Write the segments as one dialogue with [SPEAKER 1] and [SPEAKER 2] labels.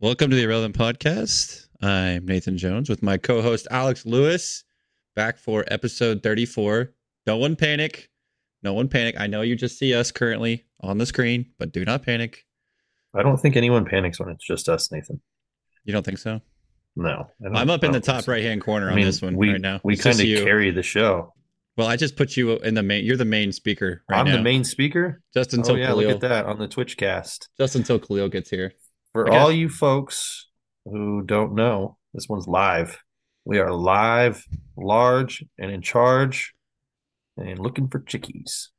[SPEAKER 1] Welcome to the Irrelevant Podcast. I'm Nathan Jones with my co host Alex Lewis, back for episode 34. No one panic. No one panic. I know you just see us currently on the screen, but do not panic.
[SPEAKER 2] I don't think anyone panics when it's just us, Nathan.
[SPEAKER 1] You don't think so?
[SPEAKER 2] No, I don't-
[SPEAKER 1] I'm up in the
[SPEAKER 2] I don't think
[SPEAKER 1] top
[SPEAKER 2] so.
[SPEAKER 1] right hand corner
[SPEAKER 2] I
[SPEAKER 1] on
[SPEAKER 2] mean,
[SPEAKER 1] this one
[SPEAKER 2] we,
[SPEAKER 1] right now.
[SPEAKER 2] We
[SPEAKER 1] It's just
[SPEAKER 2] kind of
[SPEAKER 1] you.
[SPEAKER 2] carry the show.
[SPEAKER 1] Well, I just put you in the main. You're the main speaker right
[SPEAKER 2] I'm
[SPEAKER 1] now.
[SPEAKER 2] the main speaker.
[SPEAKER 1] just until
[SPEAKER 2] oh yeah,
[SPEAKER 1] Khalil.
[SPEAKER 2] look at that on the Twitch cast.
[SPEAKER 1] Just until Khalil gets here.
[SPEAKER 2] For
[SPEAKER 1] Okay.
[SPEAKER 2] all you folks who don't know, this one's live. We are live, large, and in charge, and looking for chickies.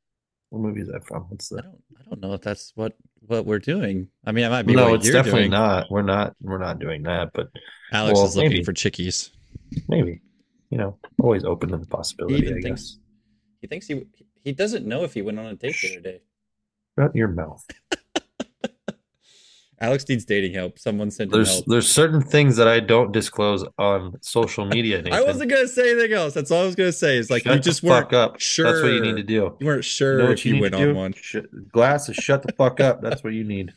[SPEAKER 2] What movie is that from? What's
[SPEAKER 1] I
[SPEAKER 2] the?
[SPEAKER 1] don't. I don't know if that's what what we're doing. I mean, I might be.
[SPEAKER 2] no,
[SPEAKER 1] what
[SPEAKER 2] it's
[SPEAKER 1] you're
[SPEAKER 2] definitely
[SPEAKER 1] doing.
[SPEAKER 2] not. We're not. We're not doing that. But
[SPEAKER 1] Alex
[SPEAKER 2] Well,
[SPEAKER 1] is looking
[SPEAKER 2] maybe.
[SPEAKER 1] for chickies.
[SPEAKER 2] maybe, you know, always open to the possibility.
[SPEAKER 1] even
[SPEAKER 2] I
[SPEAKER 1] thinks-
[SPEAKER 2] guess.
[SPEAKER 1] He thinks he he doesn't know if he went on a date
[SPEAKER 2] Shh.
[SPEAKER 1] the other day.
[SPEAKER 2] Shut your mouth.
[SPEAKER 1] Alex needs dating help. Someone sent him
[SPEAKER 2] There's
[SPEAKER 1] help.
[SPEAKER 2] there's certain things that I don't disclose on social media. Nathan.
[SPEAKER 1] I wasn't gonna say anything else. That's all I was gonna say. Is like
[SPEAKER 2] Shut
[SPEAKER 1] you
[SPEAKER 2] the
[SPEAKER 1] just
[SPEAKER 2] fuck
[SPEAKER 1] weren't
[SPEAKER 2] up.
[SPEAKER 1] sure.
[SPEAKER 2] That's what you need to do.
[SPEAKER 1] You weren't sure
[SPEAKER 2] know
[SPEAKER 1] if
[SPEAKER 2] what
[SPEAKER 1] you,
[SPEAKER 2] need
[SPEAKER 1] went
[SPEAKER 2] to
[SPEAKER 1] on
[SPEAKER 2] do?
[SPEAKER 1] one.
[SPEAKER 2] Shut- glasses. Shut the fuck up. That's what you need.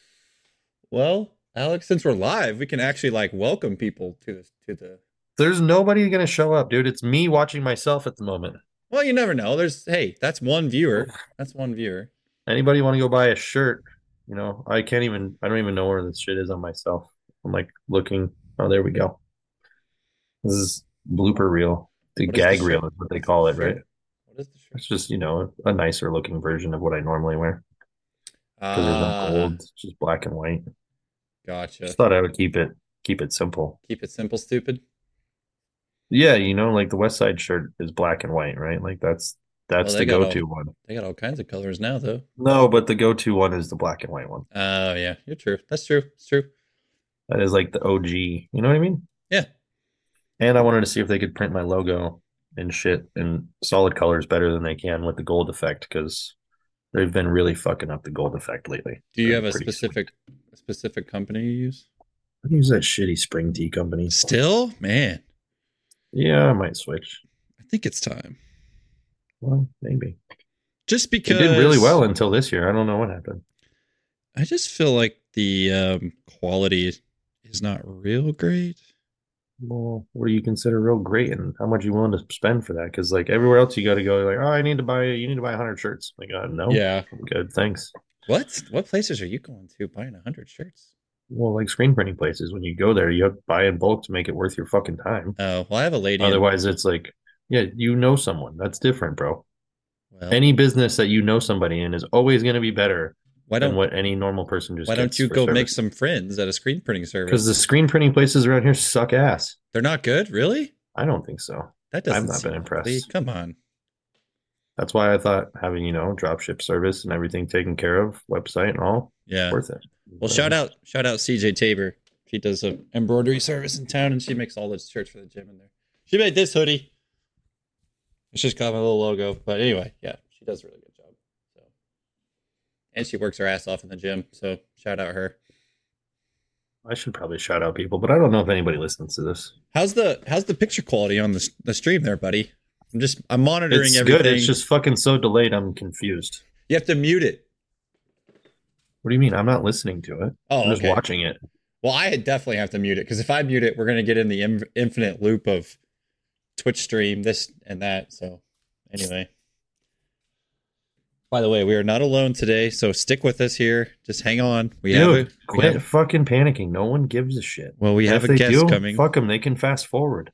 [SPEAKER 1] Well, Alex, since we're live, we can actually like welcome people to this to the.
[SPEAKER 2] There's nobody gonna show up, dude. It's me watching myself at the moment.
[SPEAKER 1] Well, you never know. There's hey, that's one viewer. That's one viewer.
[SPEAKER 2] Anybody want to go buy a shirt? You know, I can't even. I don't even know where this shit is on myself. I'm like looking. Oh, there we go. This is blooper reel. The
[SPEAKER 1] What is
[SPEAKER 2] gag
[SPEAKER 1] the
[SPEAKER 2] reel is what they call it, right?
[SPEAKER 1] Shirt. What is the
[SPEAKER 2] It's
[SPEAKER 1] shirt?
[SPEAKER 2] just you know a nicer looking version of what I normally wear. because it's
[SPEAKER 1] Ah,
[SPEAKER 2] not gold. It's just black and white.
[SPEAKER 1] Gotcha.
[SPEAKER 2] Just thought I would keep it keep it simple.
[SPEAKER 1] Keep it simple, stupid.
[SPEAKER 2] Yeah, you know, like the West Side shirt is black and white, right? Like that's
[SPEAKER 1] Well,
[SPEAKER 2] that's the
[SPEAKER 1] they got all-
[SPEAKER 2] go-to one.
[SPEAKER 1] They got all kinds of colors now, though.
[SPEAKER 2] No, but the go-to one is the black and white one.
[SPEAKER 1] Oh yeah, you're true. That's true. It's true.
[SPEAKER 2] That is like the OG. You know what I mean?
[SPEAKER 1] Yeah.
[SPEAKER 2] And I wanted to see if they could print my logo and shit in solid colors better than they can with the gold effect because they've been really fucking up the gold effect lately.
[SPEAKER 1] Do you
[SPEAKER 2] They're
[SPEAKER 1] have a
[SPEAKER 2] pretty-
[SPEAKER 1] specific a specific company you use?
[SPEAKER 2] I use that shitty spring tea company.
[SPEAKER 1] Still, man,
[SPEAKER 2] Yeah, I might switch.
[SPEAKER 1] I think it's time.
[SPEAKER 2] Well, maybe.
[SPEAKER 1] Just
[SPEAKER 2] It
[SPEAKER 1] because
[SPEAKER 2] did really well until this year. I don't know what happened.
[SPEAKER 1] I just feel like the um, quality is not real great.
[SPEAKER 2] Well, what do you consider real great, and how much you willing to spend for that? Because like everywhere else you got to go, you're like, oh, I need to buy, you need to buy 100 shirts. Like, uh, no,
[SPEAKER 1] Yeah.
[SPEAKER 2] I'm good, thanks.
[SPEAKER 1] What what places are you going to buying a hundred shirts?
[SPEAKER 2] Well, like screen printing places, when you go there, you have to buy in bulk to make it worth your fucking time.
[SPEAKER 1] Oh well, I have a lady. in-
[SPEAKER 2] Otherwise, it's like, yeah, you know someone. That's different, bro.
[SPEAKER 1] well,
[SPEAKER 2] Any business that you know somebody in is always going to be better
[SPEAKER 1] why
[SPEAKER 2] than
[SPEAKER 1] don't
[SPEAKER 2] what any normal person just
[SPEAKER 1] why don't
[SPEAKER 2] gets
[SPEAKER 1] you
[SPEAKER 2] for
[SPEAKER 1] go
[SPEAKER 2] service.
[SPEAKER 1] make some friends at a screen printing service?
[SPEAKER 2] Because the screen printing places around here suck ass.
[SPEAKER 1] They're not good, really.
[SPEAKER 2] I don't think so.
[SPEAKER 1] That doesn't.
[SPEAKER 2] not
[SPEAKER 1] seem
[SPEAKER 2] been
[SPEAKER 1] healthy.
[SPEAKER 2] impressed.
[SPEAKER 1] Come on.
[SPEAKER 2] That's why I thought having, you know, drop ship service and everything taken care of, website and all,
[SPEAKER 1] Yeah.
[SPEAKER 2] worth it.
[SPEAKER 1] Well, shout out, shout out CJ Tabor. She does a embroidery service in town, and she makes all the shirts for the gym in there. She made this hoodie. It's just got my little logo, but anyway, yeah, she does a really good job. So, and she works her ass off in the gym. So shout out her.
[SPEAKER 2] I should probably shout out people, but I don't know if anybody listens to this.
[SPEAKER 1] How's the how's the picture quality on the s- the stream there, buddy? I'm just I'm monitoring
[SPEAKER 2] It's
[SPEAKER 1] everything.
[SPEAKER 2] good. It's just fucking so delayed. I'm confused.
[SPEAKER 1] you have to mute it.
[SPEAKER 2] What do you mean? I'm not listening to it. I'm
[SPEAKER 1] Oh,
[SPEAKER 2] just
[SPEAKER 1] okay.
[SPEAKER 2] watching it.
[SPEAKER 1] Well, I definitely have to mute it because if I mute it, we're gonna get in the in- infinite loop of Twitch stream, this and that. So, anyway. By the way, we are not alone today, so stick with us here. Just hang on. We have a,
[SPEAKER 2] Dude,
[SPEAKER 1] we
[SPEAKER 2] quit
[SPEAKER 1] have-
[SPEAKER 2] fucking panicking. No one gives a shit.
[SPEAKER 1] well, we
[SPEAKER 2] And
[SPEAKER 1] have
[SPEAKER 2] if
[SPEAKER 1] a
[SPEAKER 2] they
[SPEAKER 1] guest
[SPEAKER 2] do,
[SPEAKER 1] coming.
[SPEAKER 2] Fuck them. They can fast forward.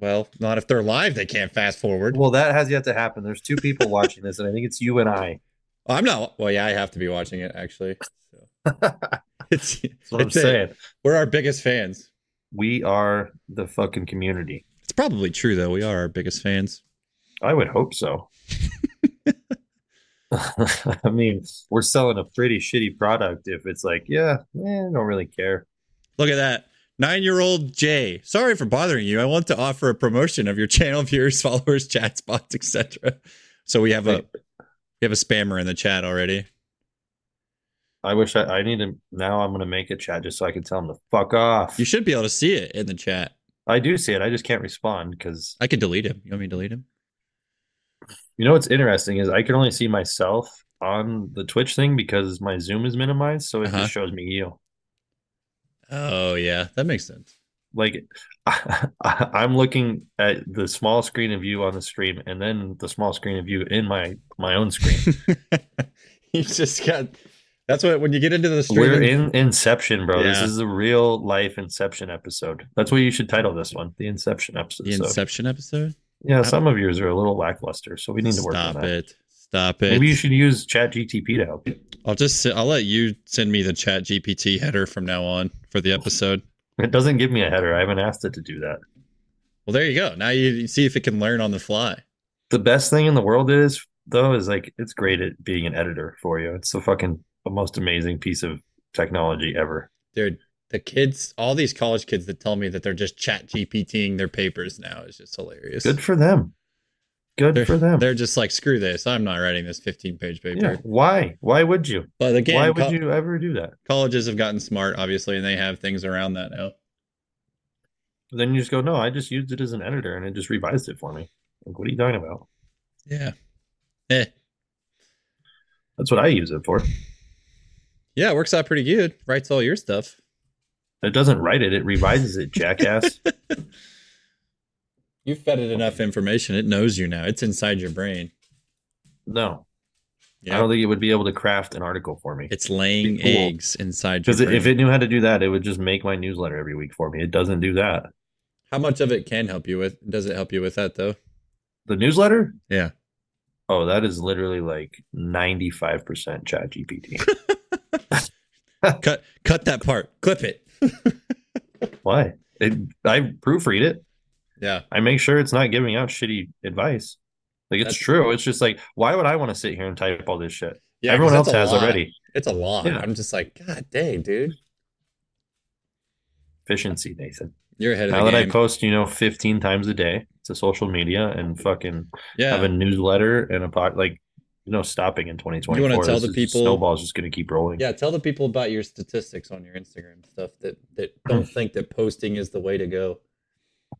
[SPEAKER 1] Well, not if they're live; they can't fast forward.
[SPEAKER 2] Well, that has yet to happen. There's two people watching this, and I think it's you and I.
[SPEAKER 1] I'm not. Well, yeah, I have to be watching it actually. So.
[SPEAKER 2] That's
[SPEAKER 1] It's,
[SPEAKER 2] what I'm
[SPEAKER 1] it's it.
[SPEAKER 2] saying.
[SPEAKER 1] We're our biggest fans.
[SPEAKER 2] We are the fucking community.
[SPEAKER 1] It's probably true though. We are our biggest fans.
[SPEAKER 2] I would hope so. I mean, we're selling a pretty shitty product if it's like, yeah, eh, I don't really care.
[SPEAKER 1] Look at that. Nine year old Jay. Sorry for bothering you. I want to offer a promotion of your channel viewers, followers, chat spots, etc. So we have a
[SPEAKER 2] Like,
[SPEAKER 1] we have a spammer in the chat already.
[SPEAKER 2] I wish I, I need to. Now I'm going to make a chat just so I can tell them to fuck off.
[SPEAKER 1] You should be able to see it in the chat.
[SPEAKER 2] I do see it. I just can't respond because
[SPEAKER 1] I could delete him. You want me to delete him?
[SPEAKER 2] you know what's interesting is I can only see myself on the Twitch thing because my Zoom is minimized. So it
[SPEAKER 1] Uh-huh.
[SPEAKER 2] just shows me you.
[SPEAKER 1] Oh yeah, that makes sense.
[SPEAKER 2] Like I, am looking at the small screen of you on the stream, and then the small screen of you in my my own screen.
[SPEAKER 1] you just got. That's what when you get into the stream.
[SPEAKER 2] We're in Inception, bro. This
[SPEAKER 1] Yeah.
[SPEAKER 2] is a real life Inception episode. That's what you should title this one, the Inception episode.
[SPEAKER 1] the
[SPEAKER 2] So,
[SPEAKER 1] Inception episode.
[SPEAKER 2] yeah, some of yours are a little lackluster, so we need to work
[SPEAKER 1] Stop
[SPEAKER 2] on that.
[SPEAKER 1] it. Stop it.
[SPEAKER 2] Maybe you should use Chat GTP to help you.
[SPEAKER 1] I'll just. I'll let you send me the Chat GPT header from now on for the episode.
[SPEAKER 2] It doesn't give me a header. I haven't asked it to do that.
[SPEAKER 1] Well, there you go. Now you, you see if it can learn on the fly.
[SPEAKER 2] The best thing in the world is though is like it's great at being an editor for you. It's the fucking the most amazing piece of technology ever.
[SPEAKER 1] Dude, the kids, all these college kids that tell me that they're just Chat GPTing their papers now is just hilarious.
[SPEAKER 2] Good for them. Good
[SPEAKER 1] they're,
[SPEAKER 2] for them.
[SPEAKER 1] They're just like, screw this. I'm not writing this 15 page paper.
[SPEAKER 2] Yeah. Why? Why would you?
[SPEAKER 1] But again,
[SPEAKER 2] Why would
[SPEAKER 1] co-
[SPEAKER 2] you ever do that?
[SPEAKER 1] colleges have gotten smart, obviously, and they have things around that now.
[SPEAKER 2] Then you just go, no, I just used it as an editor and it just revised it for me. Like, what are you talking about?
[SPEAKER 1] Yeah. Eh.
[SPEAKER 2] That's what I use it for.
[SPEAKER 1] Yeah, it works out pretty good. Writes all your stuff.
[SPEAKER 2] It doesn't write it, it revises it, jackass.
[SPEAKER 1] You fed it enough information. It knows you now. It's inside your brain.
[SPEAKER 2] No. I
[SPEAKER 1] Yeah.
[SPEAKER 2] don't think it would be able to craft an article for me.
[SPEAKER 1] It's laying
[SPEAKER 2] Be cool.
[SPEAKER 1] eggs inside your
[SPEAKER 2] Because
[SPEAKER 1] brain.
[SPEAKER 2] if it knew how to do that, it would just make my newsletter every week for me. It doesn't do that.
[SPEAKER 1] How much of it can help you with? Does it help you with that, though?
[SPEAKER 2] The newsletter?
[SPEAKER 1] Yeah.
[SPEAKER 2] Oh, that is literally like 95% chat GPT.
[SPEAKER 1] Cut, cut that part. Clip it.
[SPEAKER 2] Why? It, I proofread it.
[SPEAKER 1] Yeah.
[SPEAKER 2] I make sure it's not giving out shitty advice. Like it's
[SPEAKER 1] That's-
[SPEAKER 2] true. It's just like, why would I want to sit here and type all this shit?
[SPEAKER 1] Yeah.
[SPEAKER 2] Everyone
[SPEAKER 1] 'cause
[SPEAKER 2] else
[SPEAKER 1] it's a
[SPEAKER 2] has
[SPEAKER 1] lot.
[SPEAKER 2] already.
[SPEAKER 1] It's a lot.
[SPEAKER 2] Yeah.
[SPEAKER 1] I'm just like, God dang, dude.
[SPEAKER 2] Efficiency, Nathan.
[SPEAKER 1] You're ahead of
[SPEAKER 2] Now
[SPEAKER 1] the
[SPEAKER 2] that I
[SPEAKER 1] game.
[SPEAKER 2] post, you know, 15 times a day to social media and fucking
[SPEAKER 1] yeah.
[SPEAKER 2] have a newsletter and a pod, like, no stopping in 2024.
[SPEAKER 1] tell
[SPEAKER 2] This
[SPEAKER 1] the
[SPEAKER 2] is-
[SPEAKER 1] people-
[SPEAKER 2] Snowball's just going to keep rolling.
[SPEAKER 1] yeah. Tell the people about your statistics on your Instagram stuff that, that don't think that posting is the way to go.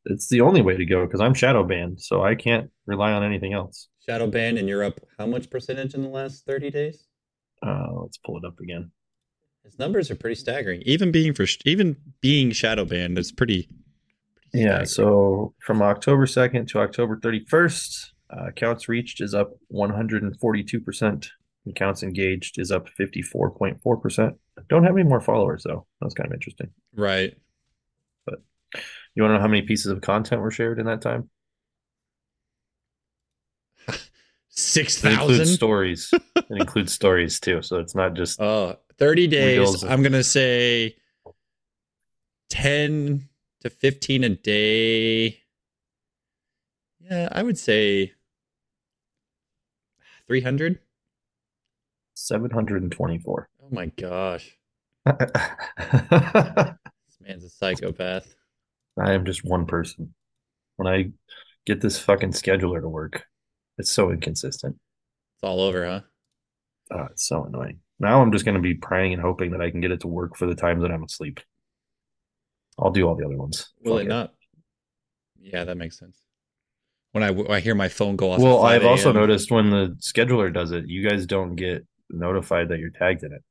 [SPEAKER 2] It's the only way to go because I'm shadow banned. So I can't rely on anything else.
[SPEAKER 1] Shadow ban, and you're up how much percentage in the last 30 days?
[SPEAKER 2] Uh, let's pull it up again.
[SPEAKER 1] His numbers are pretty staggering. Even being for even being shadow banned, it's pretty. pretty
[SPEAKER 2] Yeah,
[SPEAKER 1] staggering.
[SPEAKER 2] so from October 2nd to October 31st, uh, accounts reached is up 142%. Accounts engaged is up 54.4%. Don't have any more followers, though. That's kind of interesting.
[SPEAKER 1] right.
[SPEAKER 2] You want to know how many pieces of content were shared in that time?
[SPEAKER 1] Six
[SPEAKER 2] It includes
[SPEAKER 1] thousand.
[SPEAKER 2] stories. it includes stories, too. So it's not just
[SPEAKER 1] Uh, 30 days.
[SPEAKER 2] Reels.
[SPEAKER 1] I'm gonna say ten to fifteen a day. Yeah, I would say three hundred.
[SPEAKER 2] 724.
[SPEAKER 1] Oh my gosh,
[SPEAKER 2] I
[SPEAKER 1] this man's a psychopath.
[SPEAKER 2] am just one person. When I get this fucking scheduler to work, it's so inconsistent.
[SPEAKER 1] It's all over, huh?
[SPEAKER 2] Oh, it's so annoying. Now I'm just going to be praying and hoping that I can get it to work for the times that I'm asleep. I'll do all the other ones.
[SPEAKER 1] Will
[SPEAKER 2] Fuck
[SPEAKER 1] it not? Yeah, that makes sense. When I, when I hear my phone go off. at
[SPEAKER 2] Well,
[SPEAKER 1] 5
[SPEAKER 2] I've also
[SPEAKER 1] a.m..
[SPEAKER 2] noticed when the scheduler does it, you guys don't get notified that you're tagged in it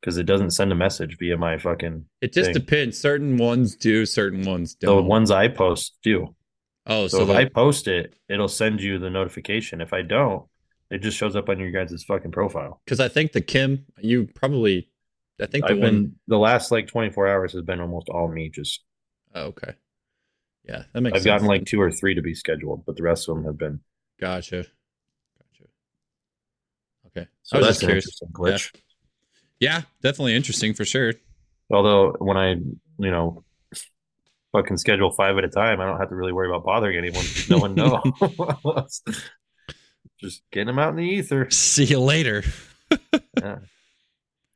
[SPEAKER 2] because it doesn't send a message via my fucking.
[SPEAKER 1] It just
[SPEAKER 2] thing.
[SPEAKER 1] depends. Certain ones do, certain ones
[SPEAKER 2] The
[SPEAKER 1] don't.
[SPEAKER 2] ones I post do.
[SPEAKER 1] oh,
[SPEAKER 2] So,
[SPEAKER 1] so,
[SPEAKER 2] if
[SPEAKER 1] the,
[SPEAKER 2] I post it, it'll send you the notification. If I don't, it just shows up on your guys' fucking profile.
[SPEAKER 1] because I think the Kim, you probably, I think the
[SPEAKER 2] I've
[SPEAKER 1] one
[SPEAKER 2] been the last like 24 hours has been almost all me just
[SPEAKER 1] oh okay, yeah, that makes.
[SPEAKER 2] I've
[SPEAKER 1] sense
[SPEAKER 2] gotten
[SPEAKER 1] then.
[SPEAKER 2] like two or three to be scheduled, but the rest of them have been
[SPEAKER 1] gotcha, gotcha. Okay,
[SPEAKER 2] So
[SPEAKER 1] I was
[SPEAKER 2] that's
[SPEAKER 1] just
[SPEAKER 2] an
[SPEAKER 1] curious.
[SPEAKER 2] interesting glitch.
[SPEAKER 1] Yeah, definitely interesting for sure.
[SPEAKER 2] Although when I, you know, fucking schedule five at a time, I don't have to really worry about bothering anyone. 'cause No one knows. Just getting them out in the ether.
[SPEAKER 1] See you later.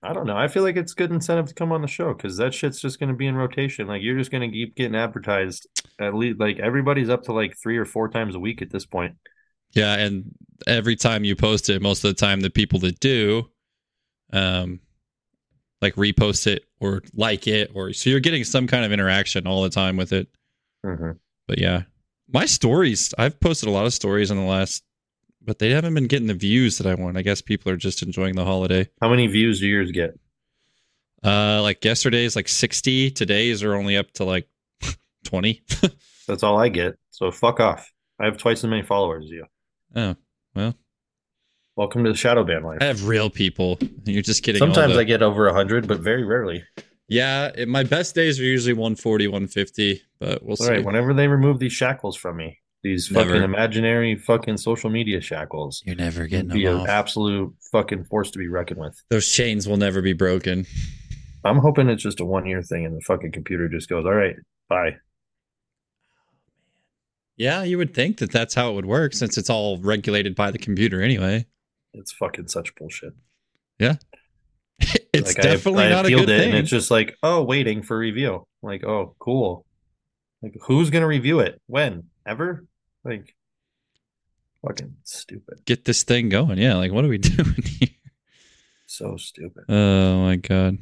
[SPEAKER 2] I don't know. I feel like it's good incentive to come on the show because that shit's just going to be in rotation. Like you're just going to keep getting advertised. At least like everybody's up to like three or four times a week at this point.
[SPEAKER 1] Yeah, and every time you post it, most of the time the people that do, um, like repost it or like it, or so you're getting some kind of interaction all the time with it.
[SPEAKER 2] Mhm.
[SPEAKER 1] But yeah, my stories, I've posted a lot of stories in the last, but they haven't been getting the views that I want. I guess people are just enjoying the holiday.
[SPEAKER 2] How many views do yours get?
[SPEAKER 1] Uh, like yesterday's like 60. Today's are only up to like 20.
[SPEAKER 2] That's all I get. So fuck off. I have twice as many followers as you.
[SPEAKER 1] oh,
[SPEAKER 2] Welcome to the shadow band life.
[SPEAKER 1] I have real people. You're just kidding. all
[SPEAKER 2] Sometimes
[SPEAKER 1] the-
[SPEAKER 2] I get over 100, but very rarely.
[SPEAKER 1] Yeah, it, my best days are usually 140, 150, but we'll
[SPEAKER 2] All
[SPEAKER 1] see.
[SPEAKER 2] right, whenever they remove these shackles from me, these
[SPEAKER 1] Never.
[SPEAKER 2] fucking imaginary fucking social media shackles,
[SPEAKER 1] You're never
[SPEAKER 2] it'd
[SPEAKER 1] getting
[SPEAKER 2] be
[SPEAKER 1] them
[SPEAKER 2] an
[SPEAKER 1] off.
[SPEAKER 2] absolute fucking force to be reckoned with.
[SPEAKER 1] Those chains will never be broken.
[SPEAKER 2] I'm hoping it's just a one year thing and the fucking computer just goes, all right, bye.
[SPEAKER 1] Yeah, you would think that that's how it would work since it's all regulated by the computer anyway.
[SPEAKER 2] It's fucking such bullshit.
[SPEAKER 1] It's
[SPEAKER 2] Like, I-
[SPEAKER 1] definitely
[SPEAKER 2] I
[SPEAKER 1] not a
[SPEAKER 2] appealed
[SPEAKER 1] good
[SPEAKER 2] it,
[SPEAKER 1] thing.
[SPEAKER 2] And it's just like, oh, waiting for review. Like, oh, cool. Like, who's gonna review it? When? Ever? Like, fucking stupid.
[SPEAKER 1] Get this thing going. Yeah, like what are we doing here?
[SPEAKER 2] So stupid.
[SPEAKER 1] Oh my god.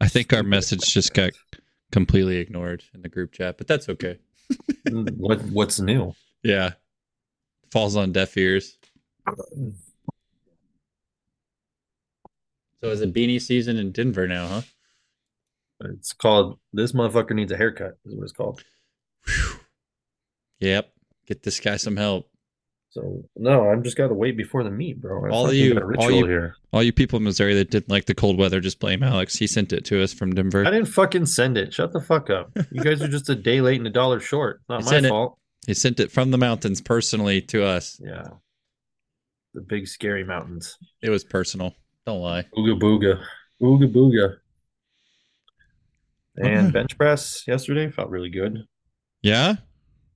[SPEAKER 1] I think our
[SPEAKER 2] Stupid
[SPEAKER 1] message just got completely ignored in the group chat, but that's okay.
[SPEAKER 2] what what's new?
[SPEAKER 1] Yeah. Falls on deaf ears. So is it beanie season in Denver now, huh?
[SPEAKER 2] It's called this motherfucker needs a haircut. Is what it's called.
[SPEAKER 1] Yep. Get this guy some help.
[SPEAKER 2] So no, I'm just gotta wait before the meet, bro. I
[SPEAKER 1] All
[SPEAKER 2] fucking
[SPEAKER 1] you-
[SPEAKER 2] got a
[SPEAKER 1] all
[SPEAKER 2] ritual
[SPEAKER 1] you-
[SPEAKER 2] here.
[SPEAKER 1] All you people in Missouri that didn't like the cold weather, just blame Alex. He sent it to us from Denver.
[SPEAKER 2] I didn't fucking send it. Shut the fuck up. You guys are just a day late and a dollar short. Not
[SPEAKER 1] I
[SPEAKER 2] my
[SPEAKER 1] sent it.
[SPEAKER 2] fault.
[SPEAKER 1] He sent it from the mountains personally to us.
[SPEAKER 2] Yeah. The big scary mountains.
[SPEAKER 1] It was personal. Don't lie.
[SPEAKER 2] Ooga booga. Ooga booga. And
[SPEAKER 1] Okay.
[SPEAKER 2] bench press yesterday felt really good.
[SPEAKER 1] Yeah.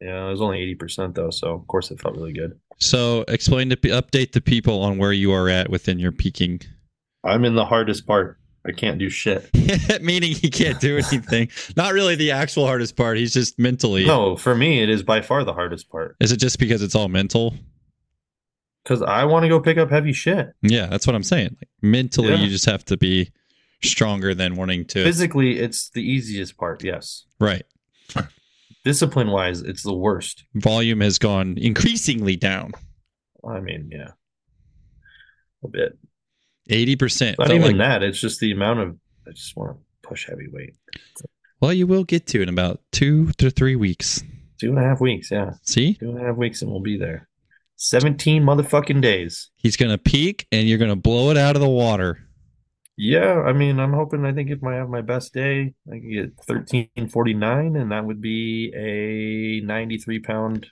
[SPEAKER 2] Yeah, it was only 80% though, so of course it felt really good.
[SPEAKER 1] So explain to pe- update the people on where you are at within your peaking,
[SPEAKER 2] I'm in the hardest part. I can't do shit.
[SPEAKER 1] meaning he can't do anything. Not really the actual hardest part. He's just mentally.
[SPEAKER 2] No, for me, it is by far the hardest part
[SPEAKER 1] Is it just because it's all mental?
[SPEAKER 2] because I want to go pick up heavy shit.
[SPEAKER 1] Yeah, that's what I'm saying. Like, mentally,
[SPEAKER 2] Yeah.
[SPEAKER 1] you just have to be stronger than wanting to.
[SPEAKER 2] Physically, it's the easiest part, yes.
[SPEAKER 1] right.
[SPEAKER 2] Discipline wise, it's the worst.
[SPEAKER 1] Volume has gone increasingly down.
[SPEAKER 2] I mean, yeah, a bit.
[SPEAKER 1] Eighty percent.
[SPEAKER 2] Not even that. It's just the amount of. I just want to push heavyweight.
[SPEAKER 1] Well, you will get to in about two to three weeks.
[SPEAKER 2] Two and a half weeks. Yeah,
[SPEAKER 1] See,
[SPEAKER 2] two and a half weeks, and we'll be there. Seventeen motherfucking days.
[SPEAKER 1] he's gonna peak, and you're gonna blow it out of the water.
[SPEAKER 2] Yeah, I mean, I'm hoping. I think if I have my best day, I can get thirteen forty nine, and that would be a ninety three pound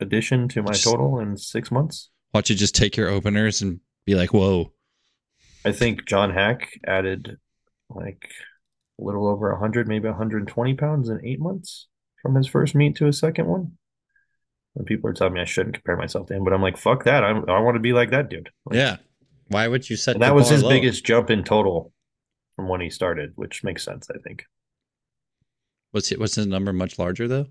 [SPEAKER 2] addition to my
[SPEAKER 1] Just-
[SPEAKER 2] total in six months.
[SPEAKER 1] Watch you just take your openers and be like, "Whoa,
[SPEAKER 2] I think John Hack added like a little over 100, maybe 120 pounds in eight months from his first meet to his second one. And people are telling me I shouldn't compare myself to him, but I'm like, fuck that. I'm, I want to be like that dude. Like,
[SPEAKER 1] yeah." Why would you set?
[SPEAKER 2] and
[SPEAKER 1] the
[SPEAKER 2] that was
[SPEAKER 1] bar
[SPEAKER 2] his
[SPEAKER 1] low?
[SPEAKER 2] biggest jump in total from when he started, which makes sense, I think.
[SPEAKER 1] Was it? Was his number much larger though?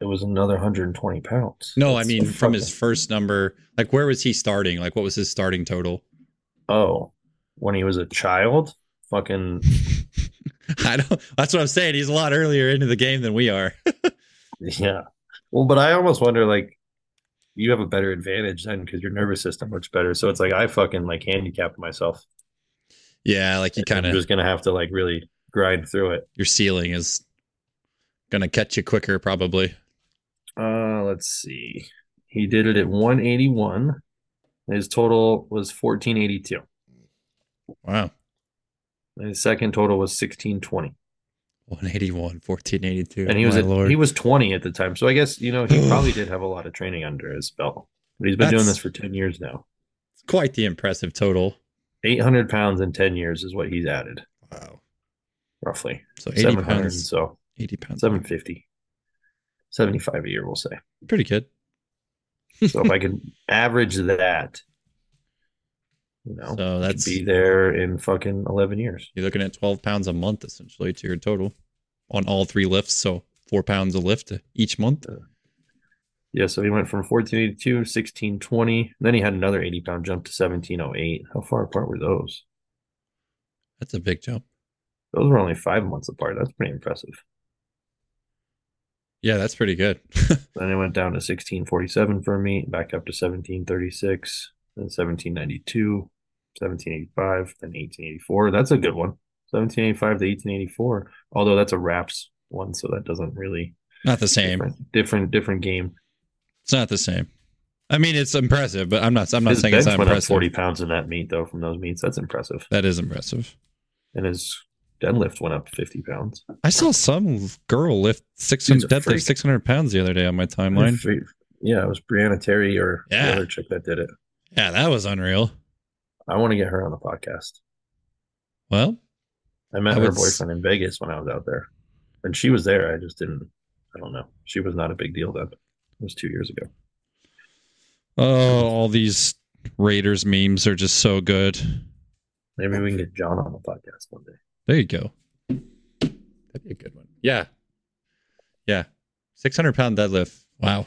[SPEAKER 2] It was another 120 pounds.
[SPEAKER 1] No, I
[SPEAKER 2] That's
[SPEAKER 1] mean
[SPEAKER 2] so
[SPEAKER 1] from
[SPEAKER 2] fucking-
[SPEAKER 1] his first number. Like, where was he starting? Like, what was his starting total?
[SPEAKER 2] Oh, when he was a child? Fucking,
[SPEAKER 1] I don't. That's what I'm saying. He's a lot earlier into the game than we are.
[SPEAKER 2] yeah. Well, but I almost wonder, like, you have a better advantage then because your nervous system works better. So it's like I fucking like handicapped myself.
[SPEAKER 1] yeah, like you
[SPEAKER 2] I'm
[SPEAKER 1] kind of
[SPEAKER 2] just gonna have to like really grind through it.
[SPEAKER 1] your ceiling is gonna catch you quicker, probably.
[SPEAKER 2] Uh, let's see. He did it at 181. His total was 1482.
[SPEAKER 1] Wow.
[SPEAKER 2] And His second total was 1620.
[SPEAKER 1] 181, 1482.
[SPEAKER 2] And he was
[SPEAKER 1] my
[SPEAKER 2] at,
[SPEAKER 1] lord.
[SPEAKER 2] he was 20 at the time. So I guess, you know, he probably did have a lot of training under his belt. But he's been doing
[SPEAKER 1] That's-
[SPEAKER 2] this for 10 years now.
[SPEAKER 1] quite the impressive total.
[SPEAKER 2] 800 pounds in 10 years is what he's added,
[SPEAKER 1] Wow.
[SPEAKER 2] roughly.
[SPEAKER 1] So 80
[SPEAKER 2] 700,
[SPEAKER 1] pounds.
[SPEAKER 2] so
[SPEAKER 1] 80 pounds.
[SPEAKER 2] 750. 75 a year, we'll say.
[SPEAKER 1] Pretty good.
[SPEAKER 2] So if I can average that, you know, I could
[SPEAKER 1] so that's
[SPEAKER 2] be there in fucking eleven years.
[SPEAKER 1] you're looking at 12 pounds a month essentially to your total on all three lifts. So four pounds a lift each month.
[SPEAKER 2] Yeah, so he went from 1482 to 1620. Then he had another 80 pound jump to 1708. How far apart were those?
[SPEAKER 1] That's a big jump.
[SPEAKER 2] Those were only five months apart. That's pretty impressive.
[SPEAKER 1] Yeah, that's pretty good.
[SPEAKER 2] Then he went down to 1647 for a meet, back up to 1736, then 1792, 1785, then 1884. That's a good one. 1785 to 1884. Although that's a Raps one, so that doesn't really
[SPEAKER 1] Not the same.
[SPEAKER 2] different different, different game.
[SPEAKER 1] It's not the same. I mean, it's impressive, but I'm not. I'm not
[SPEAKER 2] his
[SPEAKER 1] saying it's
[SPEAKER 2] bench
[SPEAKER 1] not
[SPEAKER 2] went up
[SPEAKER 1] impressive.
[SPEAKER 2] 40 pounds in that meet though from those meets. That's impressive.
[SPEAKER 1] That is impressive.
[SPEAKER 2] And his deadlift went up 50 pounds.
[SPEAKER 1] I saw some girl lift six hundred
[SPEAKER 2] She's a
[SPEAKER 1] deadlift
[SPEAKER 2] freak.
[SPEAKER 1] six hundred pounds the other day on my timeline.
[SPEAKER 2] Yeah, it was Brianna Terry or
[SPEAKER 1] Yeah.
[SPEAKER 2] the other chick that did it.
[SPEAKER 1] Yeah, that was unreal.
[SPEAKER 2] I want to get her on the podcast.
[SPEAKER 1] Well,
[SPEAKER 2] I met
[SPEAKER 1] I
[SPEAKER 2] her
[SPEAKER 1] would s-
[SPEAKER 2] boyfriend in Vegas when I was out there, and she was there. I just didn't. I don't know. She was not a big deal then. It was two years ago.
[SPEAKER 1] oh, all these Raiders memes are just so good.
[SPEAKER 2] Maybe we can get John on the podcast one day.
[SPEAKER 1] There you go. That'd be a good one. Yeah, yeah, six hundred pound deadlift. Wow,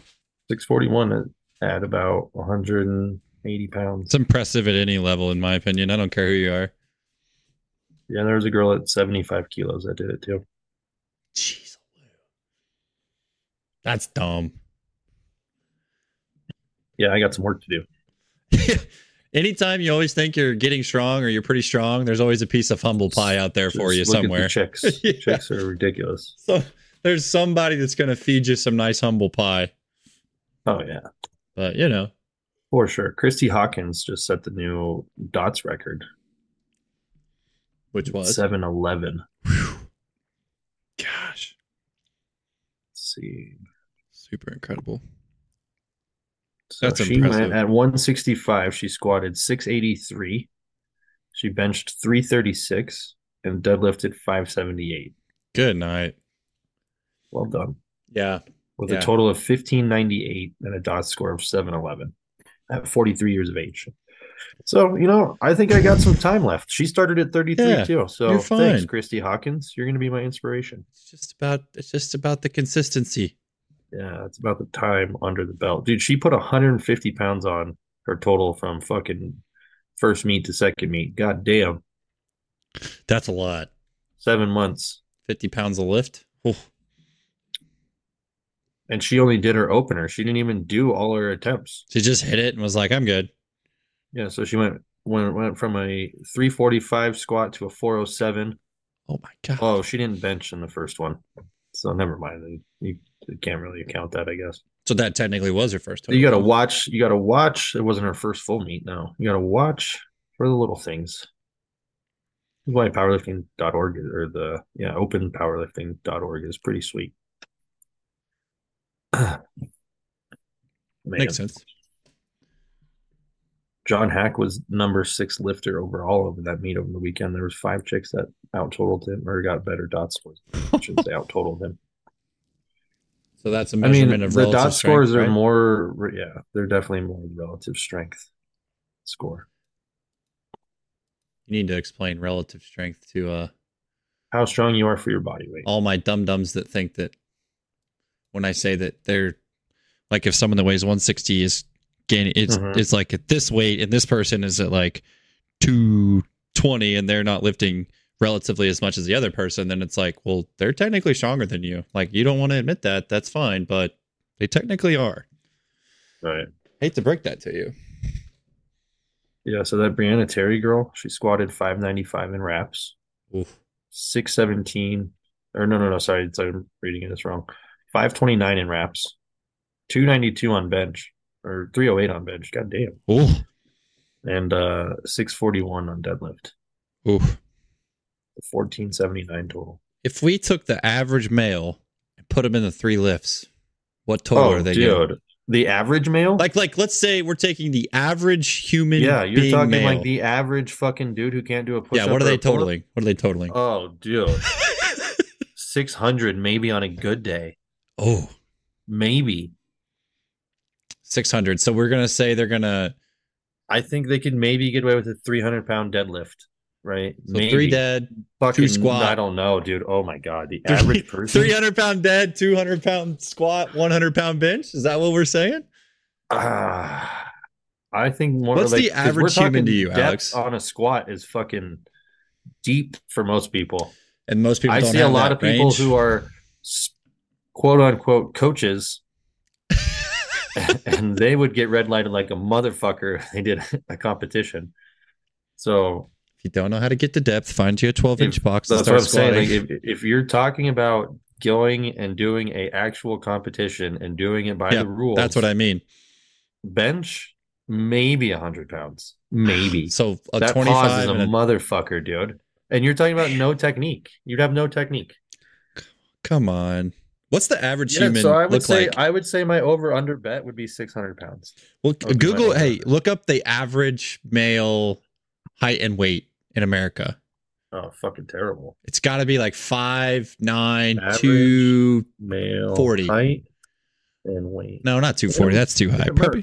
[SPEAKER 2] Six forty one at about one hundred and eighty pounds.
[SPEAKER 1] it's impressive at any level, in my opinion. I don't care who you are.
[SPEAKER 2] Yeah, there was a girl at seventy five kilos that did it too.
[SPEAKER 1] Jeez, that's dumb.
[SPEAKER 2] Yeah, I got some work to do.
[SPEAKER 1] Anytime you always think you're getting strong or you're pretty strong, there's always a piece of humble pie out there for
[SPEAKER 2] Just
[SPEAKER 1] you
[SPEAKER 2] look at the
[SPEAKER 1] somewhere.
[SPEAKER 2] chicks,
[SPEAKER 1] Yeah.
[SPEAKER 2] chicks are ridiculous.
[SPEAKER 1] So there's somebody that's going to feed you some nice humble pie.
[SPEAKER 2] Oh yeah,
[SPEAKER 1] But you know,
[SPEAKER 2] for sure. Christy Hawkins just set the new dots record.
[SPEAKER 1] which was
[SPEAKER 2] seven eleven?
[SPEAKER 1] gosh,
[SPEAKER 2] See,
[SPEAKER 1] super incredible.
[SPEAKER 2] So
[SPEAKER 1] That's
[SPEAKER 2] she
[SPEAKER 1] impressive.
[SPEAKER 2] went at 165. She squatted 683. She benched 336 and deadlifted 578.
[SPEAKER 1] Good night.
[SPEAKER 2] Well done.
[SPEAKER 1] Yeah,
[SPEAKER 2] With
[SPEAKER 1] Yeah.
[SPEAKER 2] a total of 1598 and a dot score of 711 at 43 years of age. So, you know, I think I got some time left. She started at 33
[SPEAKER 1] Yeah,
[SPEAKER 2] too. So,
[SPEAKER 1] you're
[SPEAKER 2] thanks,
[SPEAKER 1] fine.
[SPEAKER 2] Christy Hawkins. You're going to be my inspiration.
[SPEAKER 1] it's just about it's just about the consistency.
[SPEAKER 2] Yeah, it's about the time under the belt. Dude, she put 150 pounds on her total from fucking first meet to second meet. God damn.
[SPEAKER 1] That's a lot.
[SPEAKER 2] seven months.
[SPEAKER 1] Fifty pounds of lift. Oof.
[SPEAKER 2] And she only did her opener. She didn't even do all her attempts.
[SPEAKER 1] She just hit it and was like, "I'm good."
[SPEAKER 2] Yeah, so she went went went from a 345 squat to a 407.
[SPEAKER 1] Oh my god.
[SPEAKER 2] Oh, she didn't bench in the first one. So never mind. You, you can't really count that, I guess.
[SPEAKER 1] So that technically was her first.
[SPEAKER 2] You got to
[SPEAKER 1] total.
[SPEAKER 2] watch. You got to watch. It wasn't her first full meet. No, you got to watch for the little things. That's why powerlifting.org is- or the yeah open powerlifting.org is pretty sweet. Man.
[SPEAKER 1] Makes sense.
[SPEAKER 2] John Hack was number six lifter overall over that meet over the weekend. There was five chicks that out totaled him or got better dot scores. I should say out totaled him.
[SPEAKER 1] So that's a
[SPEAKER 2] I
[SPEAKER 1] measurement
[SPEAKER 2] mean,
[SPEAKER 1] of
[SPEAKER 2] the
[SPEAKER 1] relative
[SPEAKER 2] dot
[SPEAKER 1] strength,
[SPEAKER 2] scores are
[SPEAKER 1] right?
[SPEAKER 2] more, yeah, they're definitely more relative strength score.
[SPEAKER 1] You need to explain relative strength to uh,
[SPEAKER 2] How strong you are for your body weight.
[SPEAKER 1] all my dum dums that think that when I say that they're like if someone that weighs 160 is gaining it's
[SPEAKER 2] Mhm.
[SPEAKER 1] it's like at this weight and this person is at like 220 and they're not lifting relatively as much as the other person then it's like well they're technically stronger than you like you don't want to admit that that's fine but they technically are
[SPEAKER 2] Right.
[SPEAKER 1] hate to break that to you
[SPEAKER 2] Yeah. So that Brianna Terry girl, she squatted 595 in wraps,
[SPEAKER 1] Oof.
[SPEAKER 2] 617, or no, no, no, sorry. it's- I'm reading it. It's wrong. 529 in wraps, 292 on bench, or 308 on bench. God damn.
[SPEAKER 1] Ooh.
[SPEAKER 2] and uh 641 on deadlift
[SPEAKER 1] Ooh.
[SPEAKER 2] 1479 total
[SPEAKER 1] if we took the average male and put them in the three lifts what total
[SPEAKER 2] Oh,
[SPEAKER 1] are they getting?
[SPEAKER 2] the average male
[SPEAKER 1] Like, like, let's say we're taking the average human.
[SPEAKER 2] yeah you're
[SPEAKER 1] being
[SPEAKER 2] talking
[SPEAKER 1] male.
[SPEAKER 2] like the average fucking dude who can't do a push-up
[SPEAKER 1] Yeah, what are
[SPEAKER 2] or
[SPEAKER 1] they
[SPEAKER 2] a pull-up?
[SPEAKER 1] totaling? What are they totaling?
[SPEAKER 2] oh dude 600 maybe on a good day
[SPEAKER 1] oh,
[SPEAKER 2] maybe
[SPEAKER 1] 600. So we're gonna say they're gonna
[SPEAKER 2] i think they could maybe get away with a 300 pound deadlift right
[SPEAKER 1] so
[SPEAKER 2] maybe.
[SPEAKER 1] three dead,
[SPEAKER 2] fucking
[SPEAKER 1] squat.
[SPEAKER 2] i don't know dude oh my god the
[SPEAKER 1] three-
[SPEAKER 2] average person
[SPEAKER 1] 300 pound dead, 200 pound squat, 100 pound bench. Is that what we're saying?
[SPEAKER 2] Ah, I think more
[SPEAKER 1] What's
[SPEAKER 2] like,
[SPEAKER 1] the
[SPEAKER 2] 'cause
[SPEAKER 1] average
[SPEAKER 2] we're
[SPEAKER 1] human
[SPEAKER 2] talking
[SPEAKER 1] to you,
[SPEAKER 2] depth
[SPEAKER 1] Alex?
[SPEAKER 2] On a squat is fucking deep for most people.
[SPEAKER 1] And most people.
[SPEAKER 2] I
[SPEAKER 1] don't
[SPEAKER 2] see a
[SPEAKER 1] have
[SPEAKER 2] lot
[SPEAKER 1] that
[SPEAKER 2] of people
[SPEAKER 1] range.
[SPEAKER 2] who are s- quote unquote coaches, and they would get red lighted like a motherfucker if they did a competition. So
[SPEAKER 1] If you don't know how to get to depth, find you a 12 inch box. and
[SPEAKER 2] that's what I'm
[SPEAKER 1] start squatting.
[SPEAKER 2] saying. Like if, if you're talking about going and doing a actual competition and doing it by
[SPEAKER 1] Yeah,
[SPEAKER 2] the rules,
[SPEAKER 1] That's what I mean.
[SPEAKER 2] bench maybe hundred pounds, maybe
[SPEAKER 1] So a
[SPEAKER 2] that pause
[SPEAKER 1] 25
[SPEAKER 2] is a
[SPEAKER 1] and a
[SPEAKER 2] motherfucker, dude. And you're talking about no technique. You'd have no technique.
[SPEAKER 1] Come on. What's the average human
[SPEAKER 2] so I would
[SPEAKER 1] look
[SPEAKER 2] say
[SPEAKER 1] like?
[SPEAKER 2] I would say my over under bet would be six hundred pounds.
[SPEAKER 1] well,
[SPEAKER 2] would be my
[SPEAKER 1] Google,
[SPEAKER 2] number.
[SPEAKER 1] hey, look up the average male height and weight in America.
[SPEAKER 2] Oh, fucking terrible.
[SPEAKER 1] It's got to be like five nine
[SPEAKER 2] Average.
[SPEAKER 1] two.
[SPEAKER 2] Male
[SPEAKER 1] 40.
[SPEAKER 2] height and weight.
[SPEAKER 1] No, not 240. That's too high. Probably,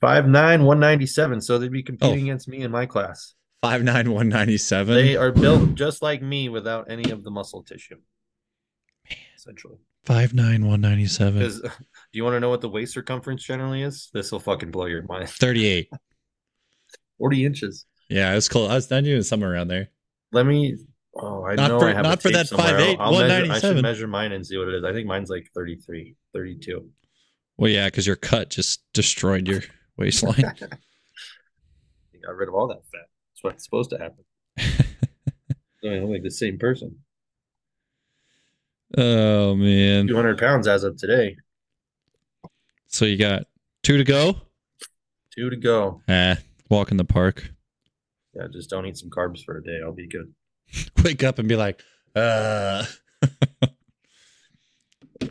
[SPEAKER 2] Five nine one ninety seven. So they'd be competing
[SPEAKER 1] Oh.
[SPEAKER 2] against me in my class.
[SPEAKER 1] Five nine one ninety seven.
[SPEAKER 2] They are built just like me without any of the muscle tissue. Essentially,
[SPEAKER 1] Five nine one ninety seven.
[SPEAKER 2] because do you want to know what the waist circumference generally is? This will fucking blow your mind.
[SPEAKER 1] Thirty eight.
[SPEAKER 2] Forty inches.
[SPEAKER 1] Yeah, it's close. I was I knew it was somewhere around there.
[SPEAKER 2] Let me. Oh, I
[SPEAKER 1] Not
[SPEAKER 2] know
[SPEAKER 1] for-
[SPEAKER 2] I have
[SPEAKER 1] not
[SPEAKER 2] a
[SPEAKER 1] for
[SPEAKER 2] tape
[SPEAKER 1] that
[SPEAKER 2] somewhere.
[SPEAKER 1] 5'8",
[SPEAKER 2] I'll- I'll measure- I
[SPEAKER 1] 197.
[SPEAKER 2] should measure mine and see what it is. I think mine's like 33, 32.
[SPEAKER 1] Well, yeah, because your cut just destroyed your waistline.
[SPEAKER 2] They got rid of all that fat. That's what's supposed to happen. I mean, I'm like the same person.
[SPEAKER 1] oh man.
[SPEAKER 2] 200 pounds as of today.
[SPEAKER 1] So you got two to go.
[SPEAKER 2] Two to go.
[SPEAKER 1] Ah, walk in the park.
[SPEAKER 2] Yeah, just don't eat some carbs for a day. I'll be good.
[SPEAKER 1] Wake up and be like, uh. can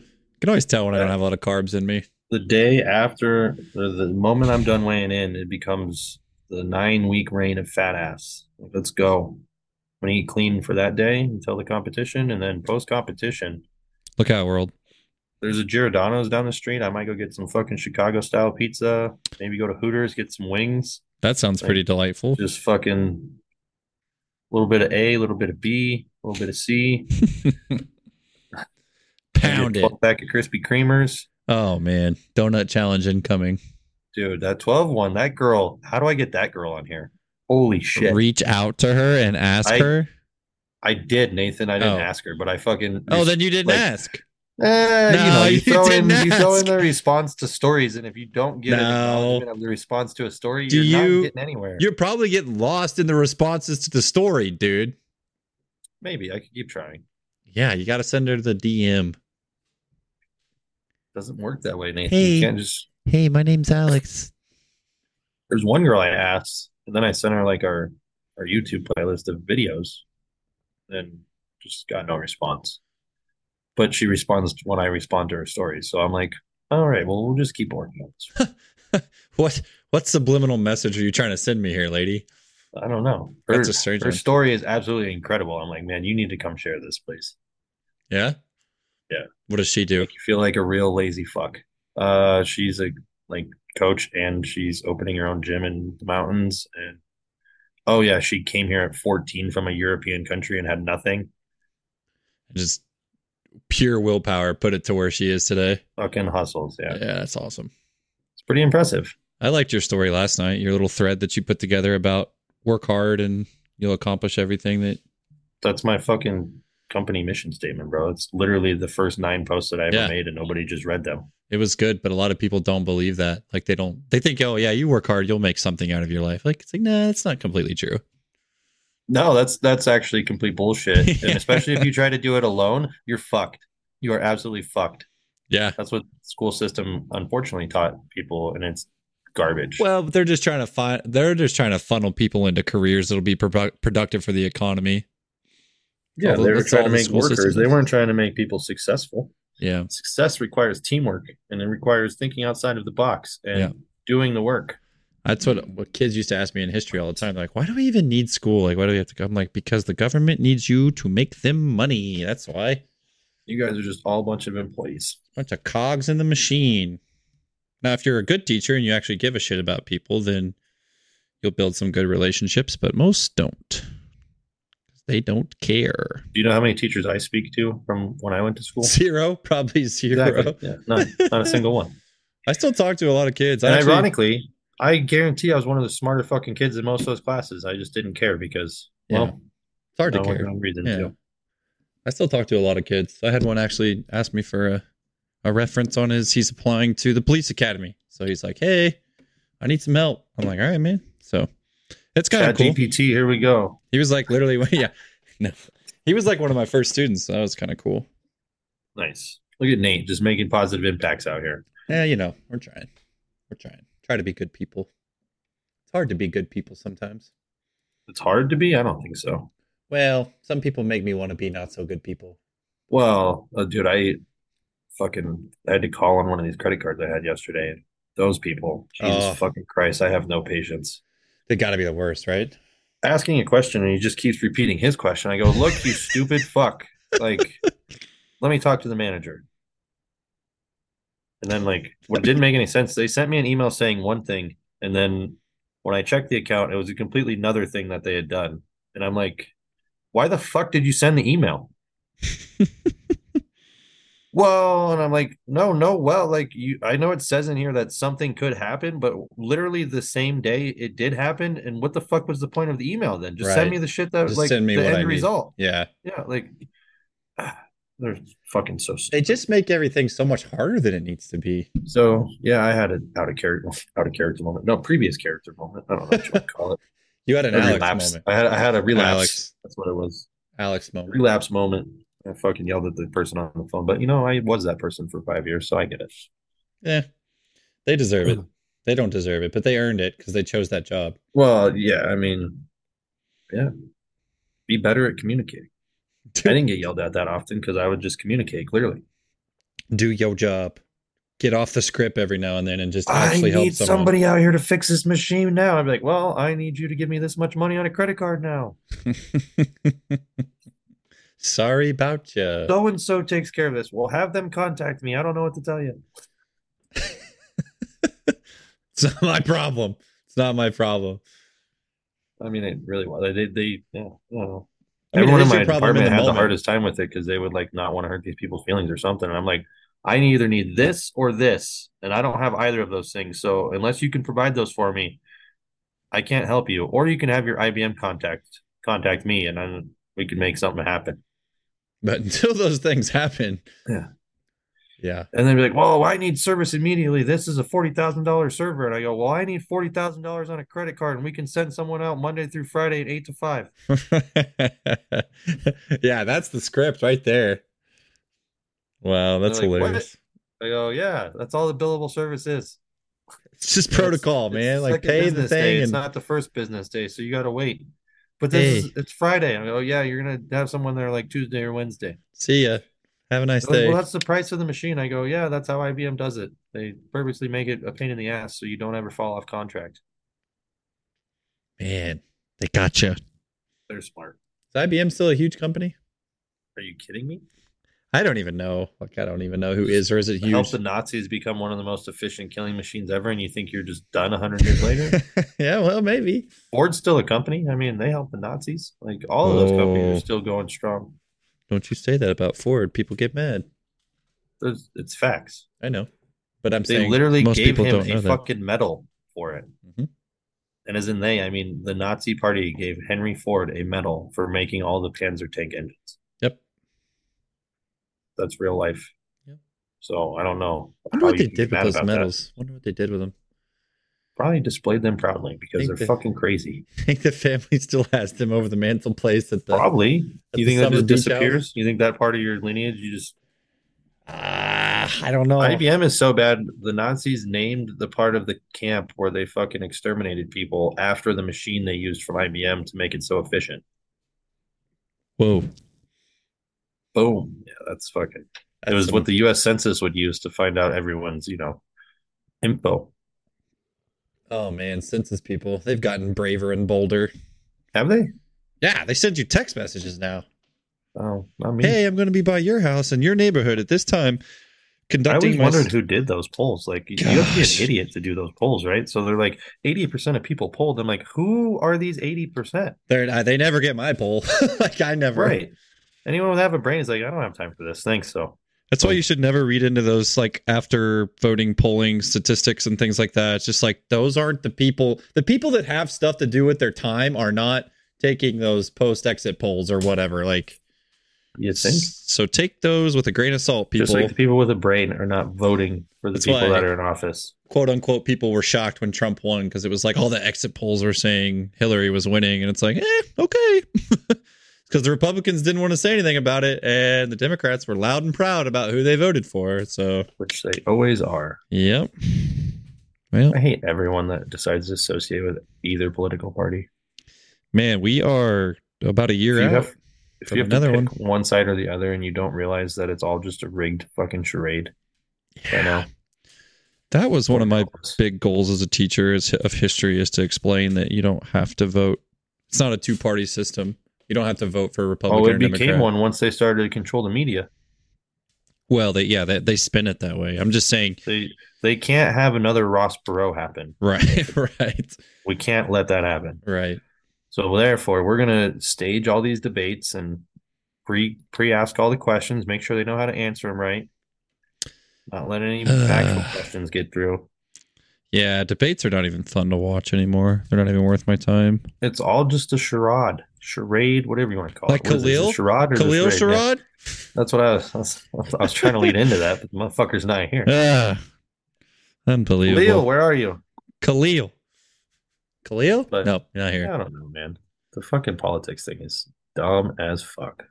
[SPEAKER 1] always tell when I don't have a lot of carbs in me.
[SPEAKER 2] The day after, the, the moment I'm done weighing in, it becomes the nine week reign of fat ass. Like, let's go. I'm going to eat clean for that day until the competition. And then post competition,
[SPEAKER 1] Look out, world.
[SPEAKER 2] there's a Giordano's down the street. I might go get some fucking Chicago style pizza. Maybe go to Hooters, get some wings.
[SPEAKER 1] That sounds pretty delightful.
[SPEAKER 2] just fucking a little bit of A, a little bit of B, a little bit of C.
[SPEAKER 1] Pound
[SPEAKER 2] Maybe a
[SPEAKER 1] it.
[SPEAKER 2] 12 Pack of Krispy Kremers.
[SPEAKER 1] Oh man, donut challenge incoming.
[SPEAKER 2] Dude, that 12 one, that girl, how do I get that girl on here? Holy shit.
[SPEAKER 1] Reach out to her and ask
[SPEAKER 2] I-
[SPEAKER 1] her.
[SPEAKER 2] I did, Nathan. I didn't
[SPEAKER 1] Oh.
[SPEAKER 2] ask her, but I fucking.
[SPEAKER 1] Oh, then you didn't
[SPEAKER 2] like-
[SPEAKER 1] ask.
[SPEAKER 2] Eh,
[SPEAKER 1] No,
[SPEAKER 2] you know, you,
[SPEAKER 1] you
[SPEAKER 2] throw in,
[SPEAKER 1] didn't
[SPEAKER 2] you throw in
[SPEAKER 1] ask.
[SPEAKER 2] the response to stories, and if you don't get an
[SPEAKER 1] No.
[SPEAKER 2] acknowledgement of the response to a story,
[SPEAKER 1] Do
[SPEAKER 2] you're
[SPEAKER 1] you-
[SPEAKER 2] not getting anywhere.
[SPEAKER 1] You're probably getting lost in the responses to the story, dude.
[SPEAKER 2] Maybe I could keep trying.
[SPEAKER 1] Yeah, you got to send her the DM.
[SPEAKER 2] Doesn't work that way, Nathan.
[SPEAKER 1] Hey.
[SPEAKER 2] You can't just
[SPEAKER 1] Hey, my name's Alex.
[SPEAKER 2] there's one girl I asked, and then I sent her like our our YouTube playlist of videos, and just got no response. But she responds when I respond to her stories, so I'm like, all right, well, we'll just keep working on this.
[SPEAKER 1] What what subliminal message are you trying to send me here, lady?
[SPEAKER 2] I don't know. Her,
[SPEAKER 1] That's a strange
[SPEAKER 2] her
[SPEAKER 1] one.
[SPEAKER 2] story is absolutely incredible. I'm like, man, you need to come share this, please.
[SPEAKER 1] Yeah.
[SPEAKER 2] Yeah.
[SPEAKER 1] What does she do?
[SPEAKER 2] You feel like a real lazy fuck. Uh, she's a like coach, and she's opening her own gym in the mountains. And oh yeah, she came here at 14 from a European country and had nothing.
[SPEAKER 1] Just pure willpower put it to where she is today.
[SPEAKER 2] Fucking hustles, yeah.
[SPEAKER 1] Yeah, that's awesome.
[SPEAKER 2] It's pretty impressive.
[SPEAKER 1] I liked your story last night. Your little thread that you put together about work hard and you'll accomplish everything that
[SPEAKER 2] That's my fucking company mission statement, bro. It's literally the first nine posts that I ever
[SPEAKER 1] Yeah.
[SPEAKER 2] made, and nobody just read them.
[SPEAKER 1] it was good, but a lot of people don't believe that. Like they don't they think, "Oh, yeah, you work hard, you'll make something out of your life." Like it's like, "Nah, that's not completely true."
[SPEAKER 2] No, that's that's actually complete bullshit. and especially if you try to do it alone, you're fucked. You are absolutely fucked.
[SPEAKER 1] Yeah.
[SPEAKER 2] That's what the school system unfortunately taught people, and it's garbage.
[SPEAKER 1] Well, but they're just trying to find they're just trying to funnel people into careers that'll be produ- productive for the economy.
[SPEAKER 2] yeah,
[SPEAKER 1] well,
[SPEAKER 2] they were
[SPEAKER 1] that's all
[SPEAKER 2] trying to
[SPEAKER 1] the
[SPEAKER 2] make
[SPEAKER 1] school
[SPEAKER 2] workers.
[SPEAKER 1] system
[SPEAKER 2] They
[SPEAKER 1] is.
[SPEAKER 2] weren't trying to make people successful.
[SPEAKER 1] Yeah.
[SPEAKER 2] Success requires teamwork, and it requires thinking outside of the box and
[SPEAKER 1] Yeah.
[SPEAKER 2] doing the work.
[SPEAKER 1] That's what, what kids used to ask me in history all the time. They're like, why do we even need school? Like, why do we have to go? I'm like, because the government needs you to make them money. That's why.
[SPEAKER 2] You guys are just all a bunch of employees.
[SPEAKER 1] Bunch of cogs in the machine. Now, if you're a good teacher and you actually give a shit about people, then you'll build some good relationships, but most don't. 'Cause They don't care.
[SPEAKER 2] Do you know how many teachers I speak to from when I went to school?
[SPEAKER 1] Zero, probably zero.
[SPEAKER 2] Exactly. Yeah, none, not a single one.
[SPEAKER 1] I still talk to a lot of kids.
[SPEAKER 2] And
[SPEAKER 1] I actually-
[SPEAKER 2] ironically, I guarantee I was one of the smarter fucking kids in most of those classes. I just didn't care because, well,
[SPEAKER 1] it's hard to
[SPEAKER 2] no,
[SPEAKER 1] care.
[SPEAKER 2] no reason
[SPEAKER 1] Yeah.
[SPEAKER 2] to.
[SPEAKER 1] I still talk to a lot of kids. I had one actually ask me for a, a reference on his. He's applying to the police academy, so he's like, "Hey, I need some help." I'm like, "All right, man." So That's kind of
[SPEAKER 2] Chat
[SPEAKER 1] cool.
[SPEAKER 2] GPT, here we go.
[SPEAKER 1] He was like literally, yeah, no, he was like one of my first students. So that was kind of cool.
[SPEAKER 2] Nice. Look at Nate just making positive impacts out here.
[SPEAKER 1] Yeah, you know, we're trying, we're trying, try to be good people. It's hard to be good people sometimes.
[SPEAKER 2] It's hard to be? I don't think so.
[SPEAKER 1] Well, some people make me want to be not so good people.
[SPEAKER 2] Well, uh, dude, I fucking I had to call on one of these credit cards I had yesterday. And those people, Jesus
[SPEAKER 1] Oh.
[SPEAKER 2] fucking Christ, I have no patience.
[SPEAKER 1] They got to be the worst, right?
[SPEAKER 2] Asking a question and he just keeps repeating his question. I go, look, you stupid fuck. Like, let me talk to the manager. And then, like, what didn't make any sense, they sent me an email saying one thing, and then when I checked the account, it was a completely another thing that they had done. And I'm like, why the fuck did you send the email? well, and I'm like, no, no, well, like you I know it says in here that something could happen, but literally the same day it did happen. And what the fuck was the point of the email then? Just send
[SPEAKER 1] Right.
[SPEAKER 2] me the shit that was
[SPEAKER 1] Just
[SPEAKER 2] like
[SPEAKER 1] send me
[SPEAKER 2] the
[SPEAKER 1] what
[SPEAKER 2] end
[SPEAKER 1] I need.
[SPEAKER 2] result.
[SPEAKER 1] Yeah,
[SPEAKER 2] Yeah, like ah, they're fucking so stupid.
[SPEAKER 1] they just make everything so much harder than it needs to be.
[SPEAKER 2] So yeah, I had an out of character out of character moment. No, previous character moment. I don't know what you want to call it.
[SPEAKER 1] You had an
[SPEAKER 2] A
[SPEAKER 1] Alex
[SPEAKER 2] relapse.
[SPEAKER 1] moment.
[SPEAKER 2] I had I had a relapse.
[SPEAKER 1] Alex,
[SPEAKER 2] That's what it was.
[SPEAKER 1] Alex moment.
[SPEAKER 2] Relapse moment. I fucking yelled at the person on the phone, but you know, I was that person for five years, so I get it.
[SPEAKER 1] Yeah, they deserve it. They don't deserve it, but they earned it because they chose that job.
[SPEAKER 2] Well, yeah, I mean, yeah, be better at communicating. I didn't get yelled at that often because I would just communicate clearly.
[SPEAKER 1] Do your job. Get off the script every now and then and just
[SPEAKER 2] I
[SPEAKER 1] actually help
[SPEAKER 2] need
[SPEAKER 1] someone.
[SPEAKER 2] somebody out here to fix this machine now. I'm like, well, I need you to give me this much money on a credit card now.
[SPEAKER 1] Sorry about you.
[SPEAKER 2] so and so takes care of this. Well, have them contact me. I don't know what to tell you.
[SPEAKER 1] It's not my problem. It's not my problem.
[SPEAKER 2] I mean, it really was. They, they, yeah, I don't know.
[SPEAKER 1] I mean,
[SPEAKER 2] Everyone
[SPEAKER 1] it
[SPEAKER 2] in
[SPEAKER 1] is
[SPEAKER 2] my
[SPEAKER 1] your problem in
[SPEAKER 2] department
[SPEAKER 1] the
[SPEAKER 2] had the
[SPEAKER 1] moment.
[SPEAKER 2] hardest time with it because they would like not want to hurt these people's feelings or something. And I'm like, I either need this or this, and I don't have either of those things. So unless you can provide those for me, I can't help you. Or you can have your IBM contact contact me, and then we can make something happen.
[SPEAKER 1] But until those things happen.
[SPEAKER 2] Yeah.
[SPEAKER 1] Yeah.
[SPEAKER 2] And then be like, well, I need service immediately. This is a forty thousand dollars server, and I go, well, I need forty thousand dollars on a credit card, and we can send someone out Monday through Friday at eight to five.
[SPEAKER 1] yeah, that's the script right there. Wow, that's
[SPEAKER 2] like, what?
[SPEAKER 1] hilarious.
[SPEAKER 2] I go, yeah, that's all the billable service is.
[SPEAKER 1] It's just
[SPEAKER 2] Yeah, it's-
[SPEAKER 1] protocol,
[SPEAKER 2] it's
[SPEAKER 1] man.
[SPEAKER 2] the
[SPEAKER 1] Like
[SPEAKER 2] second
[SPEAKER 1] pay the
[SPEAKER 2] business day.
[SPEAKER 1] thing
[SPEAKER 2] It's
[SPEAKER 1] and
[SPEAKER 2] not the first business day, so you got to wait. But this
[SPEAKER 1] Hey.
[SPEAKER 2] is it's Friday. I go, yeah, you're gonna have someone there like Tuesday or Wednesday.
[SPEAKER 1] see ya. Have a nice
[SPEAKER 2] They're like,
[SPEAKER 1] day.
[SPEAKER 2] well, that's the price of the machine. I go, yeah, that's how IBM does it. They purposely make it a pain in the ass so you don't ever fall off contract.
[SPEAKER 1] man, they got you. Is
[SPEAKER 2] They're smart.
[SPEAKER 1] IBM still a huge company?
[SPEAKER 2] Are you kidding me?
[SPEAKER 1] I don't even know. Like I don't even know who is or is it
[SPEAKER 2] You Help
[SPEAKER 1] huge?
[SPEAKER 2] the Nazis become one of the most efficient killing machines ever, and you think you're just done hundred years later?
[SPEAKER 1] yeah, well, maybe.
[SPEAKER 2] Ford's still a company. I mean, they helped the Nazis. Like all of those companies
[SPEAKER 1] Oh.
[SPEAKER 2] are still going strong.
[SPEAKER 1] Don't you say that about Ford. People get mad.
[SPEAKER 2] There's, it's facts.
[SPEAKER 1] I know. But I'm
[SPEAKER 2] They
[SPEAKER 1] saying
[SPEAKER 2] literally
[SPEAKER 1] most
[SPEAKER 2] gave
[SPEAKER 1] people
[SPEAKER 2] him
[SPEAKER 1] don't know
[SPEAKER 2] a
[SPEAKER 1] that.
[SPEAKER 2] fucking medal for it.
[SPEAKER 1] Mhm.
[SPEAKER 2] And as in they, I mean the Nazi party gave Henry Ford a medal for making all the Panzer tank engines.
[SPEAKER 1] Yep.
[SPEAKER 2] That's real life.
[SPEAKER 1] Yep.
[SPEAKER 2] So I don't know.
[SPEAKER 1] I wonder what
[SPEAKER 2] how
[SPEAKER 1] they
[SPEAKER 2] you can get
[SPEAKER 1] did with
[SPEAKER 2] Oh, mad
[SPEAKER 1] those
[SPEAKER 2] about that.
[SPEAKER 1] medals. wonder what they did with them.
[SPEAKER 2] Probably displayed them proudly because
[SPEAKER 1] Think
[SPEAKER 2] they're
[SPEAKER 1] they-
[SPEAKER 2] fucking crazy.
[SPEAKER 1] I think the family still has them over the mantel place at the.
[SPEAKER 2] Probably.
[SPEAKER 1] at the
[SPEAKER 2] You think that
[SPEAKER 1] summer
[SPEAKER 2] just
[SPEAKER 1] beach house.
[SPEAKER 2] disappears? You think that part of your lineage? You just
[SPEAKER 1] Ah, I don't know.
[SPEAKER 2] IBM is so bad. The Nazis named the part of the camp where they fucking exterminated people after the machine they used from IBM to make it so efficient.
[SPEAKER 1] Whoa.
[SPEAKER 2] Boom. Yeah, that's fucking. it was what the U.S. Census would use to find out everyone's, you know, info.
[SPEAKER 1] Oh man, census people. They've gotten braver and bolder.
[SPEAKER 2] Have they?
[SPEAKER 1] Yeah, they send you text messages now.
[SPEAKER 2] Oh, I mean,
[SPEAKER 1] Hey, I'm going to be by your house in your neighborhood at this time.
[SPEAKER 2] I
[SPEAKER 1] Conducting
[SPEAKER 2] always
[SPEAKER 1] my.
[SPEAKER 2] wondered who did those polls. Like, you have to be
[SPEAKER 1] Gosh.
[SPEAKER 2] an idiot to do those polls, right? So they're like, eighty percent of people polled. I'm like, who are these eighty percent?
[SPEAKER 1] They're- I- they never get my poll. like I never.
[SPEAKER 2] Right. Anyone with half a brain is like, I don't have time for this. Thanks. So
[SPEAKER 1] That's why you should never read into those like after voting polling statistics and things like that. It's just like those aren't the people. The people that have stuff to do with their time are not taking those post exit polls or whatever. Like,
[SPEAKER 2] you think?
[SPEAKER 1] s- so take those with a grain of salt,
[SPEAKER 2] Just
[SPEAKER 1] people.
[SPEAKER 2] like the people with a brain are not voting for the
[SPEAKER 1] That's
[SPEAKER 2] people
[SPEAKER 1] why-
[SPEAKER 2] that are in office.
[SPEAKER 1] quote unquote people were shocked when Trump won because it was like all the exit polls were saying Hillary was winning, and it's like, eh, okay. Because the Republicans didn't want to say anything about it, and the Democrats were loud and proud about who they voted for. So,
[SPEAKER 2] which they always are.
[SPEAKER 1] yep. Well,
[SPEAKER 2] I hate everyone that decides to associate with either political party.
[SPEAKER 1] man, we are about a year
[SPEAKER 2] if you
[SPEAKER 1] out.
[SPEAKER 2] have, if
[SPEAKER 1] From
[SPEAKER 2] you have to
[SPEAKER 1] another
[SPEAKER 2] pick one. side or the other, and you don't realize that it's all just a rigged fucking charade right now.
[SPEAKER 1] That was one of my
[SPEAKER 2] Ridiculous.
[SPEAKER 1] big goals as a teacher is of history is to explain that you don't have to vote. It's not a two party system. You don't have to vote for Republican
[SPEAKER 2] Oh,
[SPEAKER 1] or
[SPEAKER 2] it
[SPEAKER 1] Democrat.
[SPEAKER 2] became one once they started to control the media.
[SPEAKER 1] Well, they, yeah, they, they spin it that way. I'm just saying,
[SPEAKER 2] They they can't have another Ross Perot happen.
[SPEAKER 1] right, right,
[SPEAKER 2] We can't let that happen.
[SPEAKER 1] right.
[SPEAKER 2] So therefore, we're gonna stage all these debates and pre pre ask all the questions, make sure they know how to answer them right. Not let any
[SPEAKER 1] Ugh.
[SPEAKER 2] factual questions get through.
[SPEAKER 1] Yeah, debates are not even fun to watch anymore. They're not even worth my time.
[SPEAKER 2] It's all just a charade, charade, whatever you want to call
[SPEAKER 1] Like
[SPEAKER 2] it. What is this, a
[SPEAKER 1] Khalil?
[SPEAKER 2] charade or
[SPEAKER 1] Khalil
[SPEAKER 2] charade? Yeah.
[SPEAKER 1] Sharad?
[SPEAKER 2] That's what I was, I was. I was trying to lead into that, but the motherfucker's not here.
[SPEAKER 1] Ah, unbelievable.
[SPEAKER 2] Leo, where are you?
[SPEAKER 1] Khalil. Khalil?
[SPEAKER 2] But-
[SPEAKER 1] no, not here.
[SPEAKER 2] I don't know, man. The fucking politics thing is dumb as fuck.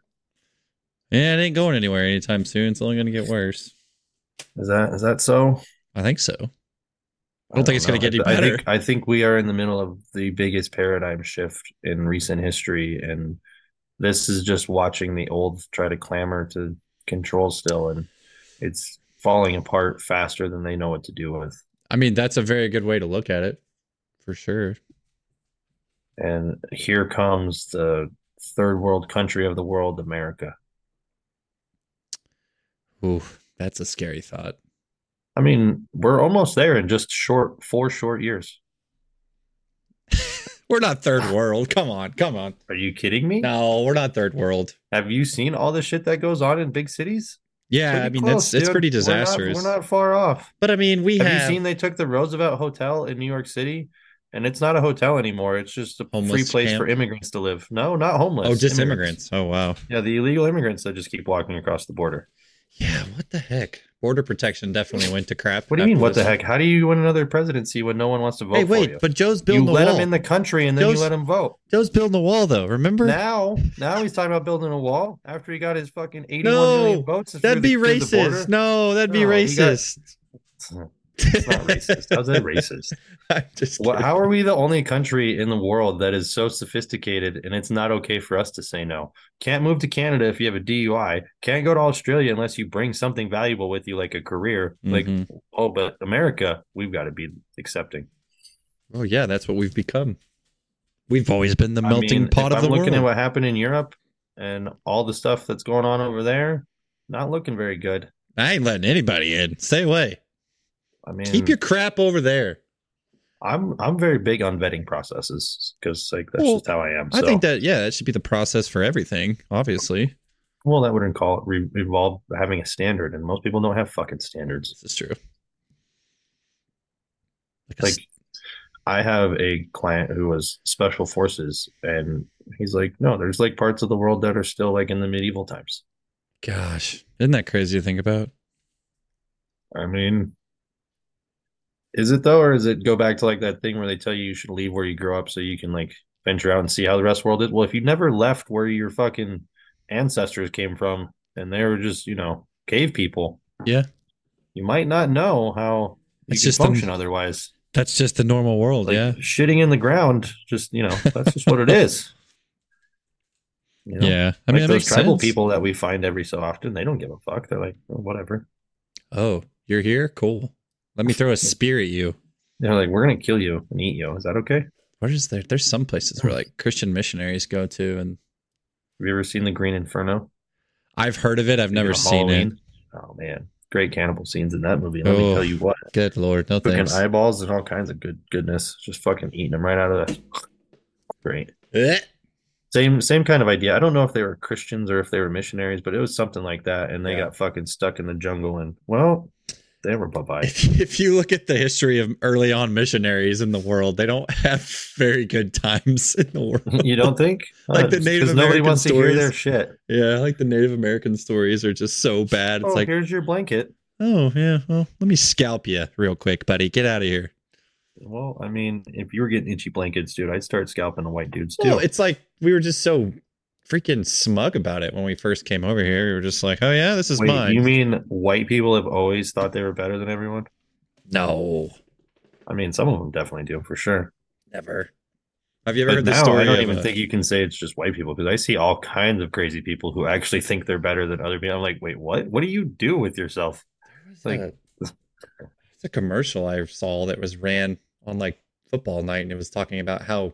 [SPEAKER 1] Yeah, it ain't going anywhere anytime soon. It's only going to get worse.
[SPEAKER 2] Is that is that so?
[SPEAKER 1] I think so. I don't think it's gonna
[SPEAKER 2] know.
[SPEAKER 1] get any
[SPEAKER 2] I think-
[SPEAKER 1] better.
[SPEAKER 2] I think we are in the middle of the biggest paradigm shift in recent history, and this is just watching the old try to clamor to control still, and it's falling apart faster than they know what to do with.
[SPEAKER 1] I mean, that's a very good way to look at it, for sure.
[SPEAKER 2] And here comes the third world country of the world, America.
[SPEAKER 1] Ooh, that's a scary thought.
[SPEAKER 2] I mean, we're almost there in just short four short years.
[SPEAKER 1] We're not third world. Come on, come on.
[SPEAKER 2] Are you kidding me?
[SPEAKER 1] No, we're not third world.
[SPEAKER 2] Have you seen all the shit that goes on in big cities?
[SPEAKER 1] Yeah,
[SPEAKER 2] Pretty
[SPEAKER 1] I mean
[SPEAKER 2] close,
[SPEAKER 1] that's it's
[SPEAKER 2] dude.
[SPEAKER 1] pretty
[SPEAKER 2] We're not-
[SPEAKER 1] disastrous.
[SPEAKER 2] We're not, far off.
[SPEAKER 1] but I mean, we have,
[SPEAKER 2] have, you seen they took the Roosevelt Hotel in New York City, and it's not a hotel anymore. It's just a
[SPEAKER 1] Homeless
[SPEAKER 2] free place
[SPEAKER 1] camp?
[SPEAKER 2] for immigrants to live. No, not homeless.
[SPEAKER 1] oh, just immigrants. Oh wow.
[SPEAKER 2] Yeah, the illegal immigrants that just keep walking across the border.
[SPEAKER 1] Yeah, what the heck? Border protection definitely went to crap.
[SPEAKER 2] What do you mean?
[SPEAKER 1] after
[SPEAKER 2] What the
[SPEAKER 1] this.
[SPEAKER 2] heck? How do you win another presidency when no one wants to vote
[SPEAKER 1] Hey,
[SPEAKER 2] for you?
[SPEAKER 1] wait, but Joe's
[SPEAKER 2] you
[SPEAKER 1] building the
[SPEAKER 2] let
[SPEAKER 1] wall.
[SPEAKER 2] them in the country, and then
[SPEAKER 1] Those-
[SPEAKER 2] you let them vote.
[SPEAKER 1] Joe's building the wall though. Remember?
[SPEAKER 2] Now, now he's talking about building a wall after he got his fucking eighty-one
[SPEAKER 1] No,
[SPEAKER 2] million votes. through
[SPEAKER 1] that'd be
[SPEAKER 2] the- through the
[SPEAKER 1] racist.
[SPEAKER 2] border.
[SPEAKER 1] No, that'd be
[SPEAKER 2] No, he got-
[SPEAKER 1] racist.
[SPEAKER 2] It's not racist. How's that racist?
[SPEAKER 1] I'm just
[SPEAKER 2] What,
[SPEAKER 1] kidding.
[SPEAKER 2] how are we the only country in the world that is so sophisticated and it's not okay for us to say no? Can't move to Canada if you have a DUI. Can't go to Australia unless you bring something valuable with you, like a career. Like,
[SPEAKER 1] Mhm.
[SPEAKER 2] oh, but America, we've got to be accepting.
[SPEAKER 1] Oh yeah, that's what we've become. We've always been the
[SPEAKER 2] I
[SPEAKER 1] melting
[SPEAKER 2] mean,
[SPEAKER 1] pot
[SPEAKER 2] if
[SPEAKER 1] of
[SPEAKER 2] I'm
[SPEAKER 1] the
[SPEAKER 2] looking
[SPEAKER 1] world.
[SPEAKER 2] at what happened in Europe and all the stuff that's going on over there, not looking very good.
[SPEAKER 1] I ain't letting anybody in. Stay away.
[SPEAKER 2] I mean,
[SPEAKER 1] Keep your crap over there.
[SPEAKER 2] I'm I'm very big on vetting processes because like that's
[SPEAKER 1] Well,
[SPEAKER 2] just how I am.
[SPEAKER 1] I
[SPEAKER 2] so-
[SPEAKER 1] think that yeah, that should be the process for everything. Obviously,
[SPEAKER 2] Well, that wouldn't call it re- involve having a standard, and most people don't have fucking standards.
[SPEAKER 1] this is true. Like, a
[SPEAKER 2] Like,
[SPEAKER 1] s-
[SPEAKER 2] I have a client who was special forces, and he's like, no, there's like parts of the world that are still like in the medieval times.
[SPEAKER 1] gosh, isn't that crazy to think about?
[SPEAKER 2] I mean, is it though, or is it go back to like that thing where they tell you you should leave where you grew up so you can like venture out and see how the rest of the world is? Well, if you never left where your fucking ancestors came from, and they were just you know cave people,
[SPEAKER 1] Yeah.
[SPEAKER 2] you might not know how you
[SPEAKER 1] It's
[SPEAKER 2] can
[SPEAKER 1] just the-
[SPEAKER 2] function otherwise.
[SPEAKER 1] That's just the normal world.
[SPEAKER 2] like
[SPEAKER 1] yeah,
[SPEAKER 2] shitting in the ground. Just you know, that's just what it is. You know?
[SPEAKER 1] yeah. I
[SPEAKER 2] I
[SPEAKER 1] mean,
[SPEAKER 2] mean,
[SPEAKER 1] that
[SPEAKER 2] those
[SPEAKER 1] makes
[SPEAKER 2] tribal
[SPEAKER 1] sense.
[SPEAKER 2] people that we find every so often, they don't give a fuck. They're like, oh, whatever.
[SPEAKER 1] Oh, you're here. Cool. Let me throw a spear at you.
[SPEAKER 2] They're like, we're gonna kill you and eat you. Is that okay? Have
[SPEAKER 1] Where is there? There's some places where like Christian missionaries go to, and
[SPEAKER 2] you ever seen the Green Inferno?
[SPEAKER 1] I've heard of it. I've never
[SPEAKER 2] You know,
[SPEAKER 1] seen it.
[SPEAKER 2] Halloween? Oh man, great cannibal scenes in that movie. Let
[SPEAKER 1] Oh,
[SPEAKER 2] me tell you what,
[SPEAKER 1] Good lord, no
[SPEAKER 2] fucking
[SPEAKER 1] thanks.
[SPEAKER 2] eyeballs and all kinds of good goodness. Just fucking eating them right out of the. Great.
[SPEAKER 1] Eh.
[SPEAKER 2] Same same kind of idea. I don't know if they were Christians or if they were missionaries, but it was something like that. And they
[SPEAKER 1] Yeah.
[SPEAKER 2] got fucking stuck in the jungle. And well, they were bye bye.
[SPEAKER 1] if, if you look at the history of early on missionaries in the world, they don't have very good times in the world.
[SPEAKER 2] You don't think?
[SPEAKER 1] Like the
[SPEAKER 2] Uh,
[SPEAKER 1] Native
[SPEAKER 2] nobody
[SPEAKER 1] American
[SPEAKER 2] wants to hear
[SPEAKER 1] stories.
[SPEAKER 2] their shit.
[SPEAKER 1] Yeah, like the Native American stories are just so bad. It's
[SPEAKER 2] oh,
[SPEAKER 1] like,
[SPEAKER 2] here's your blanket.
[SPEAKER 1] Oh, yeah. Well, let me scalp you real quick, buddy. Get out of here.
[SPEAKER 2] Well, I mean, if you were getting itchy blankets, dude, I'd start scalping the white dudes too.
[SPEAKER 1] Well, it's like we were just so freaking smug about it when we first came over here. We were just like, oh, yeah, this is
[SPEAKER 2] Wait,
[SPEAKER 1] mine.
[SPEAKER 2] you mean white people have always thought they were better than everyone?
[SPEAKER 1] no,
[SPEAKER 2] I mean, some of them definitely do for sure.
[SPEAKER 1] never. Have you ever
[SPEAKER 2] But
[SPEAKER 1] heard the
[SPEAKER 2] now
[SPEAKER 1] story?
[SPEAKER 2] I don't
[SPEAKER 1] of,
[SPEAKER 2] even
[SPEAKER 1] uh,
[SPEAKER 2] think you can say it's just white people because I see all kinds of crazy people who actually think they're better than other people. I'm like, wait, what? What do you do with yourself?
[SPEAKER 1] It's
[SPEAKER 2] Like-
[SPEAKER 1] a, it's a commercial I saw that was ran on like football night, and it was talking about how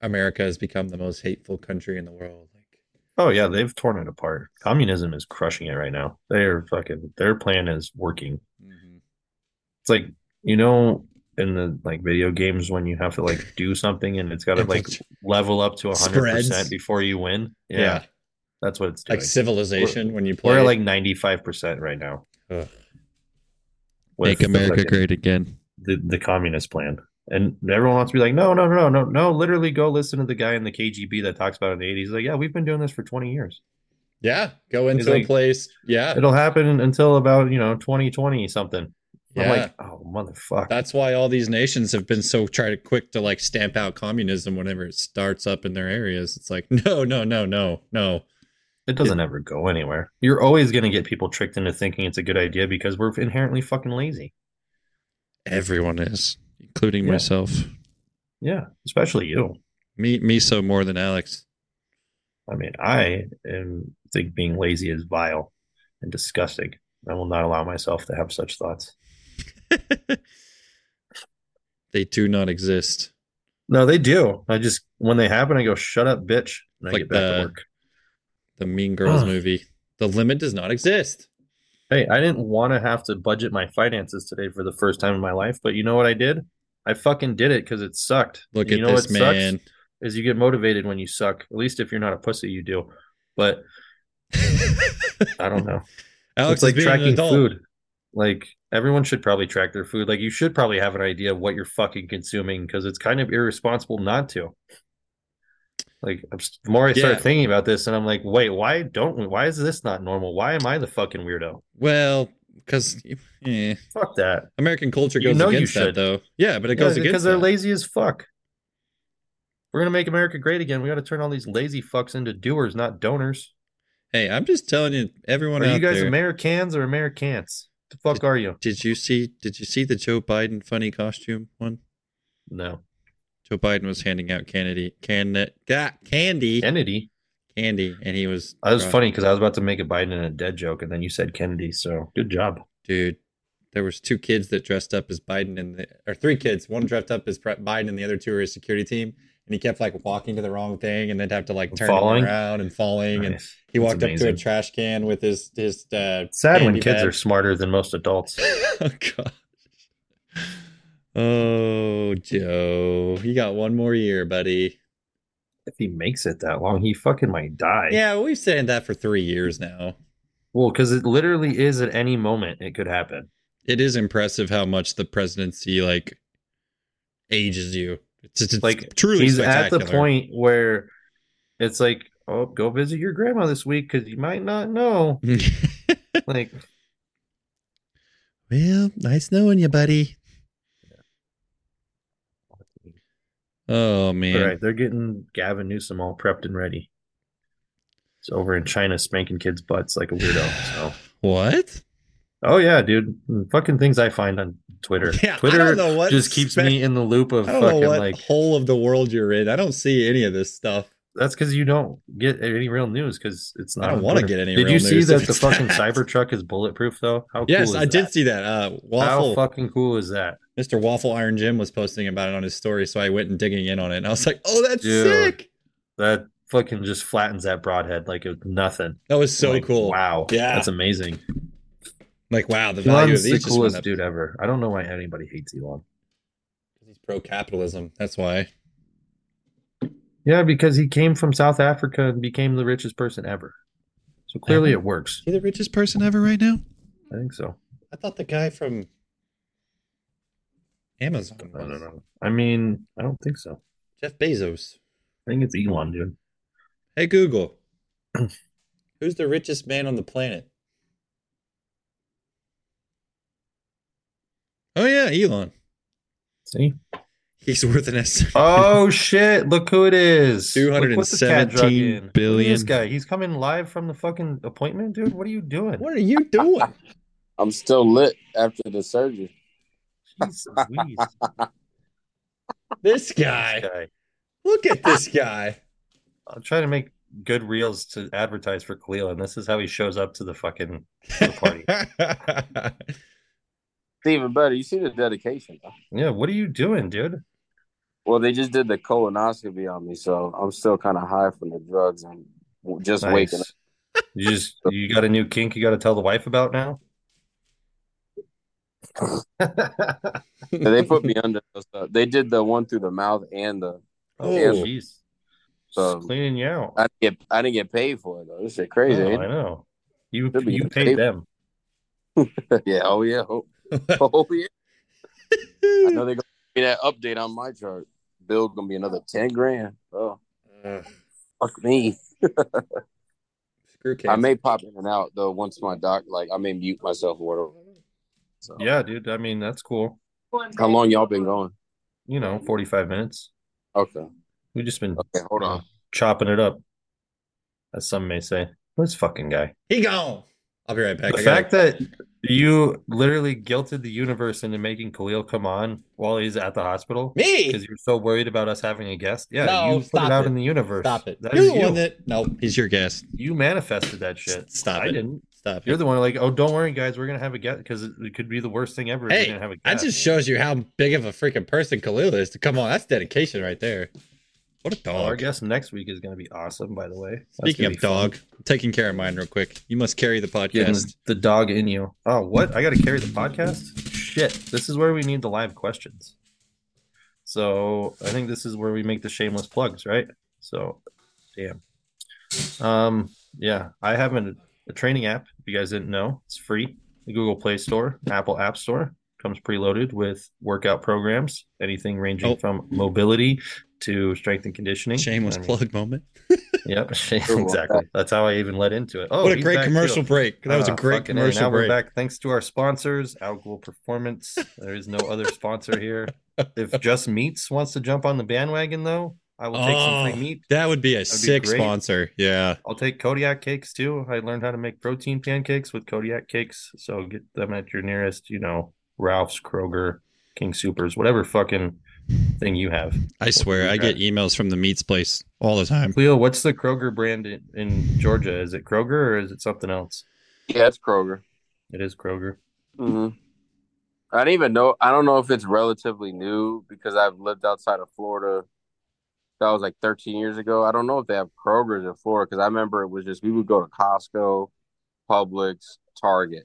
[SPEAKER 1] America has become the most hateful country in the world. Like,
[SPEAKER 2] Oh yeah, they've torn it apart. Communism is crushing it right now. They are fucking. Their plan is working. It's like you know in the like video games when you have to like do something and it's got to
[SPEAKER 1] It's
[SPEAKER 2] like
[SPEAKER 1] like
[SPEAKER 2] level up to hundred
[SPEAKER 1] spreads.
[SPEAKER 2] percent before you win.
[SPEAKER 1] yeah.
[SPEAKER 2] Yeah, that's what it's doing.
[SPEAKER 1] like civilization when you play.
[SPEAKER 2] We're at like ninety five percent right now.
[SPEAKER 1] Ugh.
[SPEAKER 2] With the fucking-
[SPEAKER 1] great again.
[SPEAKER 2] the, the communist plan. And everyone wants to be like, no, no, no, no, no. Literally, go listen to the guy in the KGB that talks about it in the 80s. He's like, yeah, we've been doing this for 20 years.
[SPEAKER 1] Yeah, go into a
[SPEAKER 2] like-
[SPEAKER 1] place. Yeah,
[SPEAKER 2] It'll happen until about, you know, 2020 something.
[SPEAKER 1] yeah.
[SPEAKER 2] I'm like, oh, motherfucker.
[SPEAKER 1] That's why all these nations have been so try to quick to like stamp out communism whenever it starts up in their areas. It's like no, no, no, no, no.
[SPEAKER 2] it doesn't ever go anywhere. You're always going to get people tricked into thinking it's a good idea because we're inherently fucking lazy.
[SPEAKER 1] Everyone is, including
[SPEAKER 2] Yeah.
[SPEAKER 1] myself.
[SPEAKER 2] Yeah, especially you.
[SPEAKER 1] Me, me so more than Alex.
[SPEAKER 2] I mean, I am, think being lazy is vile and disgusting. I will not allow myself to have such thoughts.
[SPEAKER 1] They do not exist.
[SPEAKER 2] No, they do. I just when they happen, I go, "Shut up, bitch," and I
[SPEAKER 1] Like
[SPEAKER 2] get back
[SPEAKER 1] the-
[SPEAKER 2] to work.
[SPEAKER 1] The Mean Girls
[SPEAKER 2] Ugh.
[SPEAKER 1] movie. The limit does not exist.
[SPEAKER 2] Hey, I didn't want to have to budget my finances today for the first time in my life, but you know what I did? I fucking did it because it sucked.
[SPEAKER 1] Look
[SPEAKER 2] And
[SPEAKER 1] at
[SPEAKER 2] you know
[SPEAKER 1] this
[SPEAKER 2] what sucks
[SPEAKER 1] man.
[SPEAKER 2] is you get motivated when you suck. At least if you're not a pussy, you do. But I don't know.
[SPEAKER 1] Alex
[SPEAKER 2] it's like
[SPEAKER 1] is being an
[SPEAKER 2] tracking
[SPEAKER 1] adult.
[SPEAKER 2] food. Like everyone should probably track their food. Like you should probably have an idea of what you're fucking consuming because it's kind of irresponsible not to. Like I'm s- the more I
[SPEAKER 1] Yeah.
[SPEAKER 2] start thinking about this, and I'm like, wait, why don't we? Why is this not normal? Why am I the fucking weirdo?
[SPEAKER 1] Well, because eh,
[SPEAKER 2] Fuck that.
[SPEAKER 1] American culture
[SPEAKER 2] You
[SPEAKER 1] goes
[SPEAKER 2] know you
[SPEAKER 1] against that,
[SPEAKER 2] should.
[SPEAKER 1] though. Yeah, but it goes
[SPEAKER 2] Yeah, because
[SPEAKER 1] against
[SPEAKER 2] they're
[SPEAKER 1] that.
[SPEAKER 2] lazy as fuck. We're gonna make America great again. We got to turn all these lazy fucks into doers, not donors.
[SPEAKER 1] Hey, I'm just telling you, everyone
[SPEAKER 2] Are
[SPEAKER 1] out
[SPEAKER 2] you guys
[SPEAKER 1] there.
[SPEAKER 2] Americans or Americans? The fuck are you?
[SPEAKER 1] did you see? Did you see the Joe Biden funny costume one?
[SPEAKER 2] No,
[SPEAKER 1] Joe Biden was handing out candy, candy, ah, candy,
[SPEAKER 2] Kennedy.
[SPEAKER 1] candy, and he was.
[SPEAKER 2] That was
[SPEAKER 1] uh,
[SPEAKER 2] funny because I was about to make a Biden and a dead joke, and then you said Kennedy. So good job.
[SPEAKER 1] dude there was two kids that dressed up as biden and the, or three kids one dressed up as Pre- biden and the other two were his security team and he kept like walking to the wrong thing and then have to like turn him
[SPEAKER 2] Falling?
[SPEAKER 1] around and falling and
[SPEAKER 2] Nice.
[SPEAKER 1] he
[SPEAKER 2] That's
[SPEAKER 1] walked up to a
[SPEAKER 2] amazing.
[SPEAKER 1] trash can with his his uh
[SPEAKER 2] It's sad
[SPEAKER 1] candy
[SPEAKER 2] when kids
[SPEAKER 1] bag.
[SPEAKER 2] are smarter than most adults.
[SPEAKER 1] oh god oh joe you got one more year buddy
[SPEAKER 2] if he makes it that long, he fucking might die.
[SPEAKER 1] yeah we've said that for three years now
[SPEAKER 2] Well, because it literally is at any moment it could happen.
[SPEAKER 1] it is impressive how much the presidency like ages you it's, it's
[SPEAKER 2] Like,
[SPEAKER 1] truly
[SPEAKER 2] He's at the
[SPEAKER 1] spectacular.
[SPEAKER 2] point where it's like, oh, go visit your grandma this week because you might not know. Like,
[SPEAKER 1] Well, nice knowing you, buddy. Oh
[SPEAKER 2] all
[SPEAKER 1] man.
[SPEAKER 2] right, they're getting Gavin Newsom all prepped and ready. It's over in China spanking kids' butts like a weirdo. So.
[SPEAKER 1] What?
[SPEAKER 2] Oh yeah, dude. Fucking things I find on Twitter.
[SPEAKER 1] Yeah, I
[SPEAKER 2] Twitter
[SPEAKER 1] don't know what
[SPEAKER 2] just keeps
[SPEAKER 1] spe-
[SPEAKER 2] me in the loop of
[SPEAKER 1] I don't know
[SPEAKER 2] fucking
[SPEAKER 1] what
[SPEAKER 2] like
[SPEAKER 1] hole of the world you're in. I don't see any of this stuff.
[SPEAKER 2] that's because you don't get any real news because it's
[SPEAKER 1] I
[SPEAKER 2] not.
[SPEAKER 1] don't
[SPEAKER 2] on
[SPEAKER 1] want to
[SPEAKER 2] Twitter.
[SPEAKER 1] get any.
[SPEAKER 2] Did
[SPEAKER 1] real
[SPEAKER 2] you see
[SPEAKER 1] news if
[SPEAKER 2] that the
[SPEAKER 1] it's
[SPEAKER 2] fucking
[SPEAKER 1] that.
[SPEAKER 2] Cybertruck is bulletproof though? How
[SPEAKER 1] Yes,
[SPEAKER 2] cool is
[SPEAKER 1] I did
[SPEAKER 2] that?
[SPEAKER 1] see that. Uh,
[SPEAKER 2] How
[SPEAKER 1] Waffle,
[SPEAKER 2] fucking cool is that,
[SPEAKER 1] Mr. Waffle Iron Jim was posting about it on his story, so I went and digging in on it, and I was like, "Oh, that's
[SPEAKER 2] Dude.
[SPEAKER 1] sick!
[SPEAKER 2] that fucking just flattens that broadhead like it's nothing.
[SPEAKER 1] That was so
[SPEAKER 2] Like,
[SPEAKER 1] cool!
[SPEAKER 2] Wow,
[SPEAKER 1] Yeah.
[SPEAKER 2] that's amazing.
[SPEAKER 1] Like, wow, the value
[SPEAKER 2] Elon's
[SPEAKER 1] of these
[SPEAKER 2] the
[SPEAKER 1] just went
[SPEAKER 2] coolest
[SPEAKER 1] up.
[SPEAKER 2] dude ever. I don't know why anybody hates Elon.
[SPEAKER 1] He's pro capitalism. That's why.
[SPEAKER 2] Yeah, because he came from South Africa and became the richest person ever. So clearly it works.
[SPEAKER 1] Is he the richest person ever right now?
[SPEAKER 2] I think so.
[SPEAKER 1] I thought the guy from Amazon
[SPEAKER 2] I
[SPEAKER 1] was
[SPEAKER 2] don't know. I mean, I don't think so.
[SPEAKER 1] Jeff Bezos.
[SPEAKER 2] I think it's Elon, dude.
[SPEAKER 1] Hey Google, who's the richest man on the planet? Oh yeah, Elon.
[SPEAKER 2] See?
[SPEAKER 1] He's worth an estimate.
[SPEAKER 2] Oh shit! Look who it is.
[SPEAKER 1] Two hundred and seventeen billion.
[SPEAKER 2] This guy. He's coming live from the fucking appointment, dude. What are you doing?
[SPEAKER 1] What are you doing?
[SPEAKER 3] I'm still lit after the surgery.
[SPEAKER 2] Jesus Louise.
[SPEAKER 1] this
[SPEAKER 2] This
[SPEAKER 1] guy.
[SPEAKER 2] guy.
[SPEAKER 1] Look at this guy.
[SPEAKER 2] I'm trying to make good reels to advertise for Khalil, and this is how he shows up to the fucking the party.
[SPEAKER 3] Steven, buddy, you see the dedication.
[SPEAKER 2] yeah, what are you doing, dude?
[SPEAKER 3] Well, they just did the colonoscopy on me, so I'm still kind of high from the drugs and w- just waking up.
[SPEAKER 2] Nice. You just you got a new kink you got to tell the wife about now. Oh,
[SPEAKER 3] And they put me under. those stuff. They did the one through the mouth and the.
[SPEAKER 2] oh,
[SPEAKER 3] Yeah.
[SPEAKER 2] jeez,
[SPEAKER 3] So-
[SPEAKER 1] Um,
[SPEAKER 2] Just cleaning you out.
[SPEAKER 3] I didn't get. I didn't get paid for it though. This shit crazy.
[SPEAKER 2] Oh,
[SPEAKER 3] ain't
[SPEAKER 2] I know. You
[SPEAKER 3] Should be
[SPEAKER 2] you
[SPEAKER 3] getting
[SPEAKER 2] paid
[SPEAKER 3] paid.
[SPEAKER 2] them.
[SPEAKER 3] it? yeah. Oh yeah. Oh, oh yeah. I know they're gonna give me that update on my chart. Bill gonna be another ten grand. Oh
[SPEAKER 1] Ugh,
[SPEAKER 3] fuck me.
[SPEAKER 1] screw
[SPEAKER 3] I
[SPEAKER 1] case.
[SPEAKER 3] may pop in and out though. Once my doc, like I may mute myself or whatever. So,
[SPEAKER 2] Yeah, dude. I mean, that's cool.
[SPEAKER 3] How long y'all been going?
[SPEAKER 2] You know, 45 minutes.
[SPEAKER 3] Okay.
[SPEAKER 2] We've just been
[SPEAKER 3] Okay. Hold on.
[SPEAKER 2] chopping it up, as some may say. This fucking guy.
[SPEAKER 1] He gone. I'll be right back.
[SPEAKER 2] the
[SPEAKER 1] I
[SPEAKER 2] fact
[SPEAKER 1] gotta-
[SPEAKER 2] that you literally guilted the universe into making Khalil come on while he's at the hospital
[SPEAKER 1] me
[SPEAKER 2] because you're so worried about us having a guest. Yeah,
[SPEAKER 1] No,
[SPEAKER 2] you put
[SPEAKER 1] stop
[SPEAKER 2] it out
[SPEAKER 1] it.
[SPEAKER 2] in the universe.
[SPEAKER 1] Stop it.
[SPEAKER 2] That
[SPEAKER 1] You're
[SPEAKER 2] is
[SPEAKER 1] the one
[SPEAKER 2] you.
[SPEAKER 1] that no, he's your guest.
[SPEAKER 2] you manifested that shit.
[SPEAKER 1] Stop
[SPEAKER 2] I
[SPEAKER 1] it.
[SPEAKER 2] didn't.
[SPEAKER 1] Stop
[SPEAKER 2] You're
[SPEAKER 1] it.
[SPEAKER 2] the one like, oh, don't worry, guys, we're gonna have a guest because it, it could be the worst thing ever. if we
[SPEAKER 1] Hey,
[SPEAKER 2] didn't have a
[SPEAKER 1] That
[SPEAKER 2] guest.
[SPEAKER 1] just shows you how big of a freaking person Khalil is. To come on, that's dedication right there. What a
[SPEAKER 2] Well, our
[SPEAKER 1] dog.
[SPEAKER 2] guest Oh, next week is gonna be awesome. By the way, That's
[SPEAKER 1] Speaking
[SPEAKER 2] gonna
[SPEAKER 1] of
[SPEAKER 2] be fun.
[SPEAKER 1] dog, I'm taking care of mine real quick. You must carry the
[SPEAKER 2] getting
[SPEAKER 1] podcast.
[SPEAKER 2] the dog in you. Oh, what? I got to carry the podcast? Shit. This is where we need the live questions. So I think this is where we make the shameless plugs, right? So, damn. Um, yeah, I have an, a training app. If you guys didn't know, it's free. The Google Play Store, Apple App Store comes preloaded with workout programs, anything ranging
[SPEAKER 1] Oh.
[SPEAKER 2] from mobility to strength and conditioning.
[SPEAKER 1] Shameless
[SPEAKER 2] I mean,
[SPEAKER 1] plug moment.
[SPEAKER 2] Yep,
[SPEAKER 3] Cool.
[SPEAKER 2] exactly. That's how I even led into it. Oh,
[SPEAKER 1] what a
[SPEAKER 2] he's
[SPEAKER 1] great
[SPEAKER 2] back too.
[SPEAKER 1] commercial break. That was a
[SPEAKER 2] Ah,
[SPEAKER 1] great
[SPEAKER 2] fucking A.
[SPEAKER 1] commercial
[SPEAKER 2] now
[SPEAKER 1] break.
[SPEAKER 2] We're back thanks to our sponsors, Alcohol Performance. There is no other sponsor here. If Just Meats wants to jump on the bandwagon, though, I will take some
[SPEAKER 1] Oh.
[SPEAKER 2] free meat.
[SPEAKER 1] That would be a
[SPEAKER 2] That'd be
[SPEAKER 1] sick
[SPEAKER 2] great.
[SPEAKER 1] sponsor. Yeah.
[SPEAKER 2] I'll take Kodiak cakes too. I learned how to make protein pancakes with Kodiak cakes, so get them at your nearest, you know, Ralph's, Kroger, King Supers, whatever fucking thing you have.
[SPEAKER 1] I swear,
[SPEAKER 2] we
[SPEAKER 1] I
[SPEAKER 2] got?
[SPEAKER 1] get emails from the meats place all the time.
[SPEAKER 2] Cleo, what's the Kroger brand in, in Georgia? Is it Kroger or is it something else?
[SPEAKER 3] Yeah, it's Kroger.
[SPEAKER 2] It is Kroger.
[SPEAKER 3] hmm I don't even know. I don't know if it's relatively new because I've lived outside of Florida. That was like 13 years ago. I don't know if they have Kroger's in Florida because I remember it was just we would go to Costco, Publix, Target.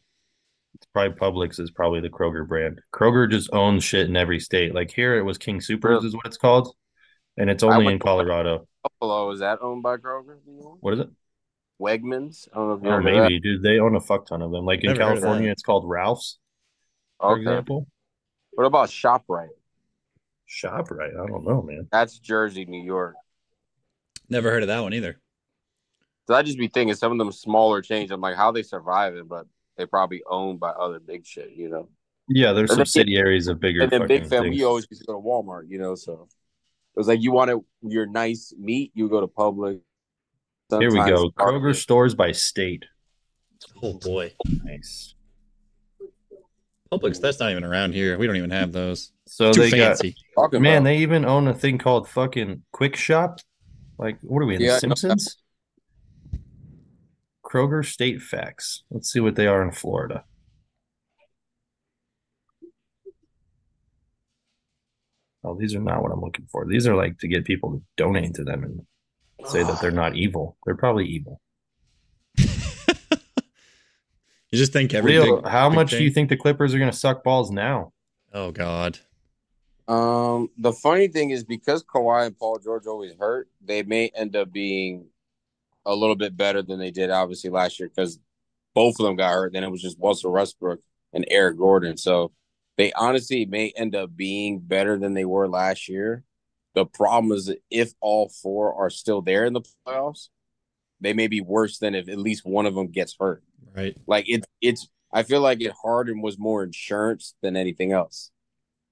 [SPEAKER 2] probably Publix is probably the Kroger brand. Kroger just owns shit in every state. Like here, it was King Supers
[SPEAKER 3] Really?
[SPEAKER 2] is what it's called, and it's
[SPEAKER 3] I
[SPEAKER 2] only
[SPEAKER 3] went
[SPEAKER 2] in
[SPEAKER 3] to-
[SPEAKER 2] Colorado.
[SPEAKER 3] Buffalo is that owned by Kroger? Do you know?
[SPEAKER 2] What is it?
[SPEAKER 3] Wegmans. I don't know if you
[SPEAKER 2] Oh,
[SPEAKER 3] remember that.
[SPEAKER 2] maybe, dude. They own a fuck ton of them. Like in
[SPEAKER 1] Never heard of that.
[SPEAKER 2] California, it's called Ralph's, for
[SPEAKER 3] Okay.
[SPEAKER 2] example.
[SPEAKER 3] What about Shoprite?
[SPEAKER 2] Shop right? I don't know, man.
[SPEAKER 3] That's Jersey, New York.
[SPEAKER 1] Never heard of that one either.
[SPEAKER 3] So I just be thinking some of them smaller chains. I'm like, how they surviving? But they probably owned by other big shit, you know.
[SPEAKER 2] Yeah, there's
[SPEAKER 3] And then-
[SPEAKER 2] subsidiaries of bigger
[SPEAKER 3] and then
[SPEAKER 2] fucking
[SPEAKER 3] big fam,
[SPEAKER 2] things.
[SPEAKER 3] we always used to go to Walmart, you know. So it was like you wanted your nice meat, you would go to public.
[SPEAKER 2] Here we go.
[SPEAKER 3] Sometimes-
[SPEAKER 2] Kroger stores by state.
[SPEAKER 1] Oh boy.
[SPEAKER 2] Nice.
[SPEAKER 1] Publix, that's not even around here. We don't even have those.
[SPEAKER 2] So
[SPEAKER 1] Too
[SPEAKER 2] they
[SPEAKER 1] fancy.
[SPEAKER 3] Talking
[SPEAKER 2] got man.
[SPEAKER 3] about-
[SPEAKER 2] They even own a thing called fucking Quick Shop. Like, what are we in
[SPEAKER 3] Yeah, I
[SPEAKER 2] the
[SPEAKER 3] know.
[SPEAKER 2] Simpsons? Kroger State Facts. Let's see what they are in Florida. Oh, these are not what I'm looking for. These are like to get people to donate to them and say that they're not evil. They're probably evil.
[SPEAKER 1] You just think every
[SPEAKER 2] Leo,
[SPEAKER 1] big-
[SPEAKER 2] how
[SPEAKER 1] big
[SPEAKER 2] much do you
[SPEAKER 1] thing-
[SPEAKER 2] think the Clippers are going to suck balls now?
[SPEAKER 1] Oh god.
[SPEAKER 3] um, the funny thing is because Kawhi and Paul George always hurt, they may end up being a little bit better than they did obviously last year because both of them got hurt. Then it was just Russell Westbrook and Eric Gordon. So they honestly may end up being better than they were last year. The problem is that if all four are still there in the playoffs, they may be worse than if at least one of them gets hurt.
[SPEAKER 1] Right.
[SPEAKER 3] Like it's it's I feel like it Harden was more insurance than anything else.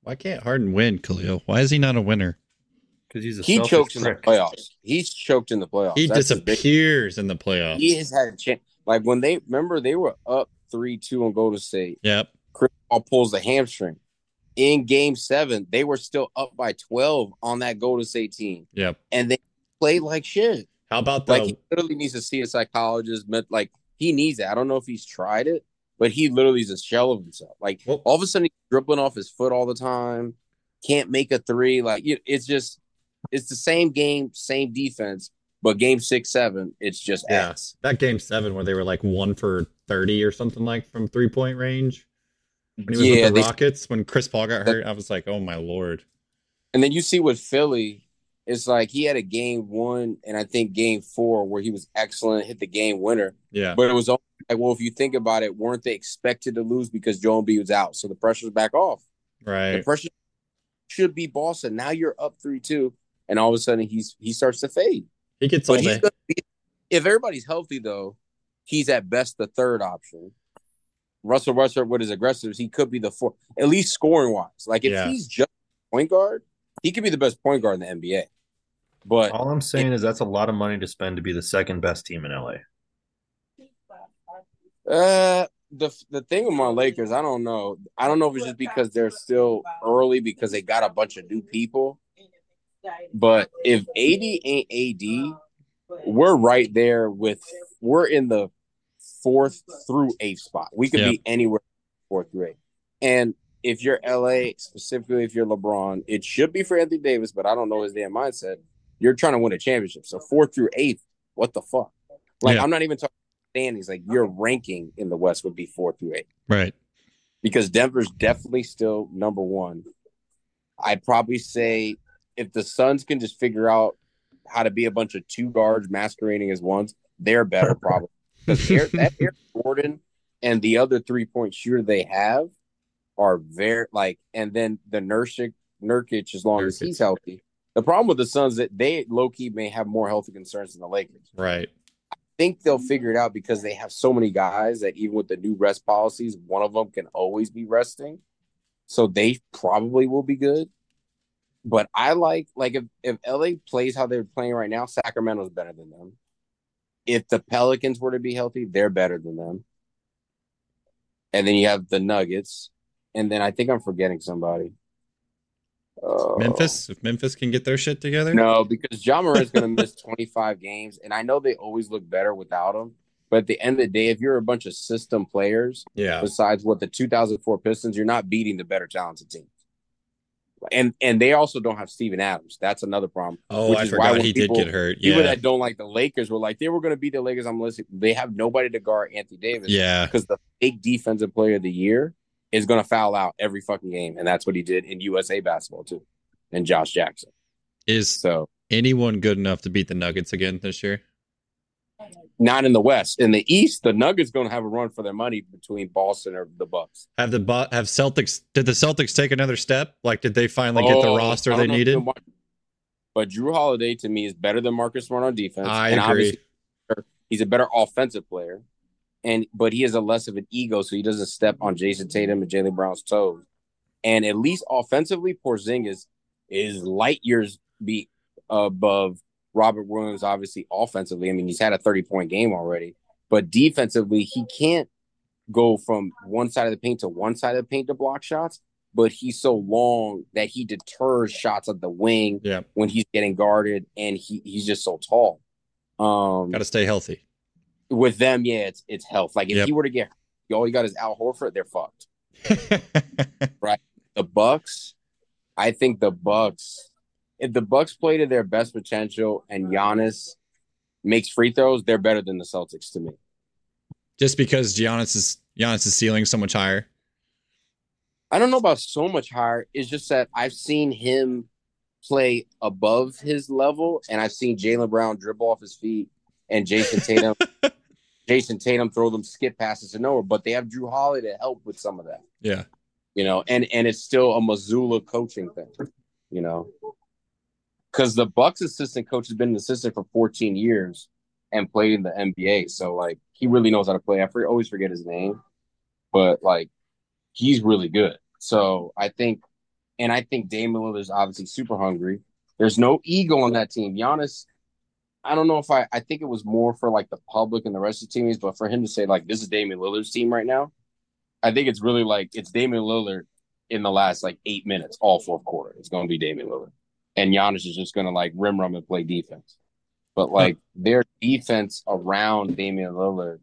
[SPEAKER 1] Why can't Harden win, Khalil? Why is he not a winner?
[SPEAKER 2] because he's a
[SPEAKER 3] He
[SPEAKER 2] selfish
[SPEAKER 3] choked in the
[SPEAKER 2] prick.
[SPEAKER 3] playoffs. He's choked in the playoffs.
[SPEAKER 1] He
[SPEAKER 3] That's his big-
[SPEAKER 1] disappears in the playoffs.
[SPEAKER 3] He has had a chance. Like when they remember they were up three two on Golden State.
[SPEAKER 1] Yep.
[SPEAKER 3] Chris Paul pulls the hamstring. In game seven, they were still up by 12 on that Golden State team.
[SPEAKER 1] Yep.
[SPEAKER 3] And they played like shit.
[SPEAKER 1] How about the
[SPEAKER 3] Like he literally needs to see a psychologist. But like he needs it. I don't know if he's tried it, but he literally is a shell of himself. Like
[SPEAKER 1] Well-
[SPEAKER 3] all of a sudden he's dribbling off his foot all the time. Can't make a three. Like you- it's just it's the same game, same defense, but game six, seven, it's just
[SPEAKER 1] Yeah.
[SPEAKER 3] ass.
[SPEAKER 1] that game seven where they were like one for thirty or something like from three point range? When he was
[SPEAKER 3] Yeah,
[SPEAKER 1] with the
[SPEAKER 3] they-
[SPEAKER 1] Rockets when Chris Paul got hurt, I was like, oh my lord.
[SPEAKER 3] And then you see with Philly, it's like he had a game one and I think game four where he was excellent, hit the game winner.
[SPEAKER 1] Yeah.
[SPEAKER 3] But it was all like, well, if you think about it, weren't they expected to lose because Joel B was out? So the pressure's back off. The
[SPEAKER 1] Right.
[SPEAKER 3] pressure should be Boston. Now you're up three two, and all of a sudden he's he starts to fade.
[SPEAKER 1] He gets all
[SPEAKER 3] But he's
[SPEAKER 1] the
[SPEAKER 3] gonna be, if everybody's healthy though, he's at best the third option. Russell Westbrook with his aggressives, he could be the fourth, at least scoring wise. Like if
[SPEAKER 1] Yeah.
[SPEAKER 3] he's just point guard, he could be the best point guard in the NBA. But
[SPEAKER 2] All I'm saying is that's a lot of money to spend to be the second best team in LA.
[SPEAKER 3] Uh, the the thing with my Lakers, I don't know. I don't know if it's just because they're still early because they got a bunch of new people. But if AD ain't AD, we're right there with we're in the fourth through eighth spot. We could be anywhere fourth through eighth. And if you're LA, specifically if you're LeBron, it should be for Anthony Davis, but I don't know his damn mindset. You're trying to win a championship. So fourth through eighth, what the fuck? Like
[SPEAKER 1] Yeah.
[SPEAKER 3] I'm not even talking standings, like your ranking in the West would be four through eight
[SPEAKER 1] right.
[SPEAKER 3] because Denver's definitely still number one. I'd probably say if the Suns can just figure out how to be a bunch of two guards masquerading as ones, they're better probably. Because Air, that Aaron Gordon and the other three point shooter they have are very like, and then the Nurkic, Nurkic as long as
[SPEAKER 1] Nurkic.
[SPEAKER 3] he's healthy. The problem with the Suns that they low key may have more healthy concerns than the Lakers
[SPEAKER 1] Right.
[SPEAKER 3] think they'll figure it out because they have so many guys that even with the new rest policies, one of them can always be resting. So they probably will be good. But I like like if if LA plays how they're playing right now, Sacramento's better than them. If the Pelicans were to be healthy, they're better than them. And then you have the Nuggets, and then I think I'm forgetting somebody. Uh,
[SPEAKER 1] Memphis. If Memphis can get their shit together.
[SPEAKER 3] no, because John Morant's going to miss 25 games, and I know they always look better without him. But at the end of the day, if you're a bunch of system players,
[SPEAKER 1] Yeah.
[SPEAKER 3] besides what the 2004 Pistons, you're not beating the better talented teams. And and they also don't have Steven Adams. That's another problem.
[SPEAKER 1] Oh,
[SPEAKER 3] which
[SPEAKER 1] I
[SPEAKER 3] is why
[SPEAKER 1] forgot
[SPEAKER 3] when
[SPEAKER 1] he
[SPEAKER 3] people-
[SPEAKER 1] did get hurt.
[SPEAKER 3] People
[SPEAKER 1] Yeah.
[SPEAKER 3] that don't like the Lakers were like they were going to beat the Lakers. I'm listening. They have nobody to guard Anthony Davis.
[SPEAKER 1] Yeah.
[SPEAKER 3] because the fake defensive player of the year is going to foul out every fucking game, and that's what he did in USA basketball too, and Josh Jackson.
[SPEAKER 1] Is
[SPEAKER 3] So
[SPEAKER 1] anyone good enough to beat the Nuggets again this year?
[SPEAKER 3] not in the West. In the East, the Nuggets going to have a run for their money between Boston or the Bucks.
[SPEAKER 1] Have the Bo- have Celtics? Did the Celtics take another step? Like, did they finally get the
[SPEAKER 3] Oh,
[SPEAKER 1] roster
[SPEAKER 3] I don't
[SPEAKER 1] they
[SPEAKER 3] know if you
[SPEAKER 1] needed?
[SPEAKER 3] watch- But Drew Holiday to me is better than Marcus Smart on defense.
[SPEAKER 1] I
[SPEAKER 3] and
[SPEAKER 1] agree.
[SPEAKER 3] obviously he's a better offensive player. And but he is a less of an ego, so he doesn't step on Jason Tatum and Jalen Brown's toes. And at least offensively, Porzingis is light years be above Robert Williams, obviously offensively. I mean, he's had a 30 point game already, but defensively, he can't go from one side of the paint to one side of the paint to block shots. But he's so long that he deters shots at the wing
[SPEAKER 1] Yeah.
[SPEAKER 3] when he's getting guarded, and he, he's just so tall. Um,
[SPEAKER 1] Got to stay healthy.
[SPEAKER 3] with them, yeah, it's it's health. Like if
[SPEAKER 1] Yep.
[SPEAKER 3] he were to get all you got is Al Horford, they're fucked. The Bucks, I think the Bucks, if the Bucks play to their best potential and Giannis makes free throws, they're better than the Celtics to me.
[SPEAKER 1] Just because Giannis is Giannis's ceiling so much higher.
[SPEAKER 3] I don't know about so much higher. It's just that I've seen him play above his level, and I've seen Jalen Brown dribble off his feet and Jason Tatum, Jason Tatum throw them skip passes to nowhere. But they have Drew Holiday to help with some of that.
[SPEAKER 1] Yeah.
[SPEAKER 3] you know, and and it's still a Missoula coaching thing, you know, because the Bucks assistant coach has been an assistant for 14 years and played in the NBA, so like he really knows how to play. I for- always forget his name, but like he's really good. So I think, and I think Damian Lillard is obviously super hungry. There's no ego on that team. Giannis, I don't know if I, I think it was more for like the public and the rest of the teammates, but for him to say like this is Damian Lillard's team right now, I think it's really like it's Damian Lillard in the last like eight minutes, all fourth quarter. It's going to be Damian Lillard, and Giannis is just going to like rim run and play defense. But like their defense around Damian Lillard,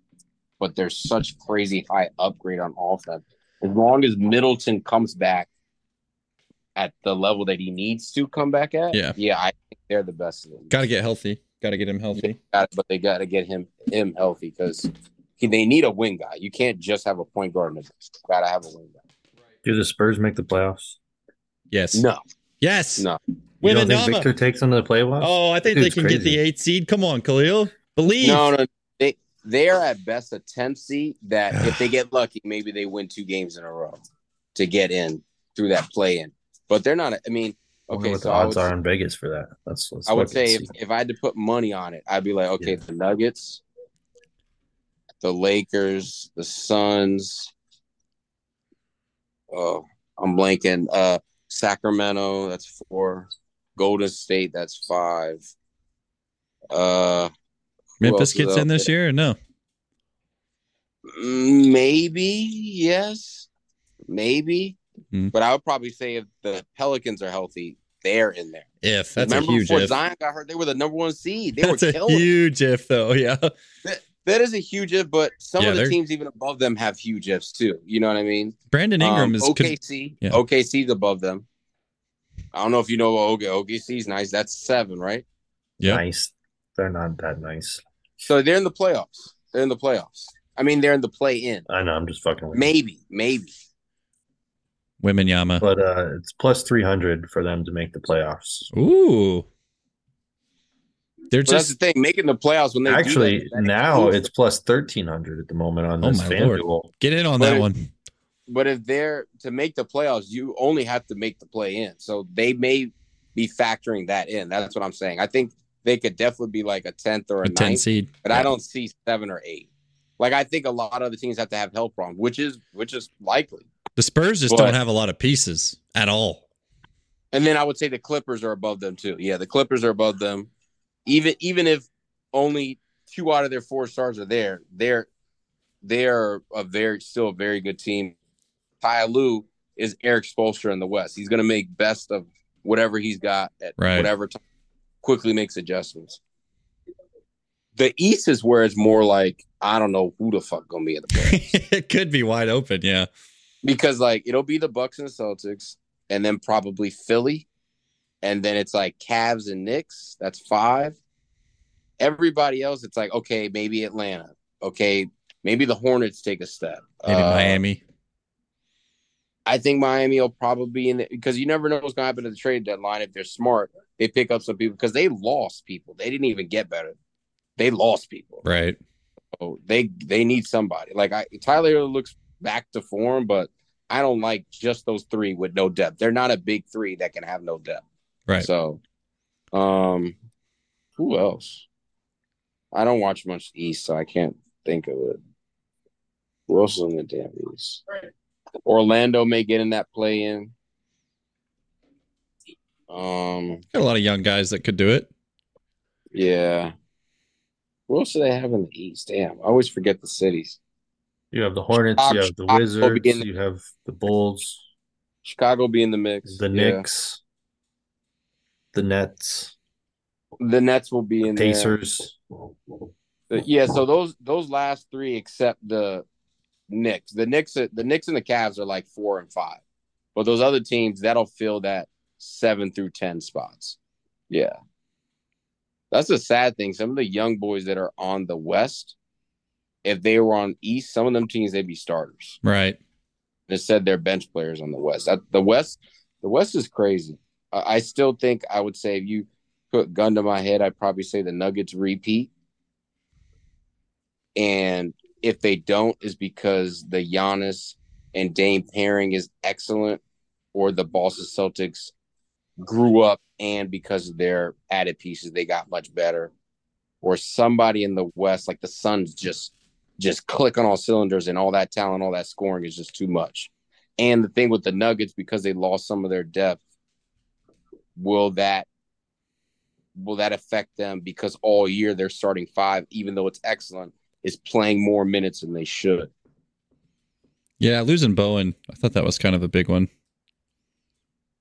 [SPEAKER 3] but there's such crazy high upgrade on offense. As long as Middleton comes back at the level that he needs to come back at,
[SPEAKER 1] Yeah.
[SPEAKER 3] yeah, I think they're the best. In the league.
[SPEAKER 1] Got to get healthy. Got to get him healthy.
[SPEAKER 3] Got- but they got to get him him healthy because they need a wing guy. You can't just have a point guard. in the Got to have a wing guy.
[SPEAKER 2] Do the Spurs make the playoffs?
[SPEAKER 1] Yes.
[SPEAKER 3] No,
[SPEAKER 1] Yes.
[SPEAKER 3] No.
[SPEAKER 2] You don't think
[SPEAKER 1] Wembanyama.
[SPEAKER 2] Victor takes them to the playoffs?
[SPEAKER 1] Oh, I think
[SPEAKER 2] Dude's
[SPEAKER 1] they can get
[SPEAKER 2] crazy.
[SPEAKER 1] the eight seed. Come on, Khalil. Believe.
[SPEAKER 3] no, no. They they are at best a tenth seed. That if they get lucky, maybe they win two games in a row to get in through that play in. But they're not. I mean,
[SPEAKER 2] I wonder
[SPEAKER 3] okay.
[SPEAKER 2] what
[SPEAKER 3] So
[SPEAKER 2] the
[SPEAKER 3] I
[SPEAKER 2] odds
[SPEAKER 3] would,
[SPEAKER 2] are in Vegas for that. That's let's
[SPEAKER 3] I
[SPEAKER 2] look
[SPEAKER 3] would
[SPEAKER 2] and
[SPEAKER 3] say if,
[SPEAKER 2] see.
[SPEAKER 3] if I had to put money on it, I'd be like, okay,
[SPEAKER 2] Yeah.
[SPEAKER 3] the Nuggets, the Lakers, the Suns. Oh, I'm blanking. Uh, Sacramento, that's four. Golden State, that's five. Uh, who else
[SPEAKER 1] Memphis
[SPEAKER 3] is
[SPEAKER 1] gets
[SPEAKER 3] out
[SPEAKER 1] in this
[SPEAKER 3] there?
[SPEAKER 1] year or no?
[SPEAKER 3] Maybe yes, maybe.
[SPEAKER 1] Hmm.
[SPEAKER 3] But I would probably say if the Pelicans are healthy, they're in there.
[SPEAKER 1] If that's
[SPEAKER 3] Remember
[SPEAKER 1] a huge
[SPEAKER 3] before
[SPEAKER 1] if.
[SPEAKER 3] Zion got hurt, they were the number one seed. They
[SPEAKER 1] That's
[SPEAKER 3] were
[SPEAKER 1] a
[SPEAKER 3] killing. it.
[SPEAKER 1] huge if, though. Yeah.
[SPEAKER 3] That is a huge if, but some
[SPEAKER 1] Yeah,
[SPEAKER 3] of the
[SPEAKER 1] they're-
[SPEAKER 3] teams even above them have huge ifs too. You know what I mean?
[SPEAKER 1] Brandon Ingram
[SPEAKER 3] Um,
[SPEAKER 1] is. could-
[SPEAKER 3] OKC.
[SPEAKER 1] yeah.
[SPEAKER 3] OKC's above them. I don't know if you know what OK, OKC's nice. That's seven, right?
[SPEAKER 1] Yeah.
[SPEAKER 2] Nice. They're not that nice.
[SPEAKER 3] So they're in the playoffs. They're in the playoffs. I mean, they're in the play in.
[SPEAKER 2] I know. I'm just fucking with you.
[SPEAKER 3] Maybe, maybe.
[SPEAKER 1] Wembanyama.
[SPEAKER 2] But uh, it's plus 300 for them to make the playoffs.
[SPEAKER 1] Ooh. They're
[SPEAKER 3] But that's
[SPEAKER 1] just.
[SPEAKER 3] the thing. Making the playoffs when they do that-
[SPEAKER 2] Actually,
[SPEAKER 3] that
[SPEAKER 2] now
[SPEAKER 3] includes
[SPEAKER 2] it's plus 1300 at the moment on
[SPEAKER 1] Oh
[SPEAKER 2] this
[SPEAKER 1] my
[SPEAKER 2] FanDuel.
[SPEAKER 1] lord. Get in on that
[SPEAKER 3] But-
[SPEAKER 1] one.
[SPEAKER 3] But if they're to make the playoffs, you only have to make the play in. So they may be factoring that in. That's what I'm saying. I think they could definitely be like a tenth or a,
[SPEAKER 1] A 10
[SPEAKER 3] ninth,
[SPEAKER 1] seed.
[SPEAKER 3] but I don't see seven or eight. Like I think a lot of the teams have to have help on, which is which is likely.
[SPEAKER 1] The Spurs just
[SPEAKER 3] But-
[SPEAKER 1] don't have a lot of pieces at all.
[SPEAKER 3] And then I would say the Clippers are above them too. Yeah, the Clippers are above them. Even even if only two out of their four stars are there, they're they're a very still a very good team. Ty Lue is Eric Spolster in the West. He's gonna make best of whatever he's got at
[SPEAKER 1] Right.
[SPEAKER 3] whatever time quickly makes adjustments. The East is where it's more like, I don't know who the fuck gonna be in the playoffs.
[SPEAKER 1] it could be wide open. Yeah.
[SPEAKER 3] because like it'll be the Bucks and the Celtics, and then probably Philly, and then it's like Cavs and Knicks. That's five. Everybody else, it's like okay, maybe Atlanta. Okay, maybe the Hornets take a step.
[SPEAKER 1] Maybe
[SPEAKER 3] Uh,
[SPEAKER 1] Miami.
[SPEAKER 3] I think Miami will probably be in it because you never know what's going to happen to the trade deadline. If they're smart, they pick up some people because they lost people. They didn't even get better. They lost people.
[SPEAKER 1] Right.
[SPEAKER 3] So Oh, they they need somebody. Like I Tyler looks back to form, but I don't like just those three with no depth. They're not a big three that can have no depth.
[SPEAKER 1] Right.
[SPEAKER 3] So um who else? I don't watch much East, so I can't think of it. Who else is in the damn East? Orlando may get in that play in. Um
[SPEAKER 1] Got a lot of young guys that could do it.
[SPEAKER 3] yeah. What else do they have in the East? Damn, I always forget the cities.
[SPEAKER 2] You have the Hornets, you have the
[SPEAKER 3] Chicago
[SPEAKER 2] Wizards,
[SPEAKER 3] being-
[SPEAKER 2] you have the Bulls,
[SPEAKER 3] Chicago be in the mix.
[SPEAKER 2] the
[SPEAKER 3] yeah.
[SPEAKER 2] Knicks, the Nets,
[SPEAKER 3] The Nets will be in uh, there.
[SPEAKER 2] Pacers.
[SPEAKER 3] The- yeah, so those those last three except the Knicks. The Knicks are- the Knicks and the Cavs are like 4 and 5. But those other teams that'll fill that 7 through 10 spots. Yeah. That's a sad thing. Some of the young boys that are on the West, if they were on East, some of them teams they'd be starters.
[SPEAKER 1] Right.
[SPEAKER 3] Instead, they're bench players on the West. That, the West, the West is crazy. I, I still think I would say if you put gun to my head, I'd probably say the Nuggets repeat. And if they don't, is because the Giannis and Dame pairing is excellent, or the Boston Celtics grew up, and because of their added pieces, they got much better. Or somebody in the West, like the Suns, just just click on all cylinders and all that talent, all that scoring is just too much. And the thing with the Nuggets, because they lost some of their depth, will that will that affect them? Because all year their starting five, even though it's excellent, is playing more minutes than they should.
[SPEAKER 1] Yeah, losing Bowen. I thought that was kind of a big one.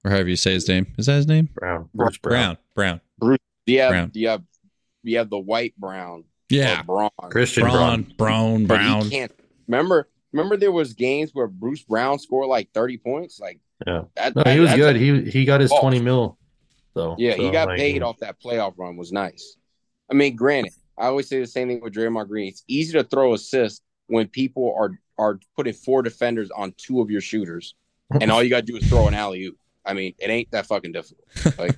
[SPEAKER 1] Or however you say his name. Is that his name?
[SPEAKER 2] Brown, Bruce Brown,
[SPEAKER 1] Brown. Brown.
[SPEAKER 3] Do you have
[SPEAKER 1] Brown.
[SPEAKER 3] do you have do you have the white brown
[SPEAKER 1] Yeah.
[SPEAKER 3] or brawn?
[SPEAKER 2] Christian Brown.
[SPEAKER 1] Brown. Brown.
[SPEAKER 3] Oh, But he
[SPEAKER 1] Brown.
[SPEAKER 3] can't remember remember there was games where Bruce Brown scored like 30 points. Like
[SPEAKER 2] Yeah.
[SPEAKER 3] that,
[SPEAKER 2] No,
[SPEAKER 3] that-
[SPEAKER 2] he was
[SPEAKER 3] that's
[SPEAKER 2] good.
[SPEAKER 3] a-
[SPEAKER 2] he he got his
[SPEAKER 3] Oh.
[SPEAKER 2] twenty mil. Though,
[SPEAKER 3] yeah,
[SPEAKER 2] So,
[SPEAKER 3] he got
[SPEAKER 2] like,
[SPEAKER 3] paid off that playoff run was nice. I mean, granted, I always say the same thing with Draymond Green. It's easy to throw assists when people are are putting four defenders on two of your shooters, and all you gotta do is throw an alley oop. I mean, it ain't that fucking difficult. Like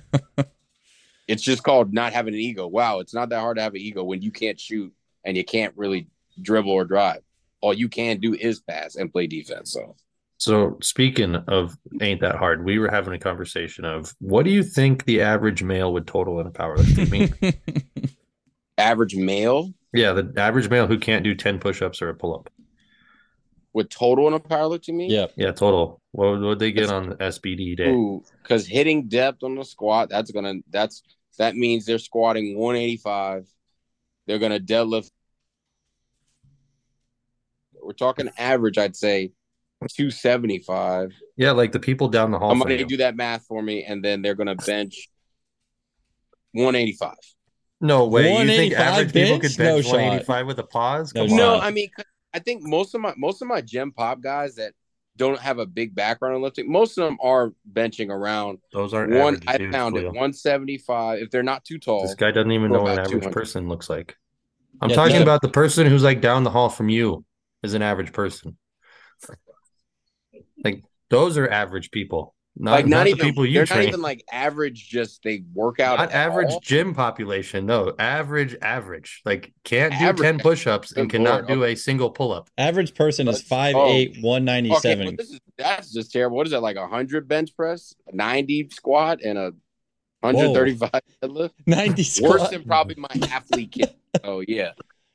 [SPEAKER 3] it's just called not having an ego. Wow, it's not that hard to have an ego when you can't shoot and you can't really dribble or drive. All you can do is pass and play defense. So
[SPEAKER 2] So speaking of ain't that hard, we were having a conversation of what do you think the average male would total in a powerlifting meet?
[SPEAKER 3] average male
[SPEAKER 2] yeah, the average male who can't do ten push-ups or a pull-up.
[SPEAKER 3] with total in a powerlifting meet?
[SPEAKER 1] yeah.
[SPEAKER 2] Yeah, total. What would- what would they get on SBD day?
[SPEAKER 3] Ooh, because hitting depth on the squat, that's gonna that's that means they're squatting 185. They're gonna deadlift. We're talking average, I'd say 275.
[SPEAKER 2] Yeah, like the people down the hall. from
[SPEAKER 3] Somebody
[SPEAKER 2] you.
[SPEAKER 3] do that math for me, and then they're gonna bench 185.
[SPEAKER 2] No way. You think
[SPEAKER 1] 185
[SPEAKER 2] average people
[SPEAKER 1] bench?
[SPEAKER 2] could bench
[SPEAKER 1] No
[SPEAKER 2] 185 with a pause?
[SPEAKER 1] No
[SPEAKER 2] Come
[SPEAKER 1] shot.
[SPEAKER 3] No,
[SPEAKER 2] on.
[SPEAKER 3] I mean, 'cause I think most of my most of my gym pop guys that don't have a big background in lifting, most of them are benching around
[SPEAKER 2] Those aren't
[SPEAKER 3] one.
[SPEAKER 2] average
[SPEAKER 3] I
[SPEAKER 2] dudes,
[SPEAKER 3] found it
[SPEAKER 2] Leo.
[SPEAKER 3] 175. If they're not too tall,
[SPEAKER 2] This guy doesn't even
[SPEAKER 3] We're
[SPEAKER 2] know what an
[SPEAKER 3] about
[SPEAKER 2] average
[SPEAKER 3] 200.
[SPEAKER 2] person looks like. I'm
[SPEAKER 1] Yeah,
[SPEAKER 2] talking
[SPEAKER 1] yeah.
[SPEAKER 2] about the person who's like down the hall from you is an average person. Like those are average people. Not,
[SPEAKER 3] like not,
[SPEAKER 2] the
[SPEAKER 3] even
[SPEAKER 2] people you
[SPEAKER 3] they're
[SPEAKER 2] train.
[SPEAKER 3] not even like average. Just they work out.
[SPEAKER 2] not
[SPEAKER 3] at
[SPEAKER 2] average
[SPEAKER 3] all.
[SPEAKER 2] gym population. No, average, average. Like can't do
[SPEAKER 3] Average.
[SPEAKER 2] 10 push-ups and
[SPEAKER 3] Good
[SPEAKER 2] cannot
[SPEAKER 3] lord,
[SPEAKER 2] do a single pull-up.
[SPEAKER 1] Average person is
[SPEAKER 3] Oh.
[SPEAKER 1] 5'8,
[SPEAKER 3] Okay,
[SPEAKER 1] 197.
[SPEAKER 3] well, this is that's just terrible. What is that like? A hundred bench press, ninety squat, and a hundred thirty-five deadlift.
[SPEAKER 1] 90
[SPEAKER 3] Worse
[SPEAKER 1] squat.
[SPEAKER 3] than probably my athlete kid. Oh yeah,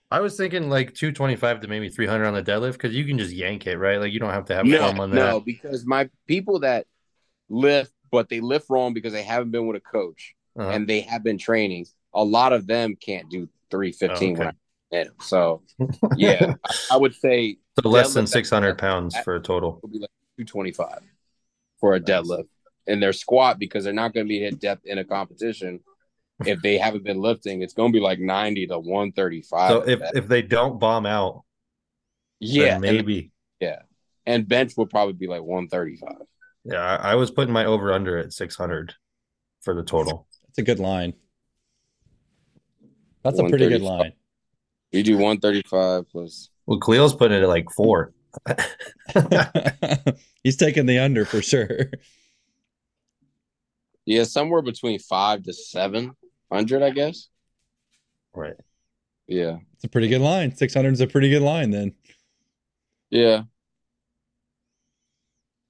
[SPEAKER 2] I was thinking like 225 to maybe 300 on the deadlift because you can just yank it, right? Like you don't have to have
[SPEAKER 3] no,
[SPEAKER 2] form on that.
[SPEAKER 3] no, because my people that lift, but they lift wrong because they haven't been with a coach
[SPEAKER 2] Uh-huh.
[SPEAKER 3] and they have been training. A lot of them can't do three fifteen.
[SPEAKER 2] Oh, okay.
[SPEAKER 3] when I, so yeah, I, I would say
[SPEAKER 2] So less than
[SPEAKER 3] Deadlift-
[SPEAKER 2] 600 pounds for a total.
[SPEAKER 3] will be like 225 for a deadlift and their squat because they're not going to be hit depth in a competition if they haven't been lifting it's going to be like 90 to 135
[SPEAKER 2] So if, if they don't bomb out,
[SPEAKER 3] yeah
[SPEAKER 2] yeah,
[SPEAKER 3] and-
[SPEAKER 2] maybe.
[SPEAKER 3] And, bench will probably be like 135
[SPEAKER 2] Yeah, I, I was putting my over under at 600 for the total.
[SPEAKER 1] That's a good line. That's a pretty good
[SPEAKER 3] 135.
[SPEAKER 1] line.
[SPEAKER 3] you do 135 plus
[SPEAKER 2] Well, Khalil's putting it at like four.
[SPEAKER 1] He's taking the under for sure.
[SPEAKER 3] yeah somewhere between 5 to 700 i guess
[SPEAKER 2] Right.
[SPEAKER 3] yeah
[SPEAKER 1] It's a pretty good line. 600 is a pretty good line then.
[SPEAKER 3] yeah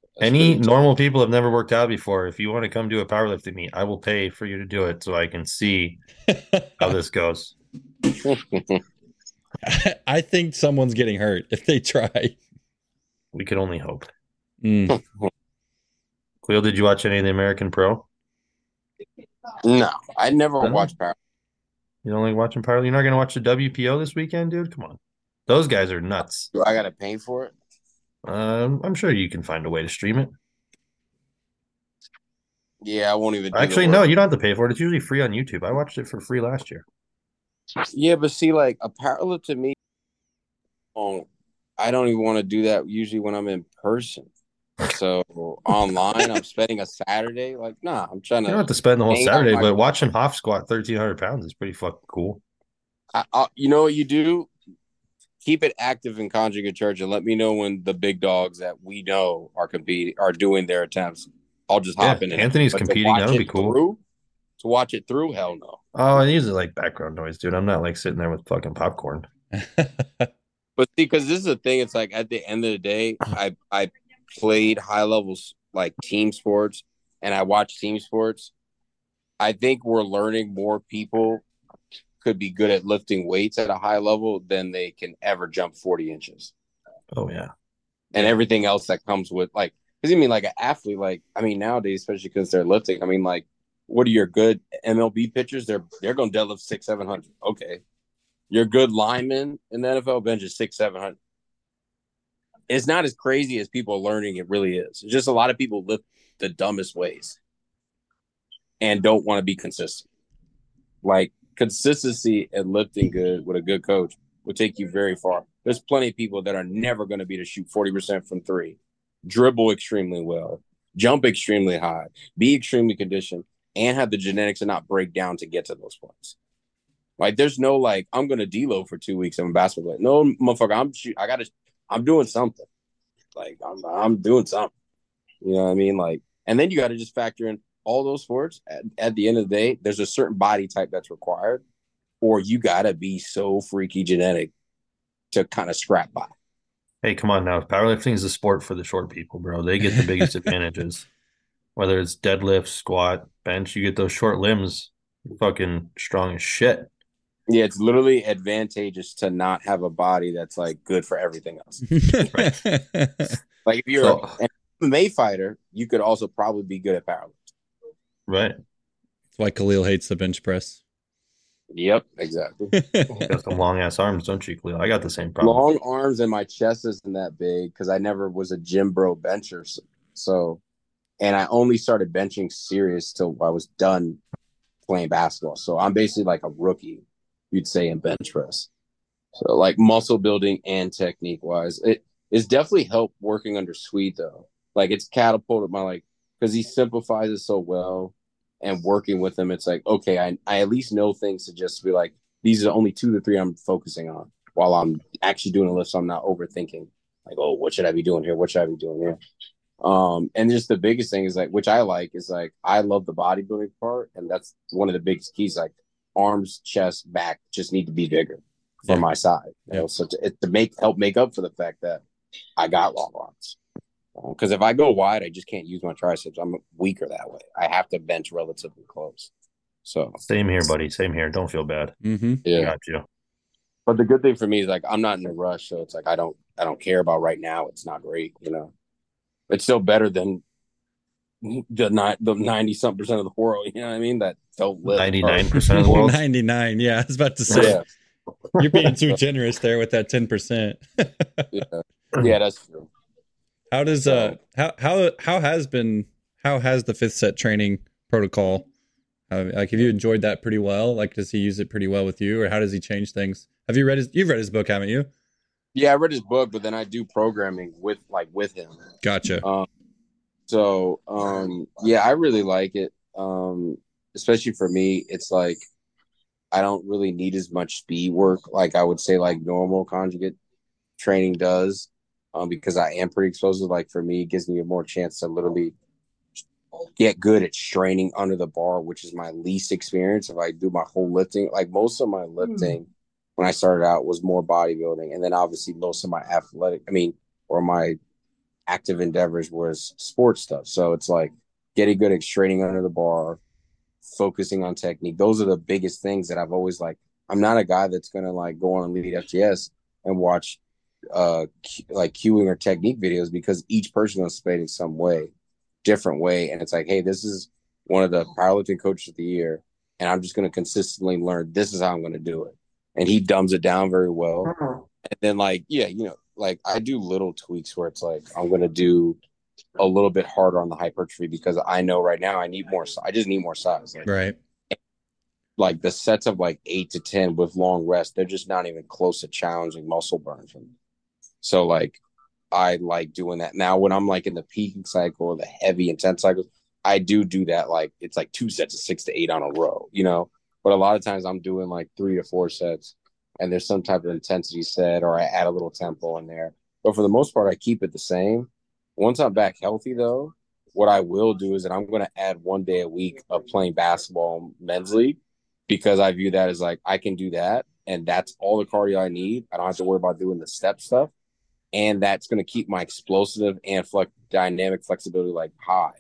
[SPEAKER 3] That's
[SPEAKER 2] Any
[SPEAKER 3] pretty tough.
[SPEAKER 2] normal people have never worked out before. If you want to come do a powerlifting meet, I will pay for you to do it so I can see how this goes.
[SPEAKER 1] I think someone's getting hurt if they try.
[SPEAKER 2] We could only hope.
[SPEAKER 1] Mm.
[SPEAKER 2] Khalil, did you watch any of the American Pro?
[SPEAKER 3] no i never
[SPEAKER 2] Huh?
[SPEAKER 3] watched power
[SPEAKER 2] You're only watching power. You're not going to watch the WPO this weekend, dude. Come on, those guys are nuts.
[SPEAKER 3] do i gotta pay for it
[SPEAKER 2] Um, I'm sure you can find a way to stream it.
[SPEAKER 3] yeah i won't even do the
[SPEAKER 2] Actually,
[SPEAKER 3] work.
[SPEAKER 2] no, you don't have to pay for it. It's usually free on YouTube. I watched it for free last year.
[SPEAKER 3] Yeah, but see, like a parallel to me, um, I don't even want to do that usually when I'm in person. So online, I'm spending a Saturday. Like, nah, I'm trying
[SPEAKER 2] You don't have
[SPEAKER 3] to.
[SPEAKER 2] to spend the whole
[SPEAKER 3] Ain't got
[SPEAKER 2] Saturday,
[SPEAKER 3] my-
[SPEAKER 2] but watching Hoff squat 1,300 pounds is pretty fucking cool.
[SPEAKER 3] I, I, you know what you do? Keep it active in Conjugate Church, and let me know when the big dogs that we know are competing are doing their attempts. I'll just
[SPEAKER 2] Yeah,
[SPEAKER 3] hop in. and-
[SPEAKER 2] Anthony's
[SPEAKER 3] but to
[SPEAKER 2] competing.
[SPEAKER 3] watch
[SPEAKER 2] That would be
[SPEAKER 3] it
[SPEAKER 2] cool.
[SPEAKER 3] Through, to watch it through, hell no.
[SPEAKER 2] Oh, and these are like background noise, dude. I'm not like sitting there with fucking popcorn.
[SPEAKER 3] But see, because this is the thing, it's like at the end of the day, I I played high levels like team sports, and I watch team sports. I think we're learning more people could be good at lifting weights at a high level than they can ever jump 40 inches
[SPEAKER 2] Oh yeah.
[SPEAKER 3] and everything else that comes with like because you mean like an athlete like i mean nowadays especially because they're lifting i mean like what are your good mlb pitchers they're they're gonna deadlift six seven hundred okay your good lineman in the nfl bench is six seven hundred it's not as crazy as people are learning it really is it's just a lot of people lift the dumbest ways and don't want to be consistent like consistency and lifting good with a good coach will take you very far. There's plenty of people that are never going to be to shoot 40% from three, dribble extremely well, jump extremely high, be extremely conditioned, and have the genetics to not break down to get to those points. Like there's no like I'm gonna deload for two weeks. I'm a basketball player. No motherfucker, I'm shoot, I gotta I'm doing something. Like I'm I'm doing something. You know what I mean? Like and then you gotta just factor in all those sports at, at the end of the day, there's a certain body type that's required or you gotta be so freaky genetic to kind of scrap by.
[SPEAKER 2] Hey, come on now. Powerlifting is a sport for the short people, bro. They get the biggest advantages. Whether it's deadlift, squat, bench, you get those short limbs. You're fucking strong as shit.
[SPEAKER 3] Yeah, it's literally advantageous to not have a body that's like good for everything else. Like if you're
[SPEAKER 2] So-
[SPEAKER 3] an MMA fighter, you could also probably be good at powerlifting.
[SPEAKER 2] Right.
[SPEAKER 1] why Khalil hates the bench press. Mm-hmm.
[SPEAKER 3] Yep, exactly.
[SPEAKER 2] You got some long ass arms, don't you, Khalil? I got the same problem.
[SPEAKER 3] Long arms and my chest isn't that big because I never was a gym bro bencher. s- So, and I only started benching serious till I was done playing basketball. So I'm basically like a rookie, you'd say, in bench press. So like muscle building and technique wise, it it's definitely helped working under Swede though. Like it's catapulted my like because he simplifies it so well, and working with him, it's like okay, I I at least know things to just be like these are the only two to three I'm focusing on while I'm actually doing a lift, so I'm not overthinking. Like, oh, what should I be doing here? What should I be doing here? Um, and just the biggest thing is like, which I like is like, I love the bodybuilding part, and that's one of the biggest keys. Like, arms, chest, back just need to be bigger for
[SPEAKER 1] Yeah.
[SPEAKER 3] my size. You
[SPEAKER 1] Yeah.
[SPEAKER 3] know, so to, it, to make help make up for the fact that I got long arms. Because if I go wide, I just can't use my triceps. I'm weaker that way. I have to bench relatively close. So
[SPEAKER 2] Same here, buddy. Same here. Don't feel bad.
[SPEAKER 1] mm-hmm.
[SPEAKER 2] I
[SPEAKER 3] yeah.
[SPEAKER 2] got you.
[SPEAKER 3] But the good thing for me is like I'm not in a rush, so it's like I don't I don't care about right now. It's not great, you know. It's still better than the ni- the ninety something percent of the world. You know what I mean? That don't live
[SPEAKER 2] 99% of the world.
[SPEAKER 1] 99. Yeah, I was about to say
[SPEAKER 3] Yeah,
[SPEAKER 1] you're being too generous there with that 10%.
[SPEAKER 3] yeah, yeah, that's true.
[SPEAKER 1] how does uh how how how has been how has the fifth set training protocol uh, like have you enjoyed that pretty well? Like does he use it pretty well with you or how does he change things? Have you read his you've read his book, haven't you?
[SPEAKER 3] Yeah, I read his book, but then I do programming with like with him.
[SPEAKER 1] Gotcha.
[SPEAKER 3] Uh, So um yeah, I really like it. Um especially for me, it's like I don't really need as much speed work like I would say like normal conjugate training does. Um because I am pretty explosive. Like for me, it gives me a more chance to literally get good at straining under the bar, which is my least experience if I do my whole lifting. Like most of my lifting when I started out was more bodybuilding. And then obviously most of my athletic I mean, or my active endeavors was sports stuff. So it's like getting good at straining under the bar, focusing on technique. Those are the biggest things that I've always like. I'm not a guy that's gonna like go on and lead FTS and watch uh cu- like cueing or technique videos because each person is in some way, different way, and it's like, hey, this is one of the powerlifting coaches of the year, and I'm just gonna consistently learn. This is how I'm gonna do it, and he dumbs it down very
[SPEAKER 4] Uh-huh.
[SPEAKER 3] well and then like yeah you know like i do little tweaks where it's like i'm gonna do a little bit harder on the hypertrophy because i know right now i need more si- i just need more size like,
[SPEAKER 1] Right.
[SPEAKER 3] like the sets of like eight to ten with long rest they're just not even close to challenging muscle burn for me so like i like doing that now when i'm like in the peaking cycle or the heavy intense cycles i do do that like it's like two sets of six to eight on a row you know but a lot of times i'm doing like three to four sets and there's some type of intensity set or i add a little tempo in there but for the most part i keep it the same once i'm back healthy though what i will do is that i'm going to add one day a week of playing basketball men's league because I view that as like I can do that, and that's all the cardio I need. I don't have to worry about doing the step stuff, and that's going to keep my explosive and flex dynamic flexibility like high.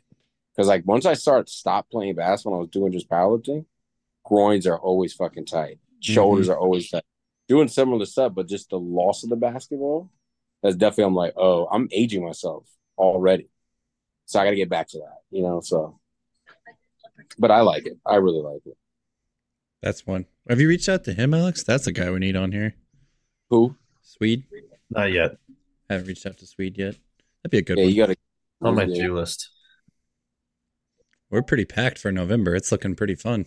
[SPEAKER 3] Because like once I start stop playing basketball, and I was doing just powerlifting. Groins are always fucking tight. shoulders are always tight. Doing similar stuff, but just the loss of the basketball, that's definitely I'm like, oh, I'm aging myself already. So I gotta get back to that, you know. So but I like it. I really like it.
[SPEAKER 1] That's one. Have you reached out to him, Alex? That's the guy we need on here.
[SPEAKER 3] Who?
[SPEAKER 1] Swede.
[SPEAKER 2] Not yet.
[SPEAKER 1] Haven't reached out to Swede yet. That'd be a good
[SPEAKER 3] yeah,
[SPEAKER 1] one.
[SPEAKER 3] you gotta
[SPEAKER 2] On my
[SPEAKER 3] Yeah.
[SPEAKER 2] to-do list.
[SPEAKER 1] We're pretty packed for November. It's looking pretty fun.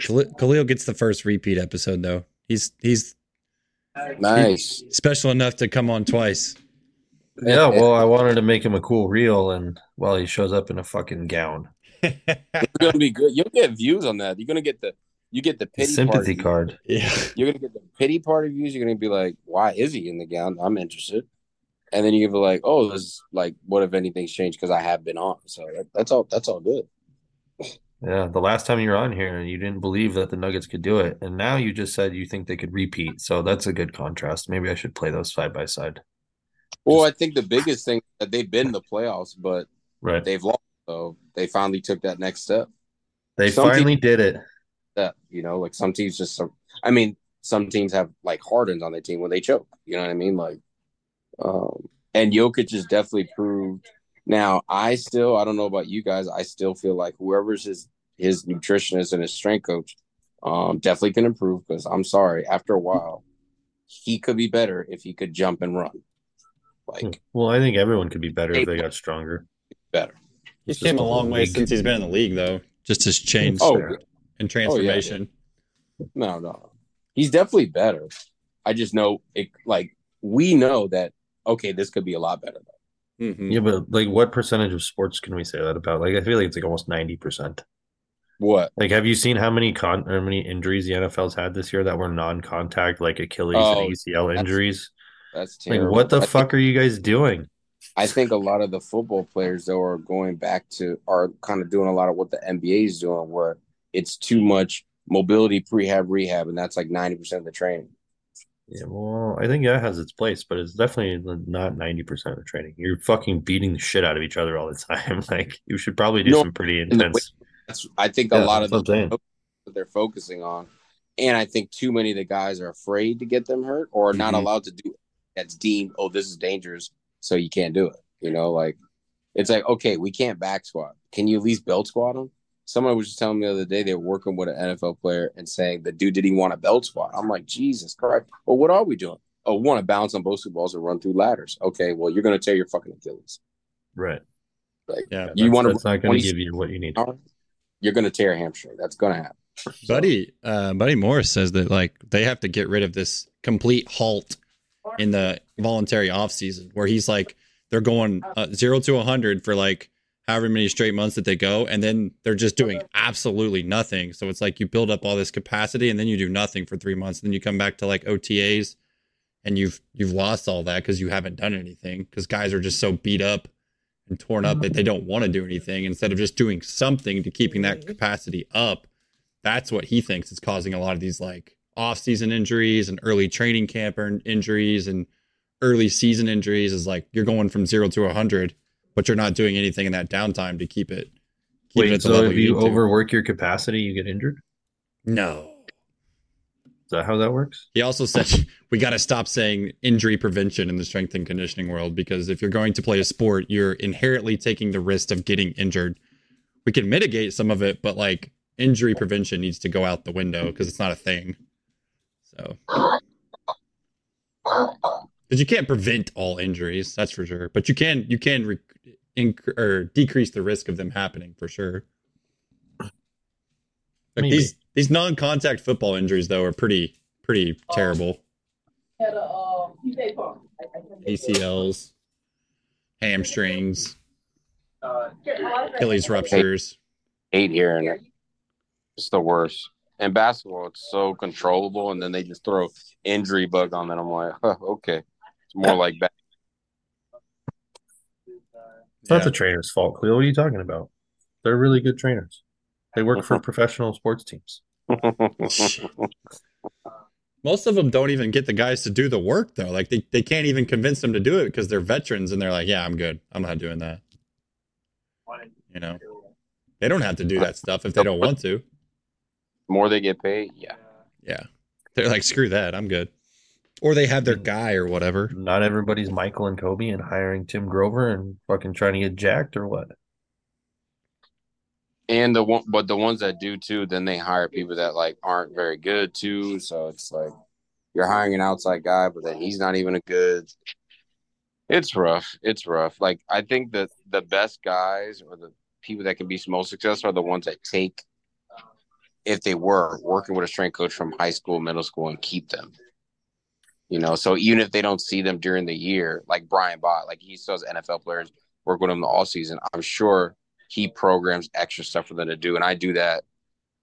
[SPEAKER 1] Khal- Khalil gets the first repeat episode though. He's he's
[SPEAKER 3] Nice.
[SPEAKER 1] special enough to come on twice.
[SPEAKER 2] Yeah, well, I wanted to make him a cool reel, and well, he shows up in a fucking gown.
[SPEAKER 3] It's gonna be good. You'll get views on that. You're gonna get the you get the
[SPEAKER 2] A
[SPEAKER 3] pity
[SPEAKER 2] sympathy
[SPEAKER 3] party.
[SPEAKER 2] card.
[SPEAKER 1] yeah.
[SPEAKER 3] You're gonna get the pity party views. You're gonna be like, why is he in the gown? I'm interested. And then you're gonna be like, oh, this is like, what if anything's changed? Because I have been on. So that, that's all. That's all good.
[SPEAKER 2] Yeah, the last time you were on here, you didn't believe that the Nuggets could do it, and now you just said you think they could repeat. So that's a good contrast. Maybe I should play those side by side.
[SPEAKER 3] Well, I think the biggest thing that they've been in the playoffs, but
[SPEAKER 2] Right.
[SPEAKER 3] they've lost. So they finally took that next step.
[SPEAKER 2] They
[SPEAKER 3] Some team-
[SPEAKER 2] finally did it.
[SPEAKER 3] That you know, like some teams just some. I mean, some teams have like Harden's on their team when they choke. You know what I mean? Like, um, and Jokic is definitely proved. Now, I still, I don't know about you guys, I still feel like whoever's his his nutritionist and his strength coach, um, definitely can improve. Because I'm sorry, after a while, he could be better if he could jump and run. Like,
[SPEAKER 2] Hmm. Well, I think everyone could be better if they got stronger.
[SPEAKER 3] better.
[SPEAKER 1] He's came a long way since he's been in the league though. Just his change
[SPEAKER 3] Oh,
[SPEAKER 1] and transformation.
[SPEAKER 3] No, no. He's definitely better. I just know it like we know that okay, this could be a lot better.
[SPEAKER 1] Mhm.
[SPEAKER 2] Yeah, Mm-hmm. but like, what percentage of sports can we say that about? Like, I feel like it's like almost ninety percent.
[SPEAKER 3] What?
[SPEAKER 2] Like, have you seen how many con how many injuries the NFL's had this year that were non-contact, like Achilles
[SPEAKER 3] Oh,
[SPEAKER 2] and ACL
[SPEAKER 3] that's
[SPEAKER 2] injuries?
[SPEAKER 3] That's
[SPEAKER 2] Like,
[SPEAKER 3] terrible.
[SPEAKER 2] what the
[SPEAKER 3] I think-
[SPEAKER 2] fuck are you guys doing?
[SPEAKER 3] I think a lot of the football players though are going back to are kind of doing a lot of what the NBA is doing where it's too much mobility prehab rehab and that's like 90% of the training.
[SPEAKER 2] Yeah, well, I think that has its place, but it's definitely not 90% of training. You're fucking beating the shit out of each other all the time. Like, you should probably do
[SPEAKER 3] No,
[SPEAKER 2] some pretty
[SPEAKER 3] the
[SPEAKER 2] intense.
[SPEAKER 3] That's I think
[SPEAKER 2] Yeah,
[SPEAKER 3] a lot
[SPEAKER 2] that's
[SPEAKER 3] of
[SPEAKER 2] what
[SPEAKER 3] the
[SPEAKER 2] I'm saying.
[SPEAKER 3] that they're focusing on. And I think too many of the guys are afraid to get them hurt or are not
[SPEAKER 1] Mhm.
[SPEAKER 2] Mm-hmm.
[SPEAKER 3] allowed to do it. That's deemed, oh, this is dangerous, so you can't do it. You know, like it's like, okay, we can't back squat. Can you at least belt squat them? Someone was just telling me the other day they were working with an NFL player and saying the dude didn't want a belt squat. I'm like, Jesus Christ. Well, what are we doing? Oh, we want to bounce on both balls and run through ladders. Okay, well, you're going to tear your fucking Achilles.
[SPEAKER 2] Right.
[SPEAKER 3] Like,
[SPEAKER 1] Yeah,
[SPEAKER 3] you
[SPEAKER 2] That's,
[SPEAKER 3] want
[SPEAKER 2] that's not going to
[SPEAKER 3] 20
[SPEAKER 2] give you what you need.
[SPEAKER 3] to, you're going to tear a hamstring. That's going to happen.
[SPEAKER 1] Buddy, uh, Buddy Morris says that like they have to get rid of this complete halt in the voluntary off season, where he's like they're going uh, zero to a hundred for like however many straight months that they go, and then they're just doing absolutely nothing. So it's like you build up all this capacity, and then you do nothing for three months, and then you come back to like OTAs, and you've you've lost all that because you haven't done anything because guys are just so beat up and torn up that they don't want to do anything instead of just doing something to keeping that capacity up that's what he thinks is causing a lot of these like off-season injuries and early training camp in- injuries and early season injuries is like you're going from zero to 100 but you're not doing anything in that downtime to keep it keep it
[SPEAKER 2] Wait,
[SPEAKER 1] at the
[SPEAKER 2] so
[SPEAKER 1] level
[SPEAKER 2] if you
[SPEAKER 1] need to.
[SPEAKER 2] overwork your capacity, you get injured?
[SPEAKER 1] no
[SPEAKER 2] Is that how that works?
[SPEAKER 1] He also said we got to stop saying injury prevention in the strength and conditioning world because if you're going to play a sport, you're inherently taking the risk of getting injured. We can mitigate some of it, but like injury prevention needs to go out the window because it's not a thing. So, because you can't prevent all injuries, that's for sure. But you can you can re- inc- or decrease the risk of them happening for sure. Like
[SPEAKER 2] Maybe.
[SPEAKER 1] these these non-contact football injuries though are pretty pretty terrible. ACLs, hamstrings, Achilles ruptures.
[SPEAKER 3] hate hearing it. It's the worst. And basketball, it's so controllable, and then they just throw injury bug on it. I'm like, huh, okay, it's more like that.
[SPEAKER 2] It's not the trainer's fault, Cleo. What are you talking about? They're really good trainers. They work
[SPEAKER 3] Mm-hmm.
[SPEAKER 2] for professional sports teams.
[SPEAKER 1] Most of them don't even get the guys to do the work though. Like they, they can't even convince them to do it because they're veterans and they're like, yeah, I'm good. I'm not doing that. You know, They don't have to do that stuff if they don't want to.
[SPEAKER 3] The more they get paid, yeah.
[SPEAKER 1] Yeah. They're like, screw that. I'm good. Or they have their guy or whatever.
[SPEAKER 2] Not everybody's Michael and Kobe and hiring Tim Grover and fucking trying to get jacked or what?
[SPEAKER 3] And the one, but the ones that do too, then they hire people that like aren't very good too. So it's like you're hiring an outside guy, but then he's not even a good. It's rough. It's rough. Like I think that the best guys or the people that can be most successful are the ones that take, if they were working with a strength coach from high school, middle school, and keep them. You know, so even if they don't see them during the year, like Brian Bott, like he still has NFL players work with him the all season. I'm sure he programs extra stuff for them to do, and I do that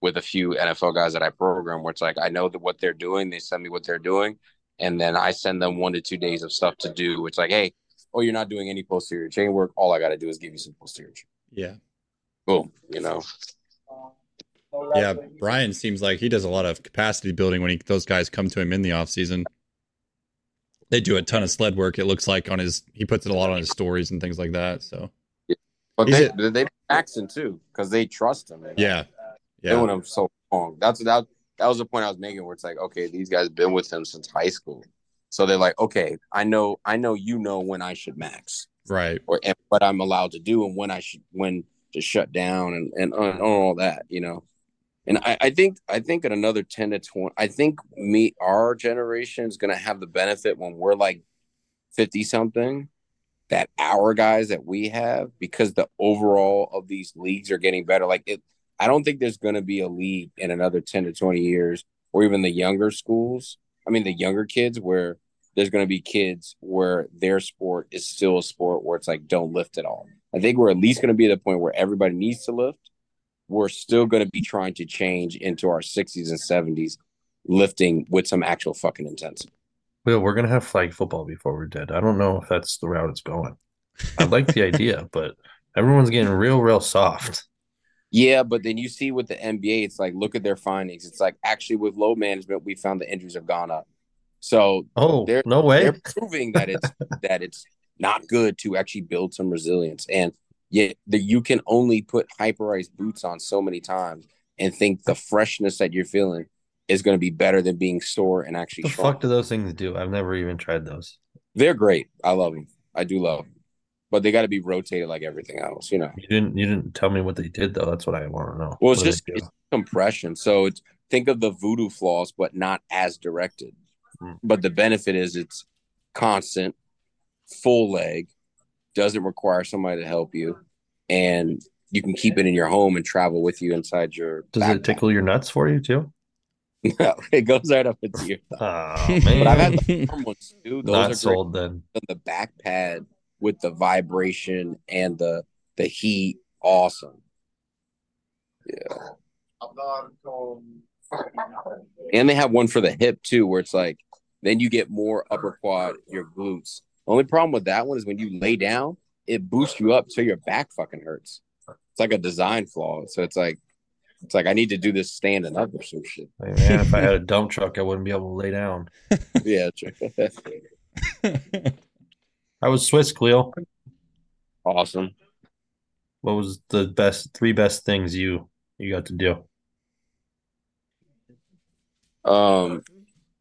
[SPEAKER 3] with a few NFL guys that I program, where it's like I know that what they're doing, they send me what they're doing, and then I send them one to two days of stuff to do. It's like, hey, oh, you're not doing any posterior chain work. All I got to do is give you some posterior. Chain.
[SPEAKER 1] Yeah.
[SPEAKER 3] Boom, you know.
[SPEAKER 1] Yeah. Brian seems like he does a lot of capacity building when he, those guys come to him in the offseason. They do a ton of sled work, it looks like, on his, he puts it a lot on his stories and things like that. So,
[SPEAKER 3] But
[SPEAKER 1] Is
[SPEAKER 3] they
[SPEAKER 1] it-
[SPEAKER 3] they they tax him too because they trust him. you know?
[SPEAKER 1] yeah.
[SPEAKER 3] Been
[SPEAKER 1] Yeah.
[SPEAKER 3] with him so long. That's that. That was the point I was making, where it's like, okay, these guys been with him since high school, so they're like, okay, I know, I know, you know when I should max
[SPEAKER 1] Right.
[SPEAKER 3] or and what I'm allowed to do and when I should when to shut down and and, and all that, you know. And I, I think I think in another ten to twenty, I think me our generation is going to have the benefit when we're like fifty something that our guys that we have because the overall of these leagues are getting better. Like it, I don't think there's going to be a league in another ten to twenty years or even the younger schools. I mean, the younger kids where there's going to be kids where their sport is still a sport where it's like don't lift at all. I think we're at least going to be at the point where everybody needs to lift. We're still going to be trying to change into our 60s and 70s lifting with some actual fucking intensity.
[SPEAKER 2] Well, we're gonna have flag football before we're dead. I don't know if that's the route it's going. I like the idea, but everyone's getting real, real soft.
[SPEAKER 3] Yeah, but then you see with the NBA, it's like look at their findings. It's like actually with load management, we found the injuries have gone up. So
[SPEAKER 2] Oh,
[SPEAKER 3] There-
[SPEAKER 2] no way.
[SPEAKER 3] they're proving that it's that it's not good to actually build some resilience and yet that you can only put hyperized boots on so many times and think the freshness that you're feeling is going to be better than being sore and actually
[SPEAKER 2] What the
[SPEAKER 3] strong.
[SPEAKER 2] fuck do those things do? I've never even tried those.
[SPEAKER 3] they're great i love them i do love them but they got to be rotated like everything else you know
[SPEAKER 2] You didn't you didn't tell me what they did though. That's what I want to know.
[SPEAKER 3] Well, it's
[SPEAKER 2] What do they
[SPEAKER 3] just-
[SPEAKER 2] do?
[SPEAKER 3] it's- compression so it's think of the voodoo flaws but not as directed
[SPEAKER 2] Hmm.
[SPEAKER 3] but the benefit is it's constant full leg doesn't require somebody to help you and you can keep it in your home and travel with you inside your
[SPEAKER 2] does it
[SPEAKER 3] backpack.
[SPEAKER 2] tickle your nuts for you too?
[SPEAKER 3] it goes right up into your
[SPEAKER 2] Oh
[SPEAKER 1] But
[SPEAKER 3] I've had
[SPEAKER 2] man,
[SPEAKER 3] arm ones too those
[SPEAKER 2] not
[SPEAKER 3] are great.
[SPEAKER 2] sold then.
[SPEAKER 3] the- the back pad with the vibration and the the heat awesome yeah and they have one for the hip too where it's like then you get more upper quad your glutes only problem with that one is when you lay down it boosts you up so your back fucking hurts it's like a design flaw so it's like it's like i need to do this standing up or some shit
[SPEAKER 2] Like, man, if I had a dump truck, I wouldn't be able to lay down.
[SPEAKER 3] yeah true.
[SPEAKER 2] I was Swiss, Cleo.
[SPEAKER 3] awesome
[SPEAKER 2] What was the best three best things you you got to do?
[SPEAKER 3] Um,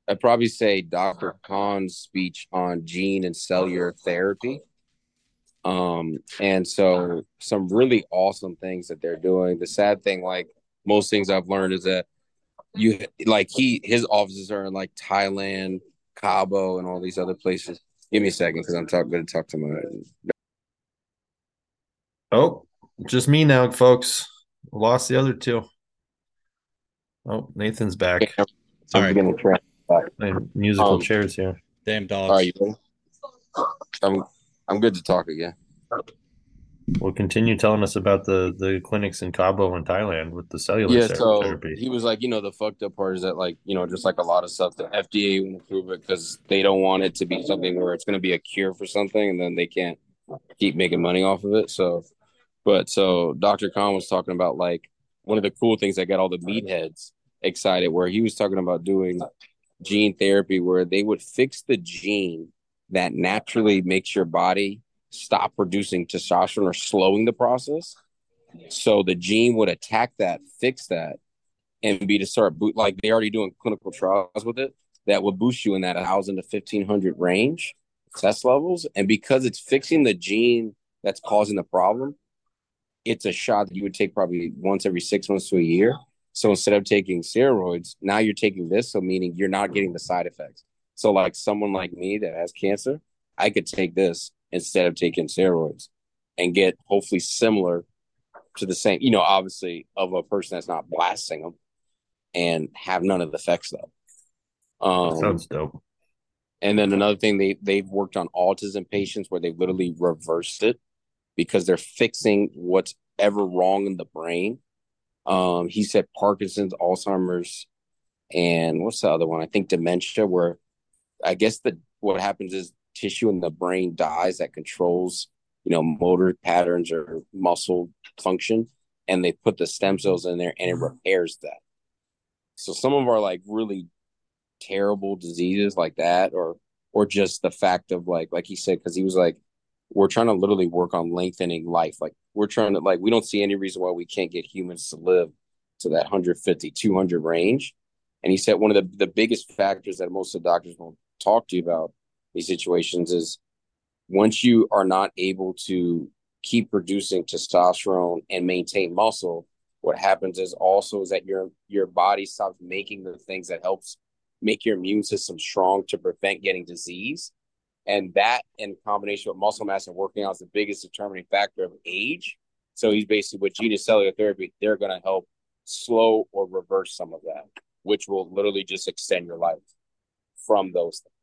[SPEAKER 3] I'd probably say Dr. Khan's speech on gene and cellular therapy. Um, and so some really awesome things that they're doing. The sad thing, like most things I've learned, is that you like he his offices are in like Thailand, Cabo, and all these other places. Give me a second because I'm talking going to talk to my
[SPEAKER 2] Oh, just me now, folks. Lost the other two. Oh, Nathan's back.
[SPEAKER 1] Sorry.
[SPEAKER 3] I'm gonna try.
[SPEAKER 2] Playing musical
[SPEAKER 3] Um,
[SPEAKER 2] chairs here.
[SPEAKER 1] Damn dogs.
[SPEAKER 3] All right, you ready? I'm I'm good to talk again.
[SPEAKER 2] Well, continue telling us about the the clinics in Cabo and Thailand with the cellular
[SPEAKER 3] yeah,
[SPEAKER 2] ther-
[SPEAKER 3] so
[SPEAKER 2] therapy.
[SPEAKER 3] he was like, you know, the fucked up part is that, like, you know, just like a lot of stuff, the FDA won't approve it because they don't want it to be something where it's going to be a cure for something, and then they can't keep making money off of it. So, but so Dr. Khan was talking about like one of the cool things that got all the meatheads excited, where he was talking about doing gene therapy, where they would fix the gene that naturally makes your body stop producing testosterone or slowing the process So the gene would attack that, fix that, and be to start boot like they already doing clinical trials with it that would boost you in that thousand to fifteen hundred range test levels. And because it's fixing the gene that's causing the problem, it's a shot that you would take probably once every six months to a year. So instead of taking steroids, now you're taking this. So meaning you're not getting the side effects. So like someone like me that has cancer, I could take this instead of taking steroids and get hopefully similar to the same, you know, obviously of a person that's not blasting them and have none of the effects though.
[SPEAKER 2] That
[SPEAKER 3] Um,
[SPEAKER 2] sounds dope.
[SPEAKER 3] and then another thing they they've worked on autism patients where they literally reversed it because they're fixing what's ever wrong in the brain. Um, he said Parkinson's, Alzheimer's, and what's the other one? I think dementia, where I guess the what happens is tissue in the brain dies that controls, you know, motor patterns or muscle function, and they put the stem cells in there and it repairs that. So some of our like really terrible diseases like that, or or just the fact of like like he said, because he was like, we're trying to literally work on lengthening life. Like we're trying to like we don't see any reason why we can't get humans to live to that 150, 200 range. And he said one of the, the biggest factors that most of the doctors won't talk to you about these situations is once you are not able to keep producing testosterone and maintain muscle, what happens is also is that your your body stops making the things that helps make your immune system strong to prevent getting disease. And that in combination with muscle mass and working out is the biggest determining factor of age. So he's basically with gene cellular therapy, they're gonna help slow or reverse some of that, which will literally just extend your life from those things.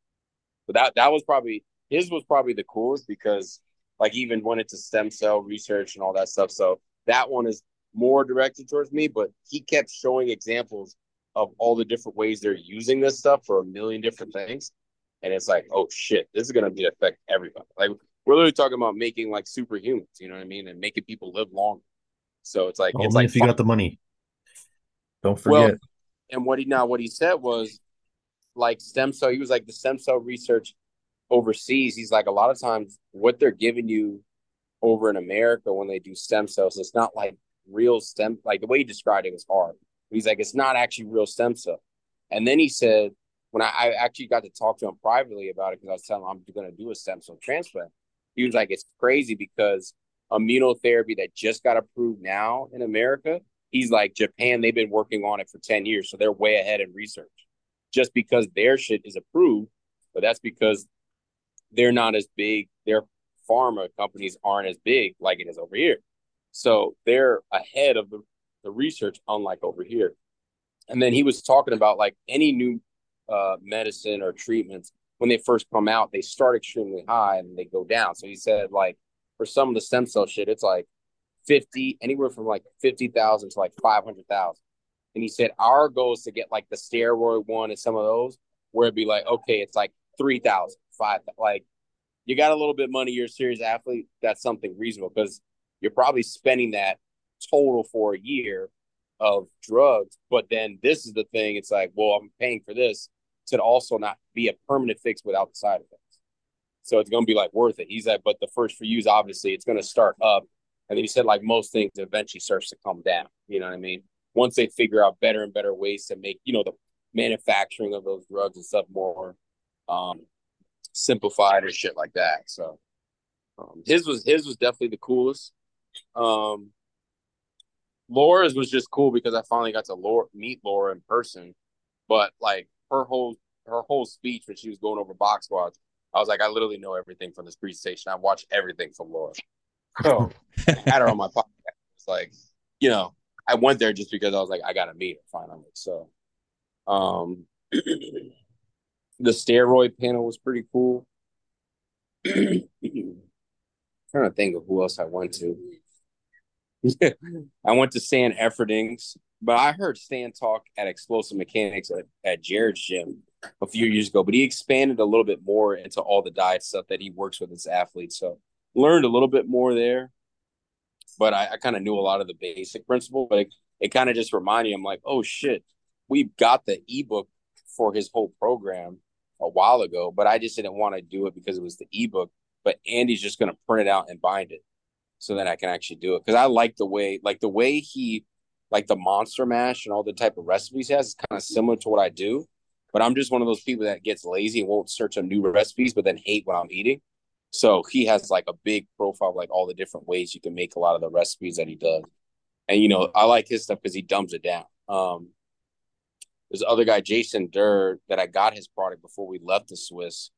[SPEAKER 3] But that that was probably his was probably the coolest because like he even went into stem cell research and all that stuff. So that one is more directed towards me, but he kept showing examples of all the different ways they're using this stuff for a million different things. And it's like, oh shit, this is gonna be affect everybody. Like we're literally talking about making like superhumans, you know what I mean? And making people live longer. So it's like
[SPEAKER 2] Only
[SPEAKER 3] it's like
[SPEAKER 2] Oh, if you got the money. Don't
[SPEAKER 3] Well,
[SPEAKER 2] forget.
[SPEAKER 3] and what he now what he said was like stem cell he was like the stem cell research overseas he's like a lot of times what they're giving you over in america when they do stem cells it's not like real stem like the way he described it was hard he's like it's not actually real stem cell and then he said when i, I actually got to talk to him privately about it because i was telling him i'm going to do a stem cell transplant he was like it's crazy because immunotherapy that just got approved now in america he's like Japan, they've been working on it for 10 years, so they're way ahead in research. Just because their shit is approved, but that's because they're not as big, their pharma companies aren't as big like it is over here. So they're ahead of the, the research, unlike over here. And then he was talking about like any new uh, medicine or treatments, when they first come out, they start extremely high and they go down. So he said, like, for some of the stem cell shit, it's like 50 anywhere from like 50,000 to like 500,000. And he said our goal is to get like the steroid one and some of those where it'd be like okay, it's like 3,000, 5 like you got a little bit of money you're a serious athlete, that's something reasonable cuz you're probably spending that total for a year of drugs, but then this is the thing it's like, well, I'm paying for this to also not be a permanent fix without the side effects. So it's going to be like worth it. He's like, but the first for you is obviously it's going to start up and then he said, like most things, it eventually starts to come down. You know what I mean? Once they figure out better and better ways to make, you know, the manufacturing of those drugs and stuff more um, simplified or shit like that. So um, his was his was definitely the coolest. Um, Laura's was just cool because I finally got to Laura, meet Laura in person. But like her whole her whole speech when she was going over box squads, I was like, I literally know everything from this presentation. I watched everything from Laura. So had her on my podcast. It's like, you know, I went there just because I was like, I gotta meet her finally. So, um, the steroid panel was pretty cool. trying to think of who else I went to. I went to Stan Efferding's, but I heard Stan talk at Explosive Mechanics at, at Jared's gym a few years ago. But he expanded a little bit more into all the diet stuff that he works with his athletes. So learned a little bit more there but I, I kind of knew a lot of the basic principle, but it, it kind of just reminded me, I'm like, oh shit, we got the ebook for his whole program a while ago, but I just didn't want to do it because it was the ebook. But Andy's just going to print it out and bind it. so then I can actually do it because I like the way like the way he like the monster mash and all the type of recipes he has is kind of similar to what I do. But I'm just one of those people that gets lazy and won't search on new recipes, but then hate what I'm eating. So he has like a big profile, of, like all the different ways you can make a lot of the recipes that he does. And you know, I like his stuff because he dumbs it down. Um, there's other guy, Jason Durr, that I got his product before we left the Swiss.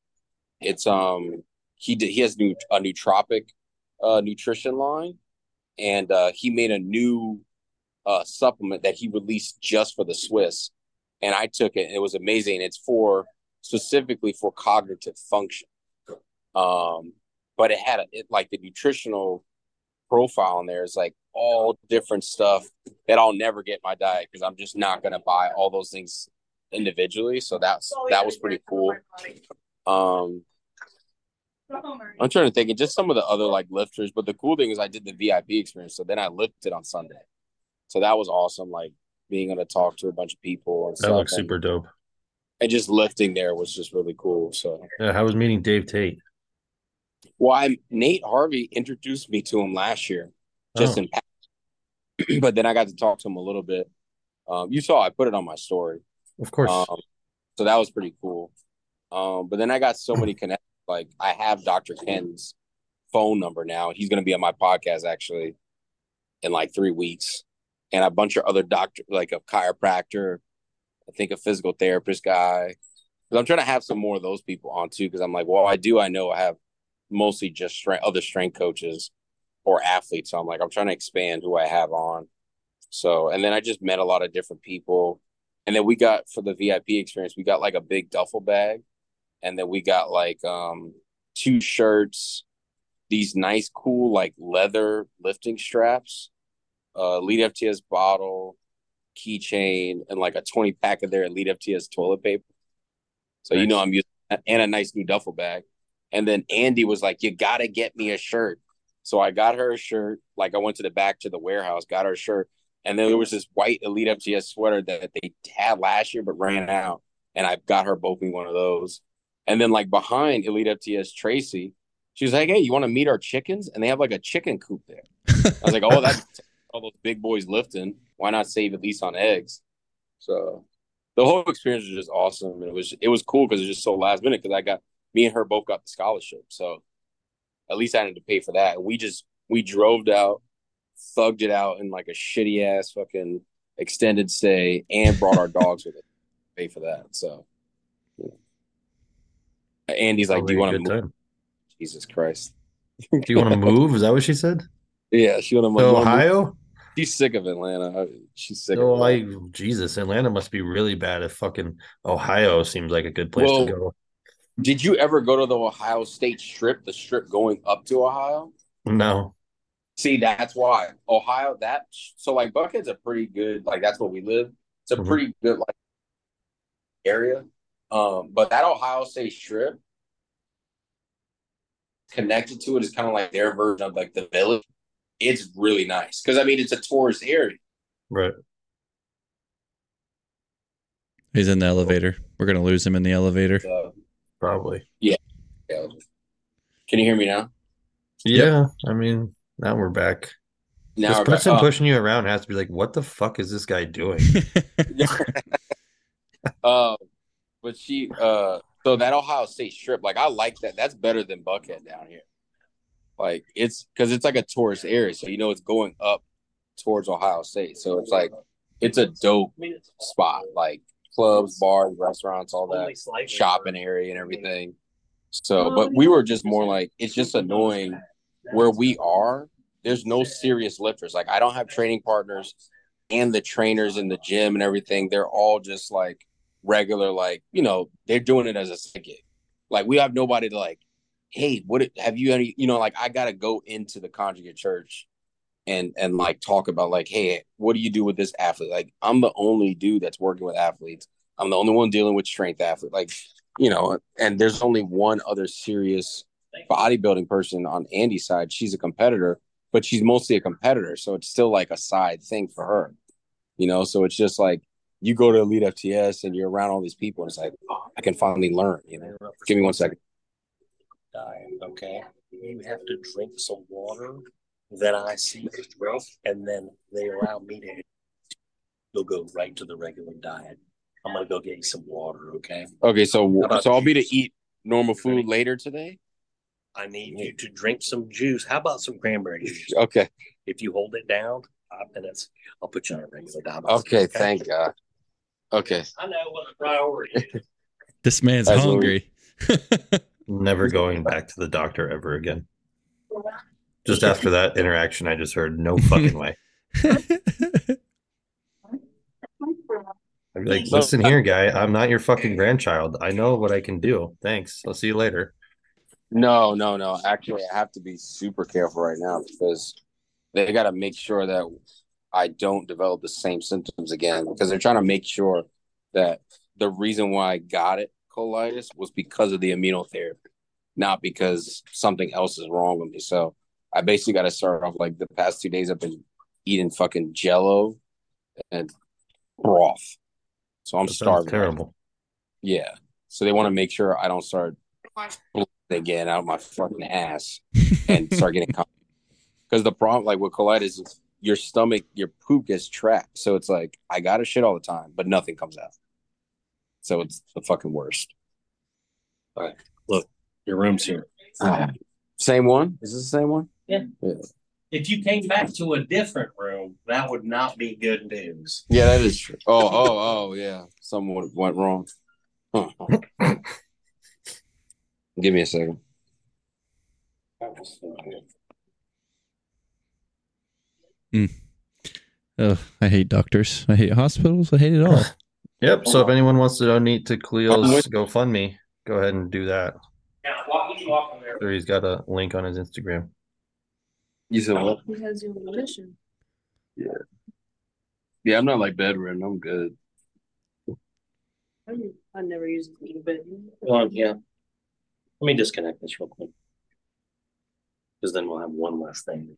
[SPEAKER 3] It's um he did he has new a nootropic uh, nutrition line, and uh, he made a new uh, supplement that he released just for the Swiss, and I took it. It was amazing. It's for specifically for cognitive function, um, but it had a, it like the nutritional profile in there is like all different stuff that I'll never get in my diet because I'm just not gonna buy all those things individually. So that's
[SPEAKER 4] Oh,
[SPEAKER 3] that was pretty cool. Um, I'm trying to think, and just some of the other like lifters. But the cool thing is, I did the VIP experience, so then I lifted on Sunday, so that was awesome. Like being able to talk to a bunch of people and
[SPEAKER 2] That
[SPEAKER 3] stuff,
[SPEAKER 2] looks
[SPEAKER 3] and,
[SPEAKER 2] super dope.
[SPEAKER 3] and just lifting there was just really cool. So,
[SPEAKER 2] Yeah, I was meeting Dave Tate.
[SPEAKER 3] well, I'm, Nate Harvey introduced me to him last year, just
[SPEAKER 2] Oh.
[SPEAKER 3] in passing. but then I got to talk to him a little bit. Um, you saw I put it on my story.
[SPEAKER 2] Of course.
[SPEAKER 3] Um, so that was pretty cool. Um, but then I got so many connections. Like I have Dr. Ken's phone number now. He's going to be on my podcast actually in like three weeks, and a bunch of other doctor, like a chiropractor, I think a physical therapist guy. Because I'm trying to have some more of those people on too. Because I'm like, well, I do. I know I have mostly just strength, other strength coaches or athletes. So I'm like, I'm trying to expand who I have on. So, and then I just met a lot of different people. And then we got for the VIP experience, we got like a big duffel bag. And then we got like um two shirts, these nice, cool, like leather lifting straps, uh lead FTS bottle, keychain, and like a 20 pack of their lead FTS toilet paper. So you
[SPEAKER 2] Nice.
[SPEAKER 3] know I'm using and a nice new duffel bag. And then Andy was like, You gotta get me a shirt. So I got her a shirt. Like I went to the back to the warehouse, got her a shirt. And then there was this white Elite FTS sweater that they had last year but ran out. And I got her both me one of those. And then like behind Elite FTS Tracy, she was like, Hey, you want to meet our chickens? And they have like a chicken coop there. I was like, Oh, that's all those big boys lifting. Why not save at least on eggs? So the whole experience was just awesome. And it was it was cool because it was just so last minute because I got me and her both got the scholarship. So at least I didn't have to pay for that. And we just we drove out thugged it out in like a shitty ass fucking extended stay and brought our dogs with it. Pay for that. So you know. Andy's like, Do you want to
[SPEAKER 2] Sounds
[SPEAKER 3] move?
[SPEAKER 2] like a Oh, good
[SPEAKER 3] Jesus Christ.
[SPEAKER 2] time. Do you want to move? Is that what she said?
[SPEAKER 3] Yeah, she wanna,
[SPEAKER 2] To
[SPEAKER 3] wanna move.
[SPEAKER 2] Ohio?
[SPEAKER 3] She's sick of Atlanta. I- She's sick
[SPEAKER 2] Oh,
[SPEAKER 3] of Atlanta.
[SPEAKER 2] like Jesus, Atlanta must be really bad if fucking Ohio seems like a good place
[SPEAKER 3] Well,
[SPEAKER 2] to go.
[SPEAKER 3] Did you ever go to the Ohio State strip, the strip going up to Ohio?
[SPEAKER 2] No.
[SPEAKER 3] See, that's why Ohio. That so like Buckhead's a pretty good like that's where we live. It's a
[SPEAKER 2] Mhm.
[SPEAKER 3] pretty good like area. Um, but that Ohio State strip connected to it is kind of like their version of like the village. It's really nice because I mean it's a tourist area.
[SPEAKER 2] Right.
[SPEAKER 1] He's in the elevator. We're gonna lose him in the elevator.
[SPEAKER 3] So,
[SPEAKER 2] Probably.
[SPEAKER 3] yeah. Can you hear me now?
[SPEAKER 1] Yep.
[SPEAKER 2] Yeah. I mean, now we're back.
[SPEAKER 3] Now
[SPEAKER 2] this
[SPEAKER 3] we're back Oh. Uh,
[SPEAKER 2] person
[SPEAKER 3] up.
[SPEAKER 2] pushing you around has to be like, what the fuck is this guy doing?
[SPEAKER 3] Uh, but she, uh, so that Ohio State strip, like I like that. That's better than Buckhead down here. Like it's because it's like a tourist area, so you know it's going up towards Ohio State. So it's like it's a dope spot, like clubs, bars, restaurants, all that shopping area and everything. So, but we were just more like it's just annoying where we are. There's no serious lifters. Like I don't have training partners, and the trainers in the gym and everything. They're all just like regular, like you know, they're doing it as a side gig. Like we have nobody to like. Hey, what it- have you any? You know, like I gotta go into the conjugate church and and like talk about like, hey, what do you do with this athlete? Like I'm the only dude that's working with athletes. I'm the only one dealing with strength athlete. Like you know, and there's only one other serious bodybuilding person on Andy's side. She's a competitor, but she's mostly a competitor, so it's still like a side thing for her. You know, so it's just like you go to Elite FTS and you're around all these people, and it's like oh, I can finally learn. You know, give me one second.
[SPEAKER 5] Dying, okay? You have to drink some water
[SPEAKER 6] then I see Ralph, and then they allow me to. You'll go right to the regular diet. I'm gonna go get you some water, okay?
[SPEAKER 3] Okay, so
[SPEAKER 6] How about
[SPEAKER 3] so I'll be to
[SPEAKER 6] juice?
[SPEAKER 3] eat normal food
[SPEAKER 6] Ready?
[SPEAKER 3] later today.
[SPEAKER 6] I need you to drink some juice. How about some cranberry juice?
[SPEAKER 3] Okay.
[SPEAKER 6] If you hold it down five minutes, I'll put you on a regular diet.
[SPEAKER 3] Okay. Thank God. Okay.
[SPEAKER 6] I know what a priority is.
[SPEAKER 1] This man's
[SPEAKER 3] That's what
[SPEAKER 1] hungry.
[SPEAKER 2] Never going back to the doctor ever again. Just after that interaction, I just heard no fucking way. I'd be like,
[SPEAKER 3] So- uh,
[SPEAKER 2] listen here, guy. I'm not your fucking grandchild. I know what I can do. Thanks. I'll see you later.
[SPEAKER 3] No, no, no. Actually, I have to be super careful right now because they got to make sure that I don't develop the same symptoms again because they're trying to make sure that the reason why I got it colitis was because of the immunotherapy, not because something else is wrong with me. So I basically got to start off like the past two days I've been eating fucking jello and broth. So I'm
[SPEAKER 2] That sounds
[SPEAKER 3] starving.
[SPEAKER 2] Terrible.
[SPEAKER 3] Yeah. So they want to make sure I don't start bleeding again out of my fucking ass and start getting because the problem like with colitis is your stomach, your poop gets trapped. So it's like I gotta shit all the time, but nothing comes out. So it's the fucking worst.
[SPEAKER 6] Your room's here.
[SPEAKER 3] Ah. same one? Is this the same one?
[SPEAKER 6] If you came back to a different room, that would not be good news.
[SPEAKER 3] Yeah, that is true. Oh, oh, oh, yeah. Something would- went wrong. Huh. Give me a second.
[SPEAKER 1] Ugh, I hate doctors. I hate hospitals. I hate it all.
[SPEAKER 2] Yep. So if anyone wants to donate to
[SPEAKER 3] I'm
[SPEAKER 2] Cleo's
[SPEAKER 3] with-
[SPEAKER 2] GoFundMe, go ahead and do that.
[SPEAKER 6] Now, walk, you walk in there.
[SPEAKER 2] Sure, he's got a link on his Instagram.
[SPEAKER 3] You said what?
[SPEAKER 4] He has your permission.
[SPEAKER 3] Yeah, I'm not like bedridden. I'm good.
[SPEAKER 4] I'm- I never use it, but
[SPEAKER 6] Well, yeah. Let me disconnect this real quick. Because then we'll have one last thing.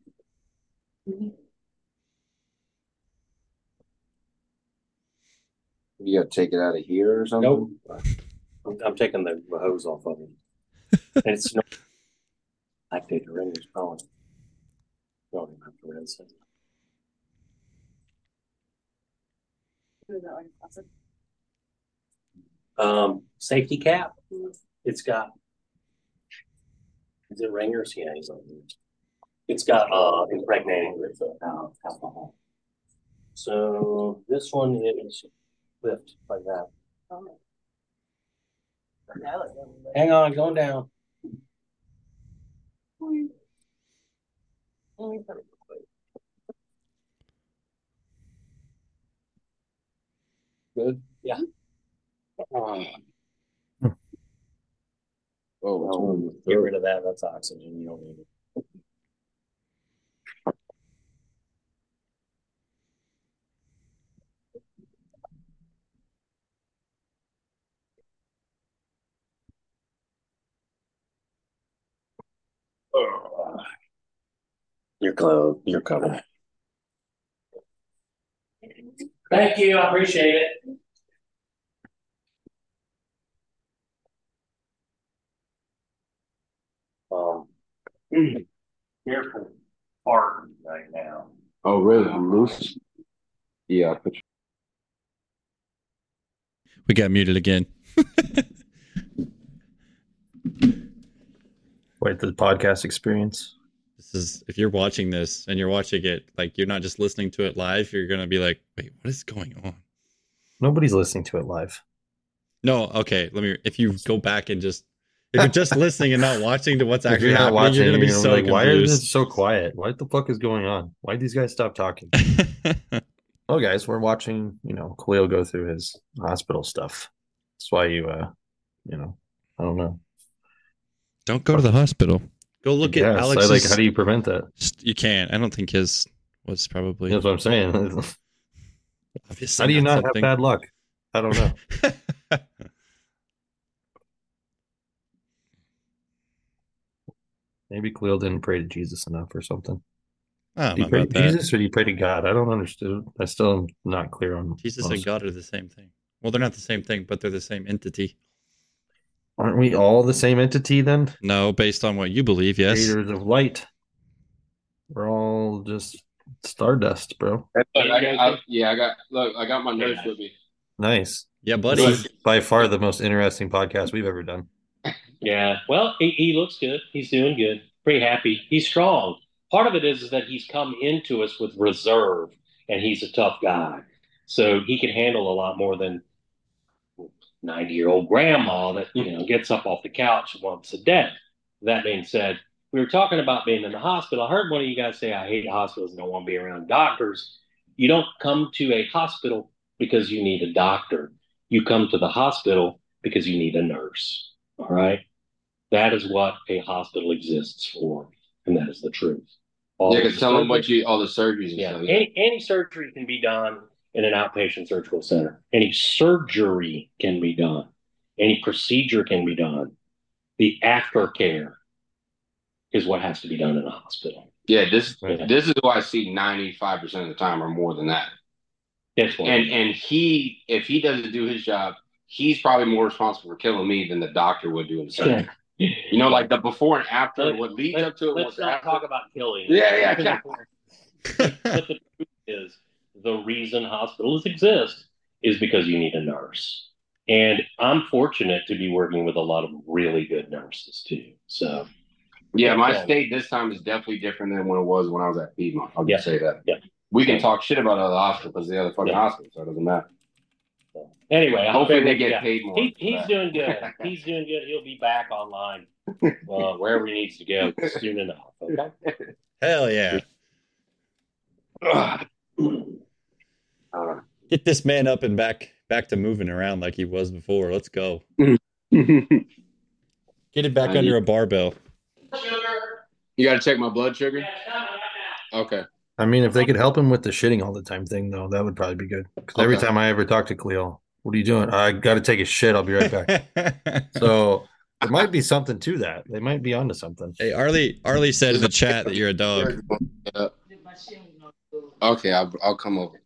[SPEAKER 3] You gotta take it out of here or something.
[SPEAKER 6] Nope. I'm, I'm taking the the hose off of it. And it's no. I think the ring is calling. Don't even have to rinse it. Um, safety cap. It's got. Is it ringers? Yeah, he's on it. It's got uh impregnating with uh, alcohol. So this one is lift like that. Hang on, going down.
[SPEAKER 3] Good.
[SPEAKER 6] Yeah.
[SPEAKER 3] Oh,
[SPEAKER 2] Hmm.
[SPEAKER 3] oh
[SPEAKER 6] Get rid of that. That's oxygen. You don't need it. You're closed. You're covered. Thank you. I appreciate it. Um, careful farting right now.
[SPEAKER 3] oh, really? I'm loose. Yeah, I put
[SPEAKER 1] We got muted again.
[SPEAKER 2] Quite the podcast experience.
[SPEAKER 1] This is if you're watching this and you're watching it, like you're not just listening to it live, you're gonna be like, wait, what is going on?
[SPEAKER 2] Nobody's listening to it live.
[SPEAKER 1] No, okay. Let me. If you go back and just, if you're just listening and not watching to what's
[SPEAKER 2] If
[SPEAKER 1] actually
[SPEAKER 2] you're not
[SPEAKER 1] happening,
[SPEAKER 2] watching,
[SPEAKER 1] you're gonna be so
[SPEAKER 2] like, why is
[SPEAKER 1] confused.
[SPEAKER 2] this so quiet? What the fuck is going on? Why would these guys stop talking? oh, guys, we're watching. You know, Khalil go through his hospital stuff. That's why you, uh, you know, I don't know.
[SPEAKER 1] Don't go to the hospital. Go look
[SPEAKER 2] Yes,
[SPEAKER 1] at
[SPEAKER 2] I
[SPEAKER 1] Alex's.
[SPEAKER 2] like. How do you prevent that?
[SPEAKER 1] st- you can't. I don't think his was probably.
[SPEAKER 2] That's what I'm saying.
[SPEAKER 1] Obviously
[SPEAKER 2] how do you not
[SPEAKER 1] something.
[SPEAKER 2] have bad luck? I don't know. Maybe Khalil didn't pray to Jesus enough or something.
[SPEAKER 1] I don't
[SPEAKER 2] Do
[SPEAKER 1] know
[SPEAKER 2] you pray
[SPEAKER 1] about
[SPEAKER 2] to
[SPEAKER 1] that. Jesus,
[SPEAKER 2] Jesus or do you pray to God? I don't understand. I still am not clear on
[SPEAKER 1] and
[SPEAKER 2] most-
[SPEAKER 1] God are the same thing. Well, they're not the same thing, but they're the same entity.
[SPEAKER 2] Aren't we all the same entity then?
[SPEAKER 1] No, based on what you believe, yes.
[SPEAKER 2] Creators of light. We're all just stardust, bro.
[SPEAKER 3] Look, I got, I- yeah, I got. Look, I got my notes with me.
[SPEAKER 2] Nice.
[SPEAKER 1] Yeah,
[SPEAKER 2] This
[SPEAKER 1] buddy.
[SPEAKER 2] is by far the most interesting podcast we've ever done.
[SPEAKER 5] Yeah. Well, he, he looks good. He's doing good. Pretty happy. He's strong. Part of it is, is that he's come into us with reserve, and he's a tough guy, so he can handle a lot more than ninety-year-old grandma that you know gets up off the couch once a day. That being said, we were talking about being in the hospital. I heard one of you guys say, "I hate hospitals. and Don't want to be around doctors." You don't come to a hospital because you need a doctor. You come to the hospital because you need a nurse. All right. That is what a hospital exists for, and that is the truth. All
[SPEAKER 3] Yeah,
[SPEAKER 5] the
[SPEAKER 3] cause tell them what
[SPEAKER 5] surgery-
[SPEAKER 3] you all the surgeries. And
[SPEAKER 5] Yeah,
[SPEAKER 3] stuff.
[SPEAKER 5] any, any surgery can be done in an outpatient surgical center. Any surgery can be done. Any procedure can be done. The aftercare is what has to be done in a hospital.
[SPEAKER 3] Yeah, this
[SPEAKER 5] Yeah.
[SPEAKER 3] this is why I see ninety five percent of the time or more than that.
[SPEAKER 5] That's what.
[SPEAKER 3] And and he if he doesn't do his job, he's probably more responsible for killing me than the doctor would do himself. You know, like the before and after,
[SPEAKER 5] Let-
[SPEAKER 3] what leads
[SPEAKER 5] let-
[SPEAKER 3] up to it.
[SPEAKER 5] Let's
[SPEAKER 3] What's
[SPEAKER 5] not
[SPEAKER 3] after.
[SPEAKER 5] talk about killing.
[SPEAKER 3] Yeah, yeah, yeah.
[SPEAKER 5] but the truth is, the reason hospitals exist is because you need a nurse. And I'm fortunate to be working with a lot of really good nurses too. So
[SPEAKER 3] yeah, my
[SPEAKER 5] Yeah.
[SPEAKER 3] state this time is definitely different than when it was when I was at Piedmont. I'll
[SPEAKER 5] Yeah.
[SPEAKER 3] just say that.
[SPEAKER 5] Yeah.
[SPEAKER 3] We can talk shit about other hospitals because the other fucking
[SPEAKER 5] Yeah.
[SPEAKER 3] hospital, so it doesn't matter.
[SPEAKER 5] anyway, I
[SPEAKER 3] Hopefully they
[SPEAKER 5] figured-
[SPEAKER 3] get
[SPEAKER 5] yeah.
[SPEAKER 3] paid more.
[SPEAKER 5] He,
[SPEAKER 3] for
[SPEAKER 5] he's
[SPEAKER 3] that.
[SPEAKER 5] doing good. He's doing good. He'll be back online, uh, wherever he needs to go soon enough. Okay.
[SPEAKER 1] Hell yeah.
[SPEAKER 3] Ugh.
[SPEAKER 1] Get this man up and back back to moving around like he was before. Let's go.
[SPEAKER 3] you
[SPEAKER 1] Get it back
[SPEAKER 3] I
[SPEAKER 1] under a barbell.
[SPEAKER 3] got to check my blood sugar. Okay.
[SPEAKER 2] I mean, if they could help him with the shitting all the time thing, though, that would probably be good. Because every
[SPEAKER 3] Okay.
[SPEAKER 2] time I ever talk to Cleo, what are you doing? I got to take a shit. I'll be right back. so there might be something to that. They might be onto something.
[SPEAKER 1] hey, Arlie Arlie said in the chat that you're a dog.
[SPEAKER 3] Okay, I'll, I'll come over.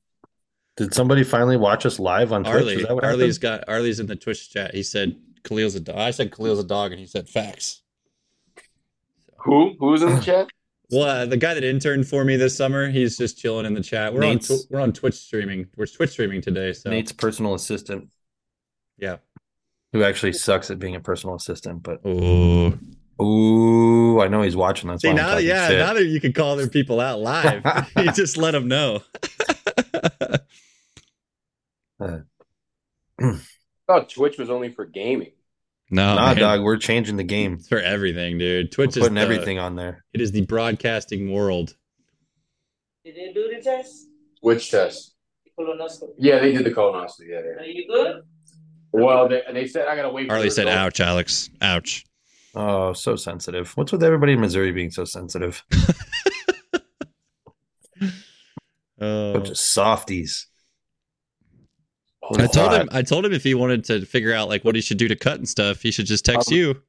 [SPEAKER 2] Did somebody finally watch us live on Twitch?
[SPEAKER 1] Arlie
[SPEAKER 2] Is that what
[SPEAKER 1] Arlie's
[SPEAKER 2] happened?
[SPEAKER 1] got Arlie's in the Twitch chat. He said Khalil's a dog. I said Khalil's a dog and he said facts.
[SPEAKER 3] Who? Who's in the chat?
[SPEAKER 1] Well, uh, the guy that interned for me this summer, he's just chilling in the chat. We're
[SPEAKER 2] Nate's-
[SPEAKER 1] on tw- we're on Twitch streaming. We're Twitch streaming today, so
[SPEAKER 2] Nate's personal assistant,
[SPEAKER 1] yeah.
[SPEAKER 2] who actually sucks at being a personal assistant, but
[SPEAKER 1] Oh,
[SPEAKER 2] ooh, I know he's watching. That's why
[SPEAKER 1] see
[SPEAKER 2] I'm
[SPEAKER 1] now,
[SPEAKER 2] talking
[SPEAKER 1] yeah,
[SPEAKER 2] shit.
[SPEAKER 1] now that you can call their people out live, you just let them know.
[SPEAKER 3] I thought Twitch was only for gaming.
[SPEAKER 1] no,
[SPEAKER 2] nah,
[SPEAKER 1] Oh, man.
[SPEAKER 2] dog, we're changing the game.
[SPEAKER 1] It's for everything, dude.
[SPEAKER 2] We're
[SPEAKER 1] Twitch is
[SPEAKER 2] putting
[SPEAKER 1] the,
[SPEAKER 2] everything on there.
[SPEAKER 1] It is the broadcasting world.
[SPEAKER 4] Did they do the test?
[SPEAKER 3] Which test?
[SPEAKER 4] Colonoscopy.
[SPEAKER 3] Yeah, they did the colonoscopy. Yeah, yeah.
[SPEAKER 4] Are you good?
[SPEAKER 3] Well, they, they said I gotta wait.
[SPEAKER 1] Harley
[SPEAKER 3] the
[SPEAKER 1] said, "Ouch,
[SPEAKER 3] results.
[SPEAKER 1] Alex. Ouch."
[SPEAKER 2] Oh, so sensitive. What's with everybody in Missouri being so sensitive?
[SPEAKER 1] Oh.
[SPEAKER 2] Bunch of softies.
[SPEAKER 1] I told him. I told him if he wanted to figure out like what he should do to cut and stuff, he should just text
[SPEAKER 3] Um,
[SPEAKER 1] you.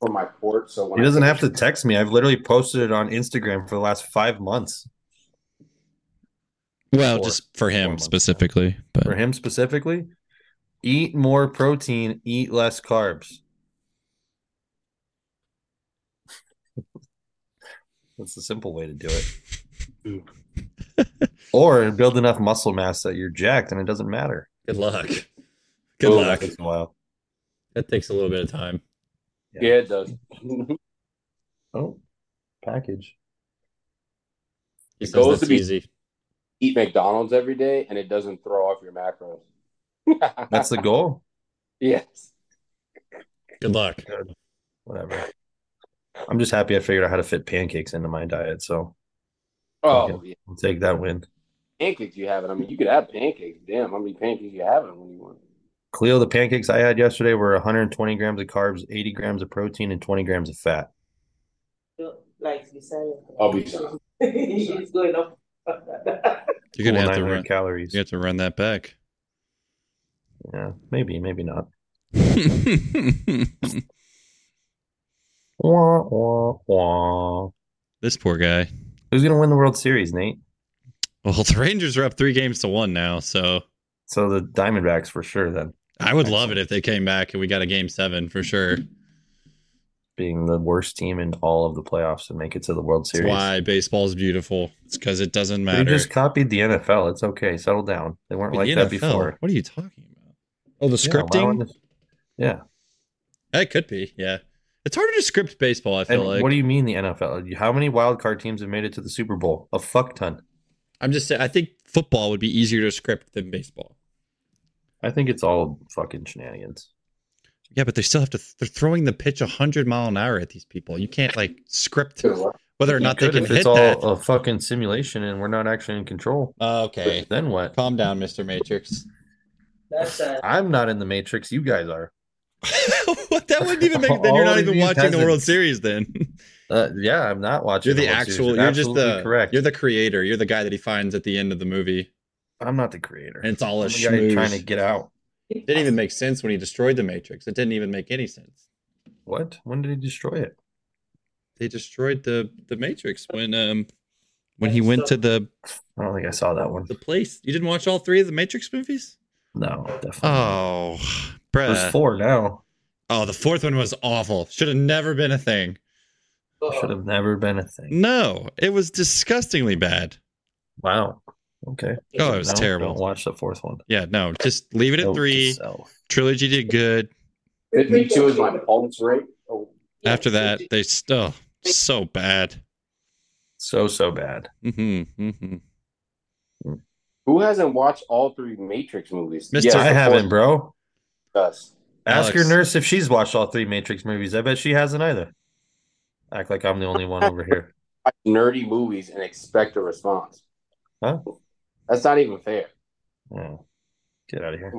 [SPEAKER 3] for my port. So when
[SPEAKER 2] He
[SPEAKER 3] I
[SPEAKER 2] doesn't have to
[SPEAKER 3] finish-
[SPEAKER 2] text me. I've literally posted it on Instagram for the last five months
[SPEAKER 1] Well,
[SPEAKER 2] four-
[SPEAKER 1] just for
[SPEAKER 2] four
[SPEAKER 1] him
[SPEAKER 2] months.
[SPEAKER 1] specifically,
[SPEAKER 2] for
[SPEAKER 1] but
[SPEAKER 2] him specifically. Eat more protein, eat less carbs. That's the simple way to do it. or build enough muscle mass that you're jacked and it doesn't matter.
[SPEAKER 1] good luck. Good
[SPEAKER 3] Boom.
[SPEAKER 1] luck.
[SPEAKER 2] It's wild.
[SPEAKER 1] That takes a little bit of time.
[SPEAKER 3] Yeah, it does.
[SPEAKER 2] Oh, package.
[SPEAKER 1] He
[SPEAKER 3] It
[SPEAKER 1] says
[SPEAKER 3] goes
[SPEAKER 1] that's
[SPEAKER 3] to be-
[SPEAKER 1] easy.
[SPEAKER 3] Eat McDonald's every day, and it doesn't throw off your macros.
[SPEAKER 2] That's the goal.
[SPEAKER 3] yes.
[SPEAKER 1] Good luck.
[SPEAKER 2] Whatever. I'm just happy I figured out how to fit pancakes into my diet. So
[SPEAKER 3] Oh, yeah.
[SPEAKER 2] I'll take that win.
[SPEAKER 3] pancakes you have it. I mean, you could have pancakes. Damn, how many pancakes you have it when you want?
[SPEAKER 2] Cleo, the pancakes I had yesterday were 120 grams of carbs, 80 grams of protein, and 20 grams of fat.
[SPEAKER 4] Like you said.
[SPEAKER 3] I'll be sorry.
[SPEAKER 4] She's going up.
[SPEAKER 1] You're gonna
[SPEAKER 2] Cool,
[SPEAKER 1] have to
[SPEAKER 2] 900
[SPEAKER 1] run.
[SPEAKER 2] calories.
[SPEAKER 1] You have to run that back.
[SPEAKER 2] Yeah, maybe, maybe not. Wah, wah, wah.
[SPEAKER 1] this poor guy.
[SPEAKER 2] Who's gonna win the World Series, Nate?
[SPEAKER 1] Well, the Rangers are up three games to one now, so
[SPEAKER 2] So the Diamondbacks for sure. Then
[SPEAKER 1] I would love it if they came back and we got a game seven for sure.
[SPEAKER 2] being the worst team in all of the playoffs and make it to the World
[SPEAKER 1] That's
[SPEAKER 2] Series.
[SPEAKER 1] why baseball's beautiful. It's because it doesn't
[SPEAKER 2] They
[SPEAKER 1] matter.
[SPEAKER 2] just copied the NFL. It's okay. Settle down. They weren't
[SPEAKER 1] The
[SPEAKER 2] like
[SPEAKER 1] NFL?
[SPEAKER 2] that before.
[SPEAKER 1] What are you talking about? Oh, the
[SPEAKER 2] Yeah,
[SPEAKER 1] scripting?
[SPEAKER 2] allowing the- yeah.
[SPEAKER 1] That could be. Yeah, it's harder to script baseball. I feel
[SPEAKER 2] And
[SPEAKER 1] like.
[SPEAKER 2] what do you mean the NFL? How many wild card teams have made it to the Super Bowl? A fuck ton.
[SPEAKER 1] I'm just saying. I think football would be easier to script than baseball.
[SPEAKER 2] I think it's all fucking shenanigans.
[SPEAKER 1] Yeah, but they still have to. They're throwing the pitch 100 mile an hour at these people. You can't like script whether or
[SPEAKER 2] You
[SPEAKER 1] not they
[SPEAKER 2] could
[SPEAKER 1] can
[SPEAKER 2] if it's
[SPEAKER 1] hit
[SPEAKER 2] all
[SPEAKER 1] that.
[SPEAKER 2] a fucking simulation and we're not actually in control.
[SPEAKER 1] Uh, Okay,
[SPEAKER 2] Then what?
[SPEAKER 1] calm down, Mister Matrix.
[SPEAKER 4] That's uh,
[SPEAKER 2] I'm not in the matrix. You guys are.
[SPEAKER 1] what that wouldn't even make. Then you're
[SPEAKER 2] All
[SPEAKER 1] not
[SPEAKER 2] of
[SPEAKER 1] even
[SPEAKER 2] you
[SPEAKER 1] watching the World
[SPEAKER 2] peasants.
[SPEAKER 1] Series. Then
[SPEAKER 2] Uh, yeah, I'm not watching.
[SPEAKER 1] you're the
[SPEAKER 2] World Series.
[SPEAKER 1] actual. You're just
[SPEAKER 2] absolutely
[SPEAKER 1] the
[SPEAKER 2] correct.
[SPEAKER 1] You're the creator. You're the guy that he finds at the end of the movie,
[SPEAKER 2] I'm not the creator.
[SPEAKER 1] and it's all a
[SPEAKER 2] I'm the guy
[SPEAKER 1] schmooze.
[SPEAKER 2] trying to get out.
[SPEAKER 1] didn't even make sense when he destroyed the Matrix. It didn't even make any sense.
[SPEAKER 2] What? When did he destroy it?
[SPEAKER 1] They destroyed the the Matrix when um when he went to the
[SPEAKER 2] I don't think I saw that one.
[SPEAKER 1] the place. You didn't watch all three of the Matrix movies?
[SPEAKER 2] No, definitely.
[SPEAKER 1] Oh, bruh.
[SPEAKER 2] There's four now.
[SPEAKER 1] Oh, the fourth one was awful. Should have never been a thing.
[SPEAKER 2] Should have never been a thing.
[SPEAKER 1] No, it was disgustingly bad.
[SPEAKER 2] Wow. Okay.
[SPEAKER 1] Oh, it was
[SPEAKER 2] No,
[SPEAKER 1] terrible.
[SPEAKER 2] Don't watch the fourth one.
[SPEAKER 1] Yeah, no, just leave it at
[SPEAKER 2] Note to
[SPEAKER 1] three.
[SPEAKER 2] self.
[SPEAKER 1] Trilogy did good.
[SPEAKER 3] Fifty-two is my pulse rate. Oh,
[SPEAKER 1] After that, they still so bad.
[SPEAKER 2] So so bad.
[SPEAKER 1] hmm
[SPEAKER 2] Mm-hmm,
[SPEAKER 1] hmm
[SPEAKER 3] Who hasn't watched all three Matrix movies?
[SPEAKER 1] Mr.
[SPEAKER 3] Yes,
[SPEAKER 2] I
[SPEAKER 3] of
[SPEAKER 2] haven't,
[SPEAKER 3] course,
[SPEAKER 2] bro.
[SPEAKER 3] us.
[SPEAKER 2] Ask
[SPEAKER 1] Alex.
[SPEAKER 2] your nurse if she's watched all three Matrix movies. I bet she hasn't either. Act like I'm the only one over here.
[SPEAKER 3] Watch nerdy movies and expect a response.
[SPEAKER 2] Huh?
[SPEAKER 3] That's not even fair.
[SPEAKER 2] Oh, get out of here.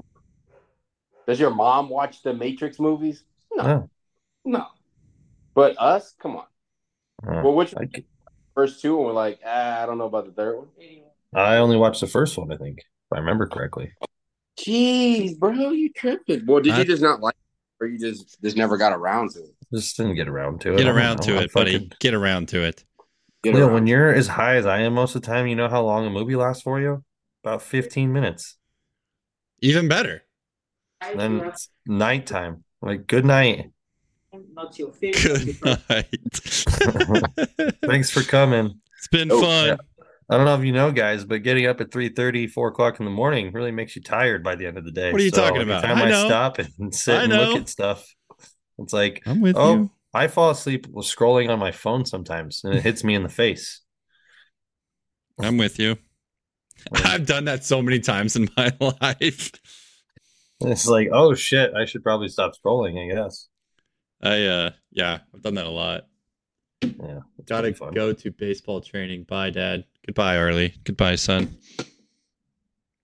[SPEAKER 3] Does your mom watch the Matrix movies? No,
[SPEAKER 2] No.
[SPEAKER 3] no. But us, come on.
[SPEAKER 2] Oh,
[SPEAKER 3] Well, which
[SPEAKER 2] I, c-
[SPEAKER 3] first two, and we're like, ah, I don't know about the third one.
[SPEAKER 2] I only watched the first one, I think, if I remember correctly.
[SPEAKER 3] Jeez, bro, you tripping? Well, did
[SPEAKER 1] I-
[SPEAKER 3] you just not like, it, or you just just never got around to it?
[SPEAKER 2] Just didn't get around to it.
[SPEAKER 1] Get
[SPEAKER 2] I don't
[SPEAKER 1] around
[SPEAKER 2] know.
[SPEAKER 1] to
[SPEAKER 2] I
[SPEAKER 1] it, buddy.
[SPEAKER 2] fucking-
[SPEAKER 1] Get around to it.
[SPEAKER 3] Get
[SPEAKER 2] Leo,
[SPEAKER 3] around.
[SPEAKER 2] when you're as high as I am most of the time, you know how long a movie lasts for you? About 15 minutes.
[SPEAKER 1] Even better.
[SPEAKER 2] And then it's nighttime. Like, good night.
[SPEAKER 4] not your favorite.
[SPEAKER 1] Good
[SPEAKER 4] because-
[SPEAKER 1] night.
[SPEAKER 2] Thanks for coming.
[SPEAKER 1] It's been
[SPEAKER 3] Oh,
[SPEAKER 1] fun.
[SPEAKER 2] yeah. I don't know if you know, guys, but getting up at 3.30, 4 o'clock in the morning really makes you tired by the end of the day.
[SPEAKER 1] What are you
[SPEAKER 2] So
[SPEAKER 1] talking about?
[SPEAKER 2] Every time
[SPEAKER 1] I
[SPEAKER 2] I,
[SPEAKER 1] know.
[SPEAKER 2] stop and sit
[SPEAKER 1] I
[SPEAKER 2] and
[SPEAKER 1] know.
[SPEAKER 2] look at stuff, it's like
[SPEAKER 1] I'm with
[SPEAKER 2] Oh.
[SPEAKER 1] you.
[SPEAKER 2] I fall asleep while scrolling on my phone sometimes, and it hits me in the face.
[SPEAKER 1] I'm with you. I've done that so many times in my life.
[SPEAKER 2] And it's like, oh shit, I should probably stop scrolling, I guess.
[SPEAKER 1] I uh yeah, I've done that a lot.
[SPEAKER 2] Yeah. it's
[SPEAKER 1] Gotta
[SPEAKER 2] pretty fun.
[SPEAKER 1] go to baseball training. Bye, Dad. Goodbye, Arlie. Goodbye, son.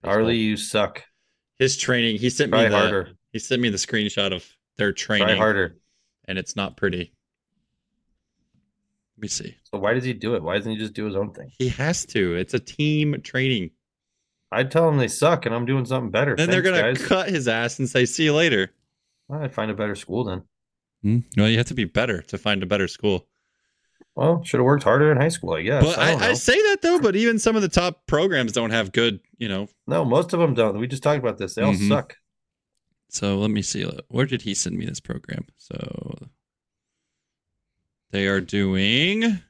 [SPEAKER 2] Harley, you suck.
[SPEAKER 1] His training. He sent
[SPEAKER 2] Try
[SPEAKER 1] me the
[SPEAKER 2] harder.
[SPEAKER 1] he sent me the screenshot of their training
[SPEAKER 2] Try harder.
[SPEAKER 1] and it's not pretty. Let me see.
[SPEAKER 2] So why does he do it? Why doesn't he just do his own thing?
[SPEAKER 1] He has to. It's a team training.
[SPEAKER 2] I'd tell him they suck and I'm doing something better.
[SPEAKER 1] Then
[SPEAKER 2] Then
[SPEAKER 1] they're
[SPEAKER 2] Thanks,
[SPEAKER 1] gonna
[SPEAKER 2] guys.
[SPEAKER 1] cut his ass and say, see you later.
[SPEAKER 2] I'd find a better school then.
[SPEAKER 1] Hmm? Well, you have to be better to find a better school.
[SPEAKER 2] Well, should have worked harder in high school, I guess.
[SPEAKER 1] but
[SPEAKER 2] I don't
[SPEAKER 1] I, I,
[SPEAKER 2] know.
[SPEAKER 1] say that though, but even some of the top programs don't have good, you know.
[SPEAKER 2] No, most of them don't. We just talked about this. They all
[SPEAKER 1] Mhm.
[SPEAKER 2] suck.
[SPEAKER 1] So let me see. Where did he send me this program? So they are doing.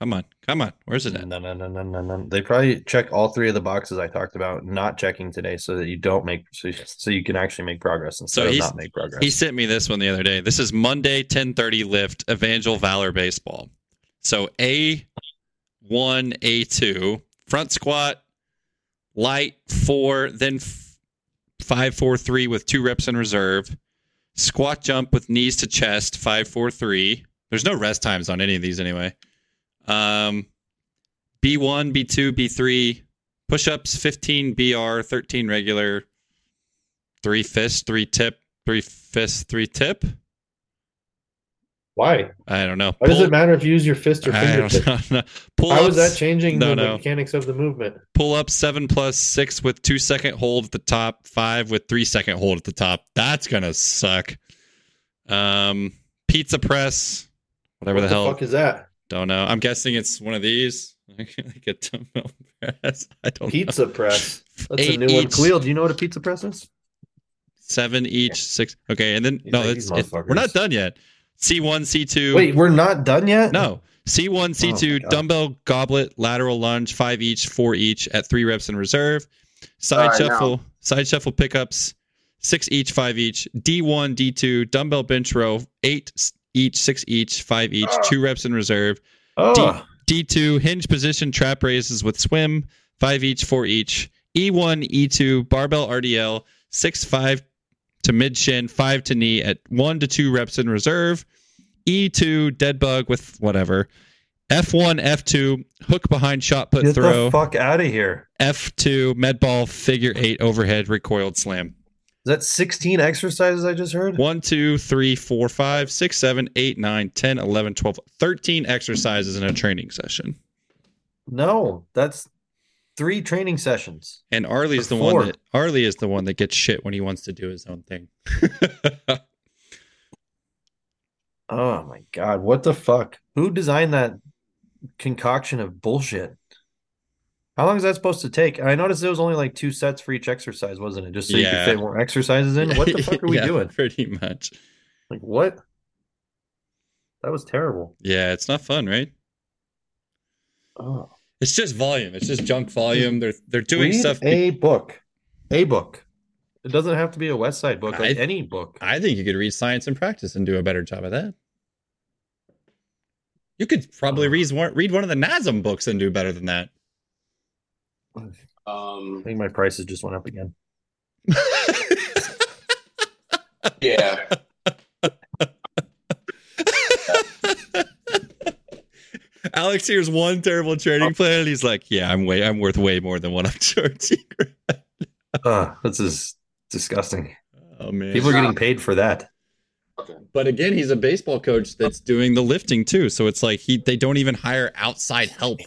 [SPEAKER 1] Come on, come on. Where's it
[SPEAKER 2] No,
[SPEAKER 1] at?
[SPEAKER 2] no, no, no, no, no. They probably check all three of the boxes I talked about not checking today, so that you don't make so, so you can actually make progress instead of
[SPEAKER 1] he's-
[SPEAKER 2] not make progress.
[SPEAKER 1] He sent me this one the other day. This is Monday, ten thirty lift, Evangel Valor Baseball. So A one, A two, front squat, light four, then f- five, four, three with two reps in reserve, squat jump with knees to chest, five, four, three. There's no rest times on any of these anyway. Um, B one, B two, B three, push ups, fifteen BR, thirteen regular, three fist, three tip, three fist, three tip.
[SPEAKER 2] Why?
[SPEAKER 1] I don't know.
[SPEAKER 2] Why does
[SPEAKER 1] Pull-
[SPEAKER 2] it matter if you use your fist or
[SPEAKER 1] I
[SPEAKER 2] fingertips?
[SPEAKER 1] don't know. Pull
[SPEAKER 2] How is that
[SPEAKER 1] ups,
[SPEAKER 2] changing
[SPEAKER 1] No,
[SPEAKER 2] the
[SPEAKER 1] no.
[SPEAKER 2] mechanics of the movement?
[SPEAKER 1] pull up seven plus six with two second hold at the top, five with three second hold at the top. That's gonna suck. Um, pizza press, whatever
[SPEAKER 2] What
[SPEAKER 1] the hell.
[SPEAKER 2] fuck is that?
[SPEAKER 1] don't know. I'm guessing it's one of these. Like a dumbbell press. I don't know.
[SPEAKER 2] Pizza press. That's
[SPEAKER 1] Oh. Eight
[SPEAKER 2] a new one.
[SPEAKER 1] each.
[SPEAKER 2] Khalil, do you know what a pizza press is?
[SPEAKER 1] seven each six okay and then
[SPEAKER 2] You
[SPEAKER 1] no
[SPEAKER 2] think
[SPEAKER 1] it's,
[SPEAKER 2] these
[SPEAKER 1] it- we're
[SPEAKER 2] motherfuckers-
[SPEAKER 1] not done yet C1, C2.
[SPEAKER 2] Wait, we're not done yet?
[SPEAKER 1] No. C1, C2,
[SPEAKER 2] Oh, God.
[SPEAKER 1] dumbbell goblet, lateral lunge, five each, four each at three reps in reserve. Side
[SPEAKER 3] All right,
[SPEAKER 1] shuffle, side shuffle pickups, six each, five each. D1, D2, dumbbell bench row, eight s- each, six each, five each,
[SPEAKER 3] Ah.
[SPEAKER 1] two reps in reserve.
[SPEAKER 2] Oh,
[SPEAKER 1] D2, hinge position trap raises with swim, five each, four each. E E1, E2, barbell RDL, six, five to mid shin, five to knee at one to two reps in reserve. E2, dead bug with whatever. F1, F2, hook behind shot put
[SPEAKER 2] get
[SPEAKER 1] throw.
[SPEAKER 2] the fuck out of here.
[SPEAKER 1] F2, med ball, figure eight, overhead, recoiled slam.
[SPEAKER 2] Is that 16 exercises I just heard?
[SPEAKER 1] One, two, three, four, five, six, seven, eight, nine, 10, 11, 12, 13 exercises in a training session.
[SPEAKER 2] No, that's three training sessions.
[SPEAKER 1] And Arlie is the
[SPEAKER 2] Four.
[SPEAKER 1] one that Arlie is the one that gets shit when he wants to do his own thing.
[SPEAKER 2] Oh my god, what the fuck? Who designed that concoction of bullshit? How long is that supposed to take? I noticed there was only like two sets for each exercise, wasn't it? Just so you
[SPEAKER 1] Yeah.
[SPEAKER 2] could fit more exercises in. What the fuck are we
[SPEAKER 1] Yeah,
[SPEAKER 2] doing?
[SPEAKER 1] Pretty much.
[SPEAKER 2] Like what? That was terrible.
[SPEAKER 1] Yeah, it's not fun, right?
[SPEAKER 2] Oh.
[SPEAKER 1] It's just volume. It's just junk volume. They're they're doing
[SPEAKER 2] Read
[SPEAKER 1] stuff. be-
[SPEAKER 2] a book. A book. It doesn't have to be a West Side book, like
[SPEAKER 1] I-
[SPEAKER 2] any book.
[SPEAKER 1] I think you could read Science and Practice and do a better job of that. You could probably
[SPEAKER 2] Oh.
[SPEAKER 1] read one, read one of the NASM books and do better than that.
[SPEAKER 2] I
[SPEAKER 3] Um,
[SPEAKER 2] think my prices just went up again.
[SPEAKER 3] yeah.
[SPEAKER 1] Alex hears one terrible
[SPEAKER 2] Oh.
[SPEAKER 1] training plan and he's like, "Yeah, I'm way I'm worth way more than what I'm charging."
[SPEAKER 2] Ugh, this is disgusting.
[SPEAKER 1] oh man.
[SPEAKER 2] People are getting paid for that.
[SPEAKER 3] Okay.
[SPEAKER 1] But again, he's a baseball coach that's doing the lifting too. So it's like he they don't even hire outside help.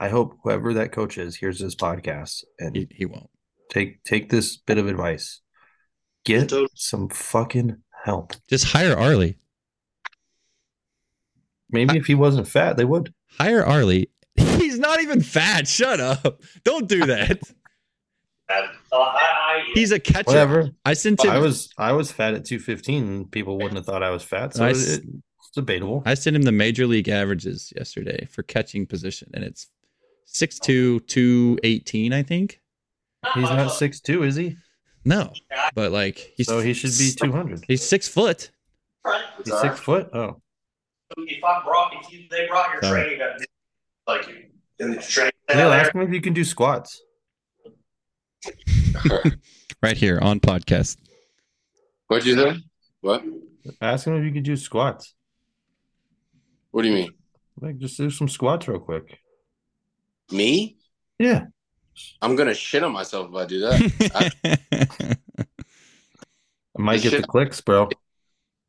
[SPEAKER 2] I hope whoever that coach is hears this podcast and
[SPEAKER 1] He, he won't.
[SPEAKER 2] take take this bit of advice. Get some fucking help.
[SPEAKER 1] Just hire Arlie.
[SPEAKER 2] Maybe if he wasn't fat, they would.
[SPEAKER 1] Hire Arlie. He's not even fat. Shut up. Don't do that.
[SPEAKER 5] I, I,
[SPEAKER 1] He's a catcher.
[SPEAKER 2] Whatever.
[SPEAKER 1] I sent him
[SPEAKER 2] I was I was fat at 215 and people wouldn't have thought I was fat. So
[SPEAKER 1] I
[SPEAKER 2] it,
[SPEAKER 1] s-
[SPEAKER 2] it's debatable.
[SPEAKER 1] I sent him the major league averages yesterday for catching position and it's 6'2 218, I think.
[SPEAKER 2] He's not 6'2, is he?
[SPEAKER 1] No. But like he's
[SPEAKER 2] So he should be 200.
[SPEAKER 1] He's 6 foot.
[SPEAKER 2] He's six foot. Oh,
[SPEAKER 6] if I brought, if you, they brought your
[SPEAKER 1] Sorry.
[SPEAKER 6] training up, like you, and the training.
[SPEAKER 2] Neil, ask him if you can do squats.
[SPEAKER 1] Right here on podcast.
[SPEAKER 3] What'd you say? What?
[SPEAKER 2] Ask him if you can do squats.
[SPEAKER 3] What do you mean?
[SPEAKER 2] Like, just do some squats real quick.
[SPEAKER 3] Me?
[SPEAKER 2] Yeah.
[SPEAKER 3] I'm gonna shit on myself if I do that.
[SPEAKER 2] I might get the clicks, bro.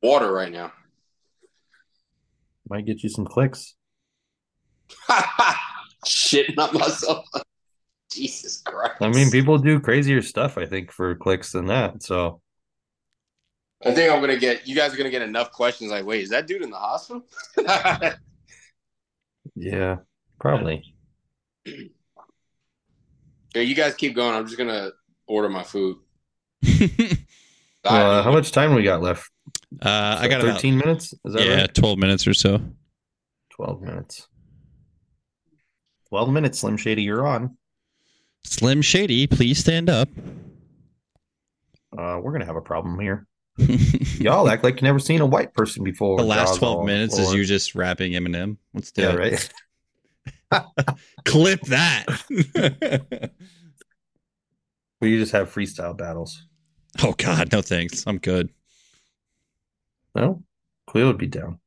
[SPEAKER 3] Water right now.
[SPEAKER 2] Might get you some clicks.
[SPEAKER 3] Shitting on myself. Jesus Christ.
[SPEAKER 2] I mean, people do crazier stuff, I think, for clicks than that. So
[SPEAKER 3] I think I'm gonna get. You guys are gonna get enough questions. Like, wait, is that dude in the hospital?
[SPEAKER 2] yeah, probably.
[SPEAKER 3] Yeah, you guys keep going. I'm just gonna order my food.
[SPEAKER 2] Uh, how much time we got left?
[SPEAKER 1] uh, I got about
[SPEAKER 2] thirteen minutes. Is that
[SPEAKER 1] yeah,
[SPEAKER 2] right?
[SPEAKER 1] 12 minutes or so.
[SPEAKER 2] Twelve minutes. Twelve minutes, Slim Shady. You're on.
[SPEAKER 1] Slim Shady, please stand up.
[SPEAKER 2] Uh, we're gonna have a problem here.
[SPEAKER 1] the
[SPEAKER 2] Y'all act like you never seen a white person before.
[SPEAKER 1] last
[SPEAKER 2] Jaws
[SPEAKER 1] 12
[SPEAKER 2] all
[SPEAKER 1] minutes
[SPEAKER 2] over.
[SPEAKER 1] is you just rapping Eminem. Let's do
[SPEAKER 2] Yeah,
[SPEAKER 1] it.
[SPEAKER 2] right.
[SPEAKER 1] Clip that.
[SPEAKER 2] We just have freestyle battles.
[SPEAKER 1] oh, God. No thanks. I'm good.
[SPEAKER 2] No, Cleo would be down.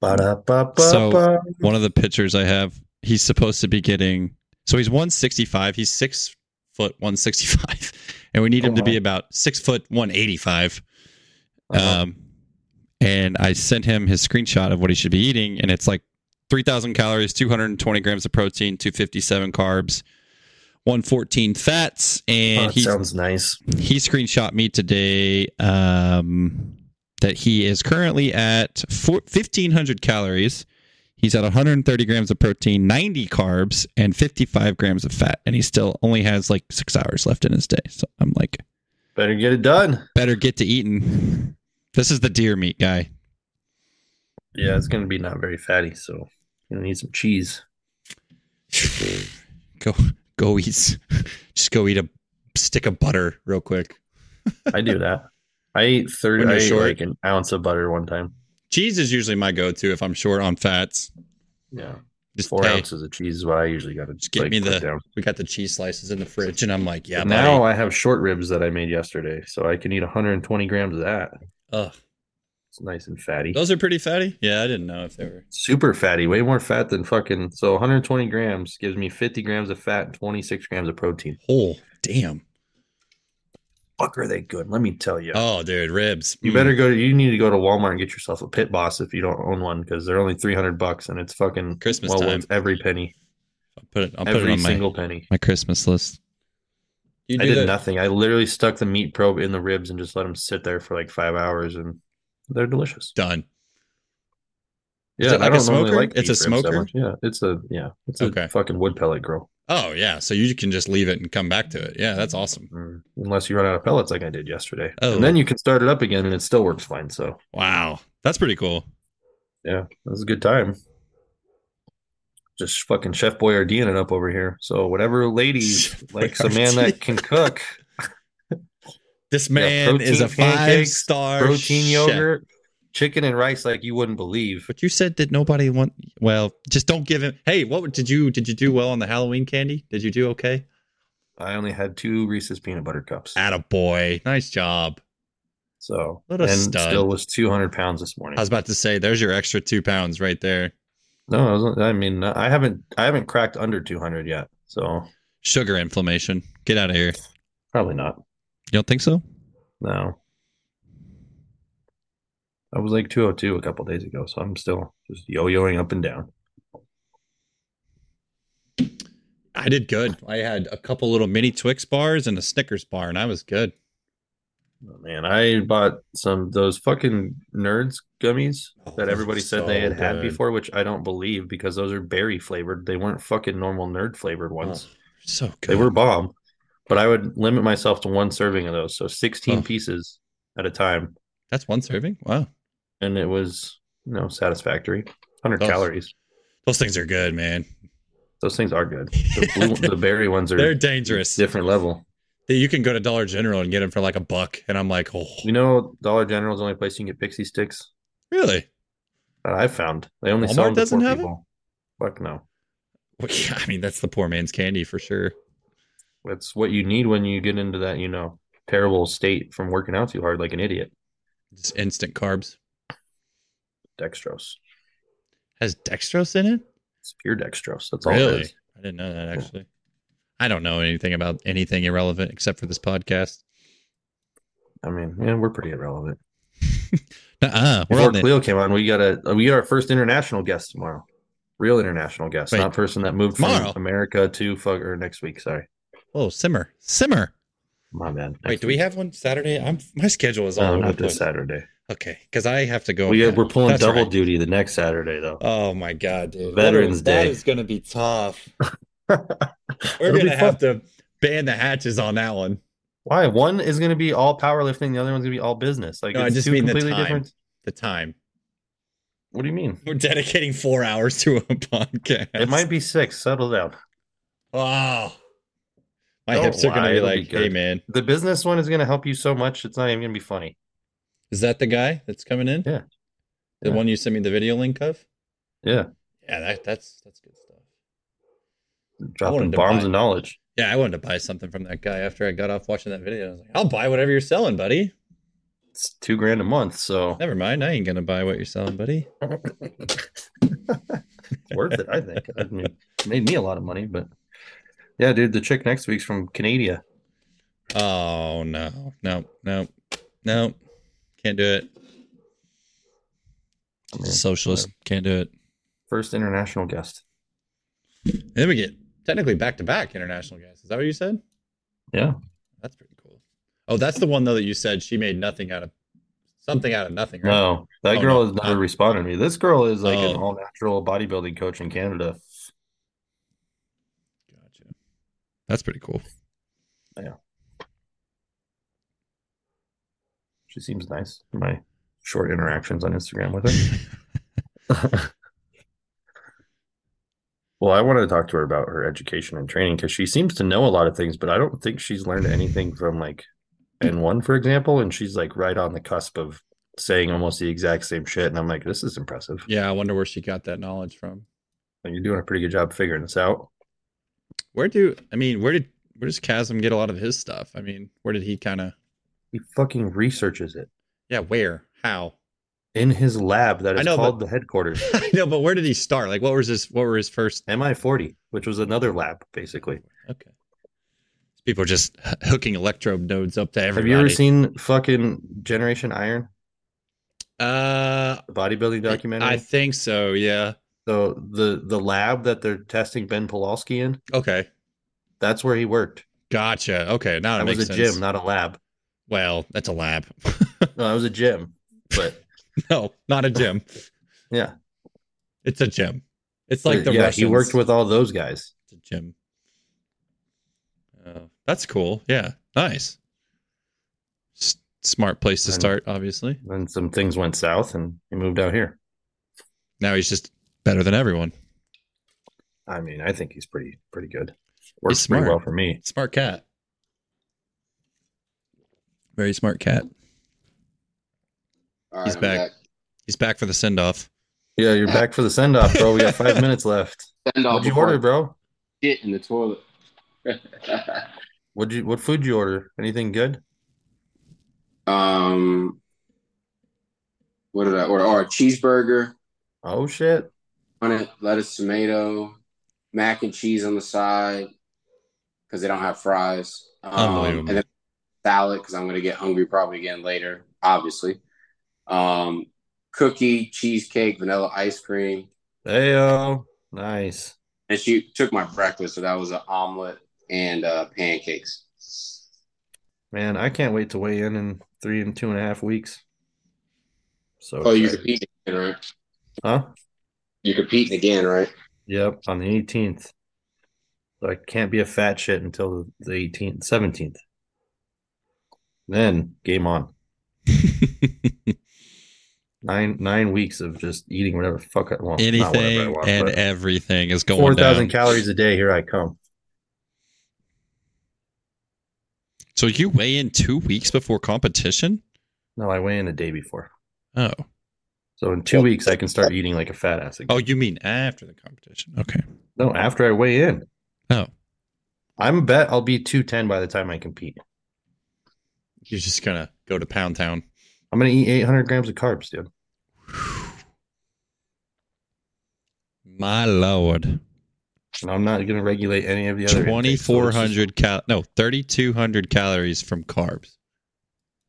[SPEAKER 2] Ba-da-ba-ba-ba.
[SPEAKER 1] One of the pictures I have, he's supposed to be getting. So he's 165. He's six foot 165. And we need
[SPEAKER 2] Oh,
[SPEAKER 1] him to be
[SPEAKER 2] wow.
[SPEAKER 1] about six foot 185.
[SPEAKER 2] Uh-huh.
[SPEAKER 1] Um, and I sent him his screenshot of what he should be eating, and it's like 3,000 calories, 220 grams of protein, 257 carbs, 114 fats,
[SPEAKER 2] Oh,
[SPEAKER 1] and
[SPEAKER 2] that
[SPEAKER 1] he
[SPEAKER 2] sounds nice.
[SPEAKER 1] he screenshot me today um, that he is currently at four, 1,500 calories. He's at 130 grams of protein, 90 carbs, and 55 grams of fat, and he still only has like six hours left in his day. So I'm like,
[SPEAKER 2] Better get it done.
[SPEAKER 1] better get to eating. This is the deer meat guy.
[SPEAKER 2] Yeah, it's gonna be not very fatty, so gonna need some cheese.
[SPEAKER 1] Go go eat. Just go eat a stick of butter real quick.
[SPEAKER 2] I do that. I ate thirty.
[SPEAKER 1] When
[SPEAKER 2] I
[SPEAKER 1] you're
[SPEAKER 2] ate
[SPEAKER 1] short.
[SPEAKER 2] like an ounce of butter one time.
[SPEAKER 1] Cheese is usually my go-to if I'm short on fats.
[SPEAKER 2] Yeah,
[SPEAKER 1] Just
[SPEAKER 2] four
[SPEAKER 1] hey,
[SPEAKER 2] ounces of cheese is what I usually got to
[SPEAKER 1] Just get me
[SPEAKER 2] put
[SPEAKER 1] the-
[SPEAKER 2] down.
[SPEAKER 1] We got the cheese slices in the fridge, and I'm like, yeah,
[SPEAKER 2] But now
[SPEAKER 1] now.
[SPEAKER 2] I have short ribs that I made yesterday, so I can eat 120 grams of that.
[SPEAKER 1] Ugh.
[SPEAKER 2] It's nice and fatty.
[SPEAKER 1] Those are pretty fatty. Yeah, I didn't know if they were.
[SPEAKER 2] Super fatty, way more fat than fucking. So 120 grams gives me 50 grams of fat and 26 grams of protein.
[SPEAKER 1] Oh, damn.
[SPEAKER 2] Fuck, are they good? Let me tell you.
[SPEAKER 1] Oh, dude, ribs.
[SPEAKER 2] you
[SPEAKER 1] Mm.
[SPEAKER 2] better go. To, you need to go to Walmart and get yourself a Pit Boss if you don't own one because they're only 300 bucks and it's fucking
[SPEAKER 1] Mm. Christmas
[SPEAKER 2] well
[SPEAKER 1] time.
[SPEAKER 2] worth every penny,
[SPEAKER 1] I'll put it. I'll put it
[SPEAKER 2] every
[SPEAKER 1] on my,
[SPEAKER 2] single penny.
[SPEAKER 1] my Christmas list. You
[SPEAKER 2] I did nothing. I literally stuck the meat probe in the ribs and just let them sit there for like five hours, and they're delicious.
[SPEAKER 1] Done. Is
[SPEAKER 2] Yeah,
[SPEAKER 1] it like
[SPEAKER 2] I
[SPEAKER 1] a
[SPEAKER 2] don't normally
[SPEAKER 1] smoker?
[SPEAKER 2] like
[SPEAKER 1] It's a
[SPEAKER 2] beef ribs that
[SPEAKER 1] smoker?
[SPEAKER 2] much. Yeah, it's a yeah, it's a
[SPEAKER 1] Okay.
[SPEAKER 2] fucking wood pellet grill.
[SPEAKER 1] Oh yeah, so you can just leave it and come back to it. Yeah, that's awesome.
[SPEAKER 2] Mm. Unless you run out of pellets like I did yesterday.
[SPEAKER 1] Oh.
[SPEAKER 2] And then you can start it up again and it still works fine. So
[SPEAKER 1] Wow, that's pretty cool.
[SPEAKER 2] yeah, this is a good time. Just fucking Chef Boyardee it up over here. So whatever ladies
[SPEAKER 1] Chef
[SPEAKER 2] likes a man that can cook,
[SPEAKER 1] This man
[SPEAKER 2] protein
[SPEAKER 1] is a five
[SPEAKER 2] pancakes,
[SPEAKER 1] star
[SPEAKER 2] protein yogurt, chicken and rice like you wouldn't believe.
[SPEAKER 1] But you said that nobody want. Well, just don't give him. Hey, what did you did you do well on the Halloween candy? Did you do okay?
[SPEAKER 2] I only had two Reese's peanut butter cups.
[SPEAKER 1] Atta boy, nice job.
[SPEAKER 2] So
[SPEAKER 1] Ah, What
[SPEAKER 2] and
[SPEAKER 1] a stud.
[SPEAKER 2] still was two hundred pounds this morning.
[SPEAKER 1] I was about to say, there's your extra two pounds right there.
[SPEAKER 2] No, I wasn't- I mean, I haven't, I haven't cracked under 200 yet, so
[SPEAKER 1] Sugar inflammation. Get out of here.
[SPEAKER 2] probably not.
[SPEAKER 1] You don't think so?
[SPEAKER 2] No, I was like 202 a couple days ago, so I'm still just yo-yoing up and down.
[SPEAKER 1] I did good. I had a couple little mini Twix bars and a Snickers bar, and I was good.
[SPEAKER 2] Oh, man, I bought some those fucking nerds gummies that everybody said they had
[SPEAKER 1] So
[SPEAKER 2] had
[SPEAKER 1] good.
[SPEAKER 2] before, which I don't believe because those are berry flavored. They weren't fucking normal nerd flavored ones.
[SPEAKER 1] Oh, so good.
[SPEAKER 2] They were bomb, but I would limit myself to one serving of those, so 16
[SPEAKER 1] Oh.
[SPEAKER 2] pieces at a time.
[SPEAKER 1] That's one serving. Wow,
[SPEAKER 2] and it was you know satisfactory 100
[SPEAKER 1] Those-
[SPEAKER 2] calories
[SPEAKER 1] those things are good, man.
[SPEAKER 2] those things are good the, blue, the berry ones are
[SPEAKER 1] They're dangerous.
[SPEAKER 2] different level
[SPEAKER 1] That you can go to Dollar General and get them for like a buck, and I'm like, oh,
[SPEAKER 2] you know dollar general's the only place you can get pixie sticks
[SPEAKER 1] really?
[SPEAKER 2] that i found they only
[SPEAKER 1] Walmart
[SPEAKER 2] sell them to
[SPEAKER 1] doesn't
[SPEAKER 2] poor
[SPEAKER 1] have it?
[SPEAKER 2] people fuck no
[SPEAKER 1] Well, yeah, I mean, that's the poor man's candy for sure.
[SPEAKER 2] that's what you need when you get into that you know terrible state from working out too hard like an idiot
[SPEAKER 1] Just instant carbs
[SPEAKER 2] dextrose
[SPEAKER 1] has dextrose in it.
[SPEAKER 2] it's pure dextrose that's all it
[SPEAKER 1] Really?
[SPEAKER 2] is
[SPEAKER 1] I didn't know that actually. I don't know anything about anything irrelevant except for this podcast.
[SPEAKER 2] i mean yeah we're pretty irrelevant
[SPEAKER 1] Uh, we're
[SPEAKER 2] before
[SPEAKER 1] on it.
[SPEAKER 2] cleo came on we got a we got our first international guest tomorrow real international guest
[SPEAKER 1] Wait.
[SPEAKER 2] not person that moved
[SPEAKER 1] Tomorrow?
[SPEAKER 2] from america to fuck or next week sorry
[SPEAKER 1] Oh, simmer, simmer.
[SPEAKER 2] My bad.
[SPEAKER 1] Wait, do we have one Saturday? I'm my schedule is all
[SPEAKER 2] No,
[SPEAKER 1] over
[SPEAKER 2] not
[SPEAKER 1] the
[SPEAKER 2] this
[SPEAKER 1] place.
[SPEAKER 2] Saturday.
[SPEAKER 1] Okay, because I have to go.
[SPEAKER 2] We have, we're pulling
[SPEAKER 1] That's
[SPEAKER 2] double
[SPEAKER 1] right.
[SPEAKER 2] duty the next Saturday though.
[SPEAKER 1] Oh my god, dude!
[SPEAKER 2] Veterans
[SPEAKER 1] That
[SPEAKER 2] Day.
[SPEAKER 1] is going to be tough. We're
[SPEAKER 2] It'll be
[SPEAKER 1] going to have
[SPEAKER 2] fun.
[SPEAKER 1] to ban the hatches on that one.
[SPEAKER 2] Why? One is going to be all powerlifting. The other one's going to be all business. Like
[SPEAKER 1] No, I
[SPEAKER 2] it's
[SPEAKER 1] just
[SPEAKER 2] two
[SPEAKER 1] mean the
[SPEAKER 2] completely
[SPEAKER 1] time.
[SPEAKER 2] different.
[SPEAKER 1] The time
[SPEAKER 2] What do you mean?
[SPEAKER 1] we're dedicating four hours to a podcast.
[SPEAKER 2] It might be six. Settle down.
[SPEAKER 1] Wow. My
[SPEAKER 2] Don't
[SPEAKER 1] hips are going
[SPEAKER 2] lie,
[SPEAKER 1] to be
[SPEAKER 2] it'll be
[SPEAKER 1] like, hey
[SPEAKER 2] good."
[SPEAKER 1] man,
[SPEAKER 2] The business one is going to help you so much. It's not even going to be funny.
[SPEAKER 1] is that the guy that's coming in?
[SPEAKER 2] Yeah.
[SPEAKER 1] The
[SPEAKER 2] Yeah.
[SPEAKER 1] one you sent me the video link of?
[SPEAKER 2] Yeah,
[SPEAKER 1] Yeah, that, that's that's good stuff.
[SPEAKER 2] dropping
[SPEAKER 1] wanted to
[SPEAKER 2] bombs
[SPEAKER 1] buy-
[SPEAKER 2] of knowledge.
[SPEAKER 1] Yeah, I wanted to buy something from that guy after I got off watching that video. I was like, I'll buy whatever you're selling, buddy.
[SPEAKER 2] It's two grand a month, so
[SPEAKER 1] Never mind. I ain't going to buy what you're selling, buddy.
[SPEAKER 2] it's worth it. I think. I mean, it made me a lot of money, but yeah, dude. The chick next week's from Canada.
[SPEAKER 1] Oh, no. No, no, no. Can't do it.
[SPEAKER 2] I mean,
[SPEAKER 1] Socialist. Can't do it.
[SPEAKER 2] First international guest.
[SPEAKER 1] And then we get technically back to back international guys. Is that what you said?
[SPEAKER 2] Yeah.
[SPEAKER 1] That's pretty cool. Oh, that's the one though that you said she made nothing out of something out of nothing. Right?
[SPEAKER 2] No, that
[SPEAKER 1] Oh,
[SPEAKER 2] girl
[SPEAKER 1] no.
[SPEAKER 2] has never responded to me. This girl is like an
[SPEAKER 1] Oh.
[SPEAKER 2] all natural bodybuilding coach in Canada.
[SPEAKER 1] Gotcha. That's pretty cool.
[SPEAKER 2] She seems nice. My short interactions on Instagram with her. well, I wanted to talk to her about her education and training because she seems to know a lot of things, but I don't think she's learned anything from like N1, for example. And she's like right on the cusp of saying almost the exact same shit. And I'm like, this is impressive.
[SPEAKER 1] Yeah, I wonder where she got that knowledge from.
[SPEAKER 2] Like, you're doing a pretty good job figuring this out.
[SPEAKER 1] Where do I mean? Where did where does Chasm get a lot of his stuff? I mean, where did he kind of?
[SPEAKER 2] He fucking researches it
[SPEAKER 1] Yeah, where? How?
[SPEAKER 2] in his lab that
[SPEAKER 1] I
[SPEAKER 2] is
[SPEAKER 1] know, but-
[SPEAKER 2] called the headquarters.
[SPEAKER 1] I know, but where did he start? Like, what was his? What were his first?
[SPEAKER 2] MI 40, which was another lab, basically.
[SPEAKER 1] Okay. People are just h- hooking electrode nodes up to everybody.
[SPEAKER 2] Have you ever seen fucking Generation Iron,
[SPEAKER 1] Uh,
[SPEAKER 2] the bodybuilding documentary?
[SPEAKER 1] I think so. Yeah.
[SPEAKER 2] so the the lab that they're testing Ben Pulowski in,
[SPEAKER 1] Okay.
[SPEAKER 2] that's where he worked.
[SPEAKER 1] Gotcha. Okay. Now it
[SPEAKER 2] That was
[SPEAKER 1] Oh, makes
[SPEAKER 2] a
[SPEAKER 1] sense.
[SPEAKER 2] gym, not a lab.
[SPEAKER 1] Well, that's a lab.
[SPEAKER 2] No, that was a gym. But
[SPEAKER 1] no, not a gym.
[SPEAKER 2] yeah,
[SPEAKER 1] It's a gym. It's like the
[SPEAKER 2] yeah,
[SPEAKER 1] Russians.
[SPEAKER 2] he worked with all those guys.
[SPEAKER 1] It's a gym. Oh, that's cool. Yeah. Nice. S- smart place to
[SPEAKER 2] And-
[SPEAKER 1] start, obviously.
[SPEAKER 2] Then some things went south, and he moved out here.
[SPEAKER 1] Now he's just better than everyone.
[SPEAKER 2] I mean, I think he's pretty pretty good. Works
[SPEAKER 1] smart.
[SPEAKER 2] pretty well for me.
[SPEAKER 1] Smart cat. Very smart cat.
[SPEAKER 3] All
[SPEAKER 1] He's
[SPEAKER 3] I'm
[SPEAKER 1] back. He's back for the send off.
[SPEAKER 2] Yeah, you're back for the send off, bro. We got five minutes left.
[SPEAKER 3] Send off
[SPEAKER 2] What'd you
[SPEAKER 3] before
[SPEAKER 2] order, bro?
[SPEAKER 3] Shit in the toilet.
[SPEAKER 2] What'd you what food you order? Anything good?
[SPEAKER 3] um, what did I order? Or a cheeseburger,
[SPEAKER 2] Oh shit.
[SPEAKER 3] on it, lettuce, tomato, mac and cheese on the side because they don't have fries. Um,
[SPEAKER 1] Unbelievable.
[SPEAKER 3] And then salad because I'm going to get hungry probably again later, obviously. Um, cookie, cheesecake, vanilla ice cream.
[SPEAKER 2] Heyo. oh. Nice.
[SPEAKER 3] And she took my breakfast, so that was an omelet and uh, pancakes.
[SPEAKER 2] Man, I can't wait to weigh in in three and two and a half weeks. So
[SPEAKER 3] Oh, you're
[SPEAKER 2] excited.
[SPEAKER 3] competing again, right?
[SPEAKER 2] huh?
[SPEAKER 3] You're competing again, right?
[SPEAKER 2] Yep, on the 18th. So I can't be a fat shit until the 18th, 17th. Then game on. Nine nine weeks of just eating whatever the fuck I want. Oh, not whatever I
[SPEAKER 1] Anything
[SPEAKER 2] want,
[SPEAKER 1] and
[SPEAKER 2] but
[SPEAKER 1] everything is going
[SPEAKER 2] 4,000
[SPEAKER 1] down.
[SPEAKER 2] calories a day. Here I come.
[SPEAKER 1] so you weigh in two weeks before competition?
[SPEAKER 2] No, I weigh in a day before.
[SPEAKER 1] Oh.
[SPEAKER 2] So in two weeks, I can start eating like a fat ass again.
[SPEAKER 1] Oh, you mean after the competition. Okay.
[SPEAKER 2] No, after I weigh in.
[SPEAKER 1] Oh.
[SPEAKER 2] I'm bet I'll be 210 by the time I compete.
[SPEAKER 1] You're just gonna go to Pound Town.
[SPEAKER 2] I'm going to eat 800 grams of carbs, dude.
[SPEAKER 1] My lord.
[SPEAKER 2] And I'm not going to regulate any of the other.
[SPEAKER 1] Twenty
[SPEAKER 2] intakes, so
[SPEAKER 1] four
[SPEAKER 2] it's just-
[SPEAKER 1] hundred cal no, thirty two hundred calories from carbs.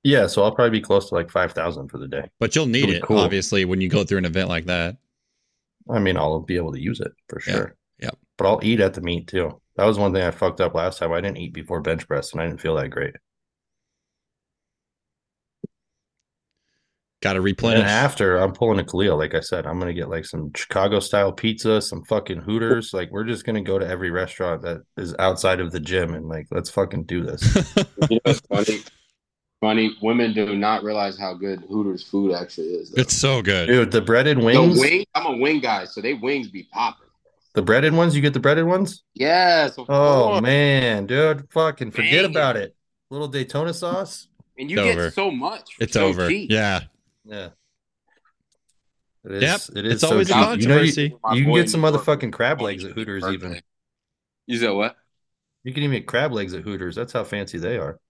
[SPEAKER 2] Yeah, so I'll probably be close to like 5,000 for the day.
[SPEAKER 1] But you'll need
[SPEAKER 2] Really
[SPEAKER 1] it,
[SPEAKER 2] cool.
[SPEAKER 1] obviously, when you go through an event like that.
[SPEAKER 2] I mean, I'll be able to use it for
[SPEAKER 1] Yeah,
[SPEAKER 2] sure.
[SPEAKER 1] yeah.
[SPEAKER 2] But I'll eat at the meet too. That was one thing I fucked up last time. I didn't eat before bench press and I didn't feel that great.
[SPEAKER 1] Gotta
[SPEAKER 2] And
[SPEAKER 1] replenish.
[SPEAKER 2] after, I'm pulling a Khalil. Like I said, I'm going to get like some Chicago style pizza, some fucking Hooters. Like, we're just going to go to every restaurant that is outside of the gym and like, let's fucking do this.
[SPEAKER 3] You know, it's funny. Funny, women do not realize how good Hooters food actually is. though.
[SPEAKER 1] it's so good.
[SPEAKER 2] Dude, the breaded
[SPEAKER 3] The
[SPEAKER 2] wings,
[SPEAKER 3] wing, I'm a wing guy, so they wings be popping.
[SPEAKER 2] the breaded ones, you get the breaded ones?
[SPEAKER 3] Yes. of
[SPEAKER 2] Oh,
[SPEAKER 3] course.
[SPEAKER 2] man, dude, fucking forget
[SPEAKER 3] Dang.
[SPEAKER 2] about it. Little Daytona sauce.
[SPEAKER 3] And you
[SPEAKER 1] It's
[SPEAKER 3] get
[SPEAKER 1] over.
[SPEAKER 3] so much. for
[SPEAKER 1] It's
[SPEAKER 3] so
[SPEAKER 1] over.
[SPEAKER 3] cheap.
[SPEAKER 1] Yeah.
[SPEAKER 2] Yeah. It is,
[SPEAKER 1] Yep,
[SPEAKER 2] it is
[SPEAKER 1] it's
[SPEAKER 2] so
[SPEAKER 1] always a
[SPEAKER 2] cheap. You know, you,
[SPEAKER 1] controversy.
[SPEAKER 3] My
[SPEAKER 2] you can
[SPEAKER 3] boy
[SPEAKER 2] get some
[SPEAKER 3] New York
[SPEAKER 2] motherfucking crab
[SPEAKER 3] City
[SPEAKER 2] legs at Hooters,
[SPEAKER 3] birthday.
[SPEAKER 2] even.
[SPEAKER 3] You said what?
[SPEAKER 2] You can even get crab legs at Hooters. That's how fancy they are.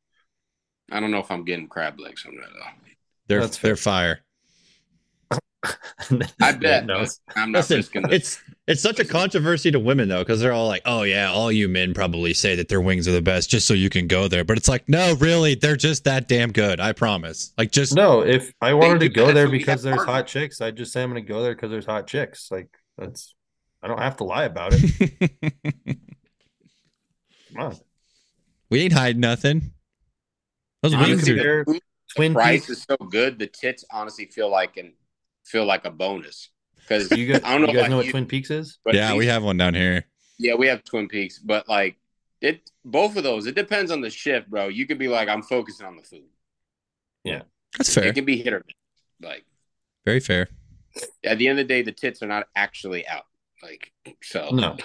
[SPEAKER 3] I don't know if I'm getting crab legs from that though.
[SPEAKER 1] They're
[SPEAKER 2] That's fair.
[SPEAKER 1] they're fire.
[SPEAKER 3] I bet.
[SPEAKER 2] No, it's-
[SPEAKER 3] I'm not
[SPEAKER 1] Listen,
[SPEAKER 3] risking the
[SPEAKER 1] it's it's such a controversy to women though, because they're all like, "Oh yeah, all you men probably say that their wings are the best, just so you can go there." But it's like, no, really, they're just that damn good. I promise. Like, just
[SPEAKER 2] No, if I wanted to
[SPEAKER 3] you.
[SPEAKER 2] go
[SPEAKER 3] That's
[SPEAKER 2] there
[SPEAKER 3] what we have
[SPEAKER 2] because there's
[SPEAKER 3] partners.
[SPEAKER 2] hot chicks, I'd just say I'm going to go there because there's hot chicks. Like, that's, I don't have to lie about it. Come on.
[SPEAKER 1] we ain't hiding nothing. Those
[SPEAKER 2] You
[SPEAKER 1] wings
[SPEAKER 2] can
[SPEAKER 1] are
[SPEAKER 2] be there Twin
[SPEAKER 3] price
[SPEAKER 2] Peaks.
[SPEAKER 3] is so good. The tits honestly feel like an feel like a bonus because
[SPEAKER 2] You guys,
[SPEAKER 3] I don't know
[SPEAKER 2] you guys
[SPEAKER 3] about
[SPEAKER 2] know what
[SPEAKER 3] you.
[SPEAKER 2] Twin Peaks is?
[SPEAKER 1] yeah, we have one down here.
[SPEAKER 3] yeah we have Twin Peaks, but like it both of those. It depends on the shift, bro. You could be like I'm focusing on the food.
[SPEAKER 1] That's fair.
[SPEAKER 3] It can be hit or miss. like
[SPEAKER 1] Very fair.
[SPEAKER 3] at the end of the day, the tits are not actually out. Like so
[SPEAKER 2] No.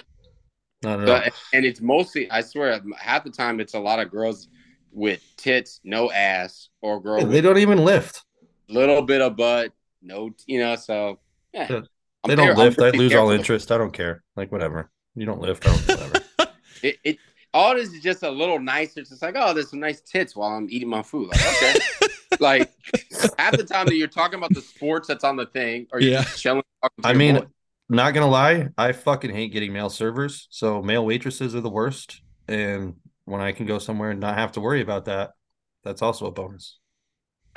[SPEAKER 2] Not at all.
[SPEAKER 3] But, and it's mostly, I swear, half the time it's a lot of girls with tits, no ass, or girl
[SPEAKER 2] They
[SPEAKER 3] with
[SPEAKER 2] don't even lift.
[SPEAKER 3] a little bit of butt, no, you know. So eh.
[SPEAKER 2] They
[SPEAKER 3] I'm
[SPEAKER 2] they
[SPEAKER 3] fair-
[SPEAKER 2] don't
[SPEAKER 3] I'm
[SPEAKER 2] lift. I
[SPEAKER 3] pretty
[SPEAKER 2] lose all
[SPEAKER 3] careful.
[SPEAKER 2] interest. I don't care. Like whatever. You don't lift. I don't whatever.
[SPEAKER 3] It, it all this is just a little nicer. It's just like, oh, there's some nice tits while I'm eating my food. Like, okay. like half the time that you're talking about the sports that's on the thing, or you're
[SPEAKER 1] Yeah.
[SPEAKER 3] just chilling. talking to
[SPEAKER 2] I
[SPEAKER 3] your
[SPEAKER 2] mean,
[SPEAKER 3] boy.
[SPEAKER 2] not gonna lie, I fucking hate getting male servers. So male waitresses are the worst. And when I can go somewhere and not have to worry about that, that's also a bonus.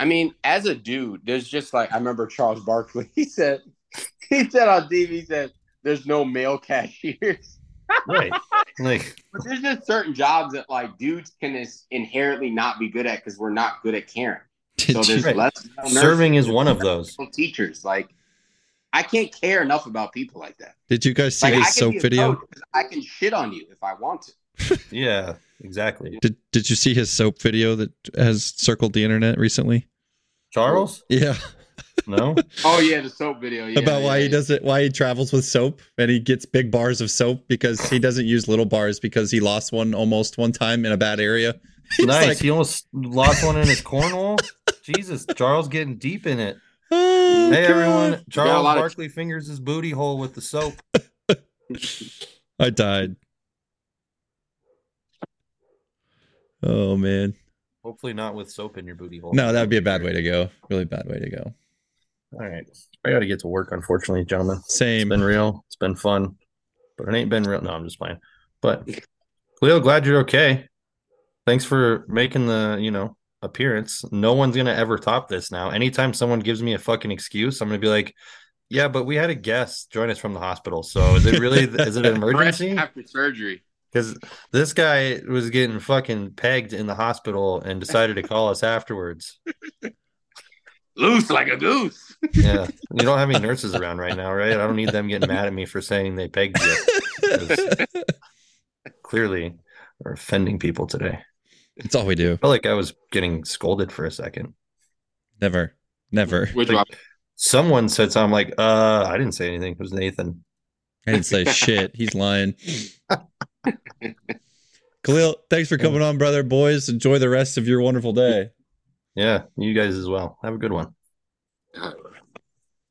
[SPEAKER 3] I mean, as a dude, there's just like I remember Charles Barkley. He said, he said on TV, he said, "There's no male cashiers."
[SPEAKER 2] Right. like
[SPEAKER 3] But there's just certain jobs that like dudes can is inherently not be good at because we're not good at caring. So
[SPEAKER 7] Did you-
[SPEAKER 3] there's
[SPEAKER 2] Right.
[SPEAKER 3] less nurses,
[SPEAKER 2] serving is one of those.
[SPEAKER 3] less teachers. Like I can't care enough about people like that.
[SPEAKER 1] Did you guys see
[SPEAKER 3] Like, I
[SPEAKER 1] his
[SPEAKER 3] can
[SPEAKER 1] soap
[SPEAKER 3] be a
[SPEAKER 1] video?
[SPEAKER 3] coach 'cause I can shit on you if I want to.
[SPEAKER 2] Yeah, exactly.
[SPEAKER 1] Did Did you see his soap video that has circled the internet recently?
[SPEAKER 2] Charles?
[SPEAKER 1] Yeah,
[SPEAKER 2] No?
[SPEAKER 3] Oh yeah, the soap video yeah,
[SPEAKER 1] about why
[SPEAKER 3] yeah,
[SPEAKER 1] he
[SPEAKER 3] yeah.
[SPEAKER 1] does it, why he travels with soap, and he gets big bars of soap because he doesn't use little bars because he lost one almost one time in a bad area. He's
[SPEAKER 2] nice.
[SPEAKER 1] like,
[SPEAKER 2] he almost lost one in his cornhole. Jesus, Charles getting deep in it.
[SPEAKER 1] "Oh,
[SPEAKER 2] Hey
[SPEAKER 1] God."
[SPEAKER 2] everyone, Charles
[SPEAKER 3] lot of-
[SPEAKER 2] Barkley fingers his booty hole with the soap.
[SPEAKER 1] I died. Oh man,
[SPEAKER 2] Hopefully not with soap in your booty hole.
[SPEAKER 1] no, that'd be a bad way to go. Really bad way to go.
[SPEAKER 2] All right. I got to get to work, unfortunately, gentlemen. It's
[SPEAKER 1] Same.
[SPEAKER 2] been real. It's been fun, but it ain't been real. No, I'm just playing. But Cleo, glad you're okay. Thanks for making the you know appearance. No one's gonna ever top this now. Anytime someone gives me a fucking excuse, I'm gonna be like, "Yeah, but we had a guest join us from the hospital. So is it really is it an
[SPEAKER 3] Fresh
[SPEAKER 2] emergency?
[SPEAKER 3] after surgery.
[SPEAKER 2] Because this guy was getting fucking pegged in the hospital and decided to call us afterwards.
[SPEAKER 3] Loose like a goose.
[SPEAKER 2] Yeah, you don't have any nurses around right now, right? I don't need them getting mad at me for saying they pegged you. clearly are offending people today.
[SPEAKER 1] It's all we do.
[SPEAKER 2] I felt like I was getting scolded for a second.
[SPEAKER 1] Never, never.
[SPEAKER 3] Which
[SPEAKER 2] Like-
[SPEAKER 3] one?
[SPEAKER 2] Someone said something like, uh, I didn't say anything. It was Nathan.
[SPEAKER 1] I didn't say shit. He's lying. Khalil, thanks for coming on, brother. Boys, enjoy the rest of your wonderful day.
[SPEAKER 2] Yeah, you guys as well. Have a good one.
[SPEAKER 3] All right.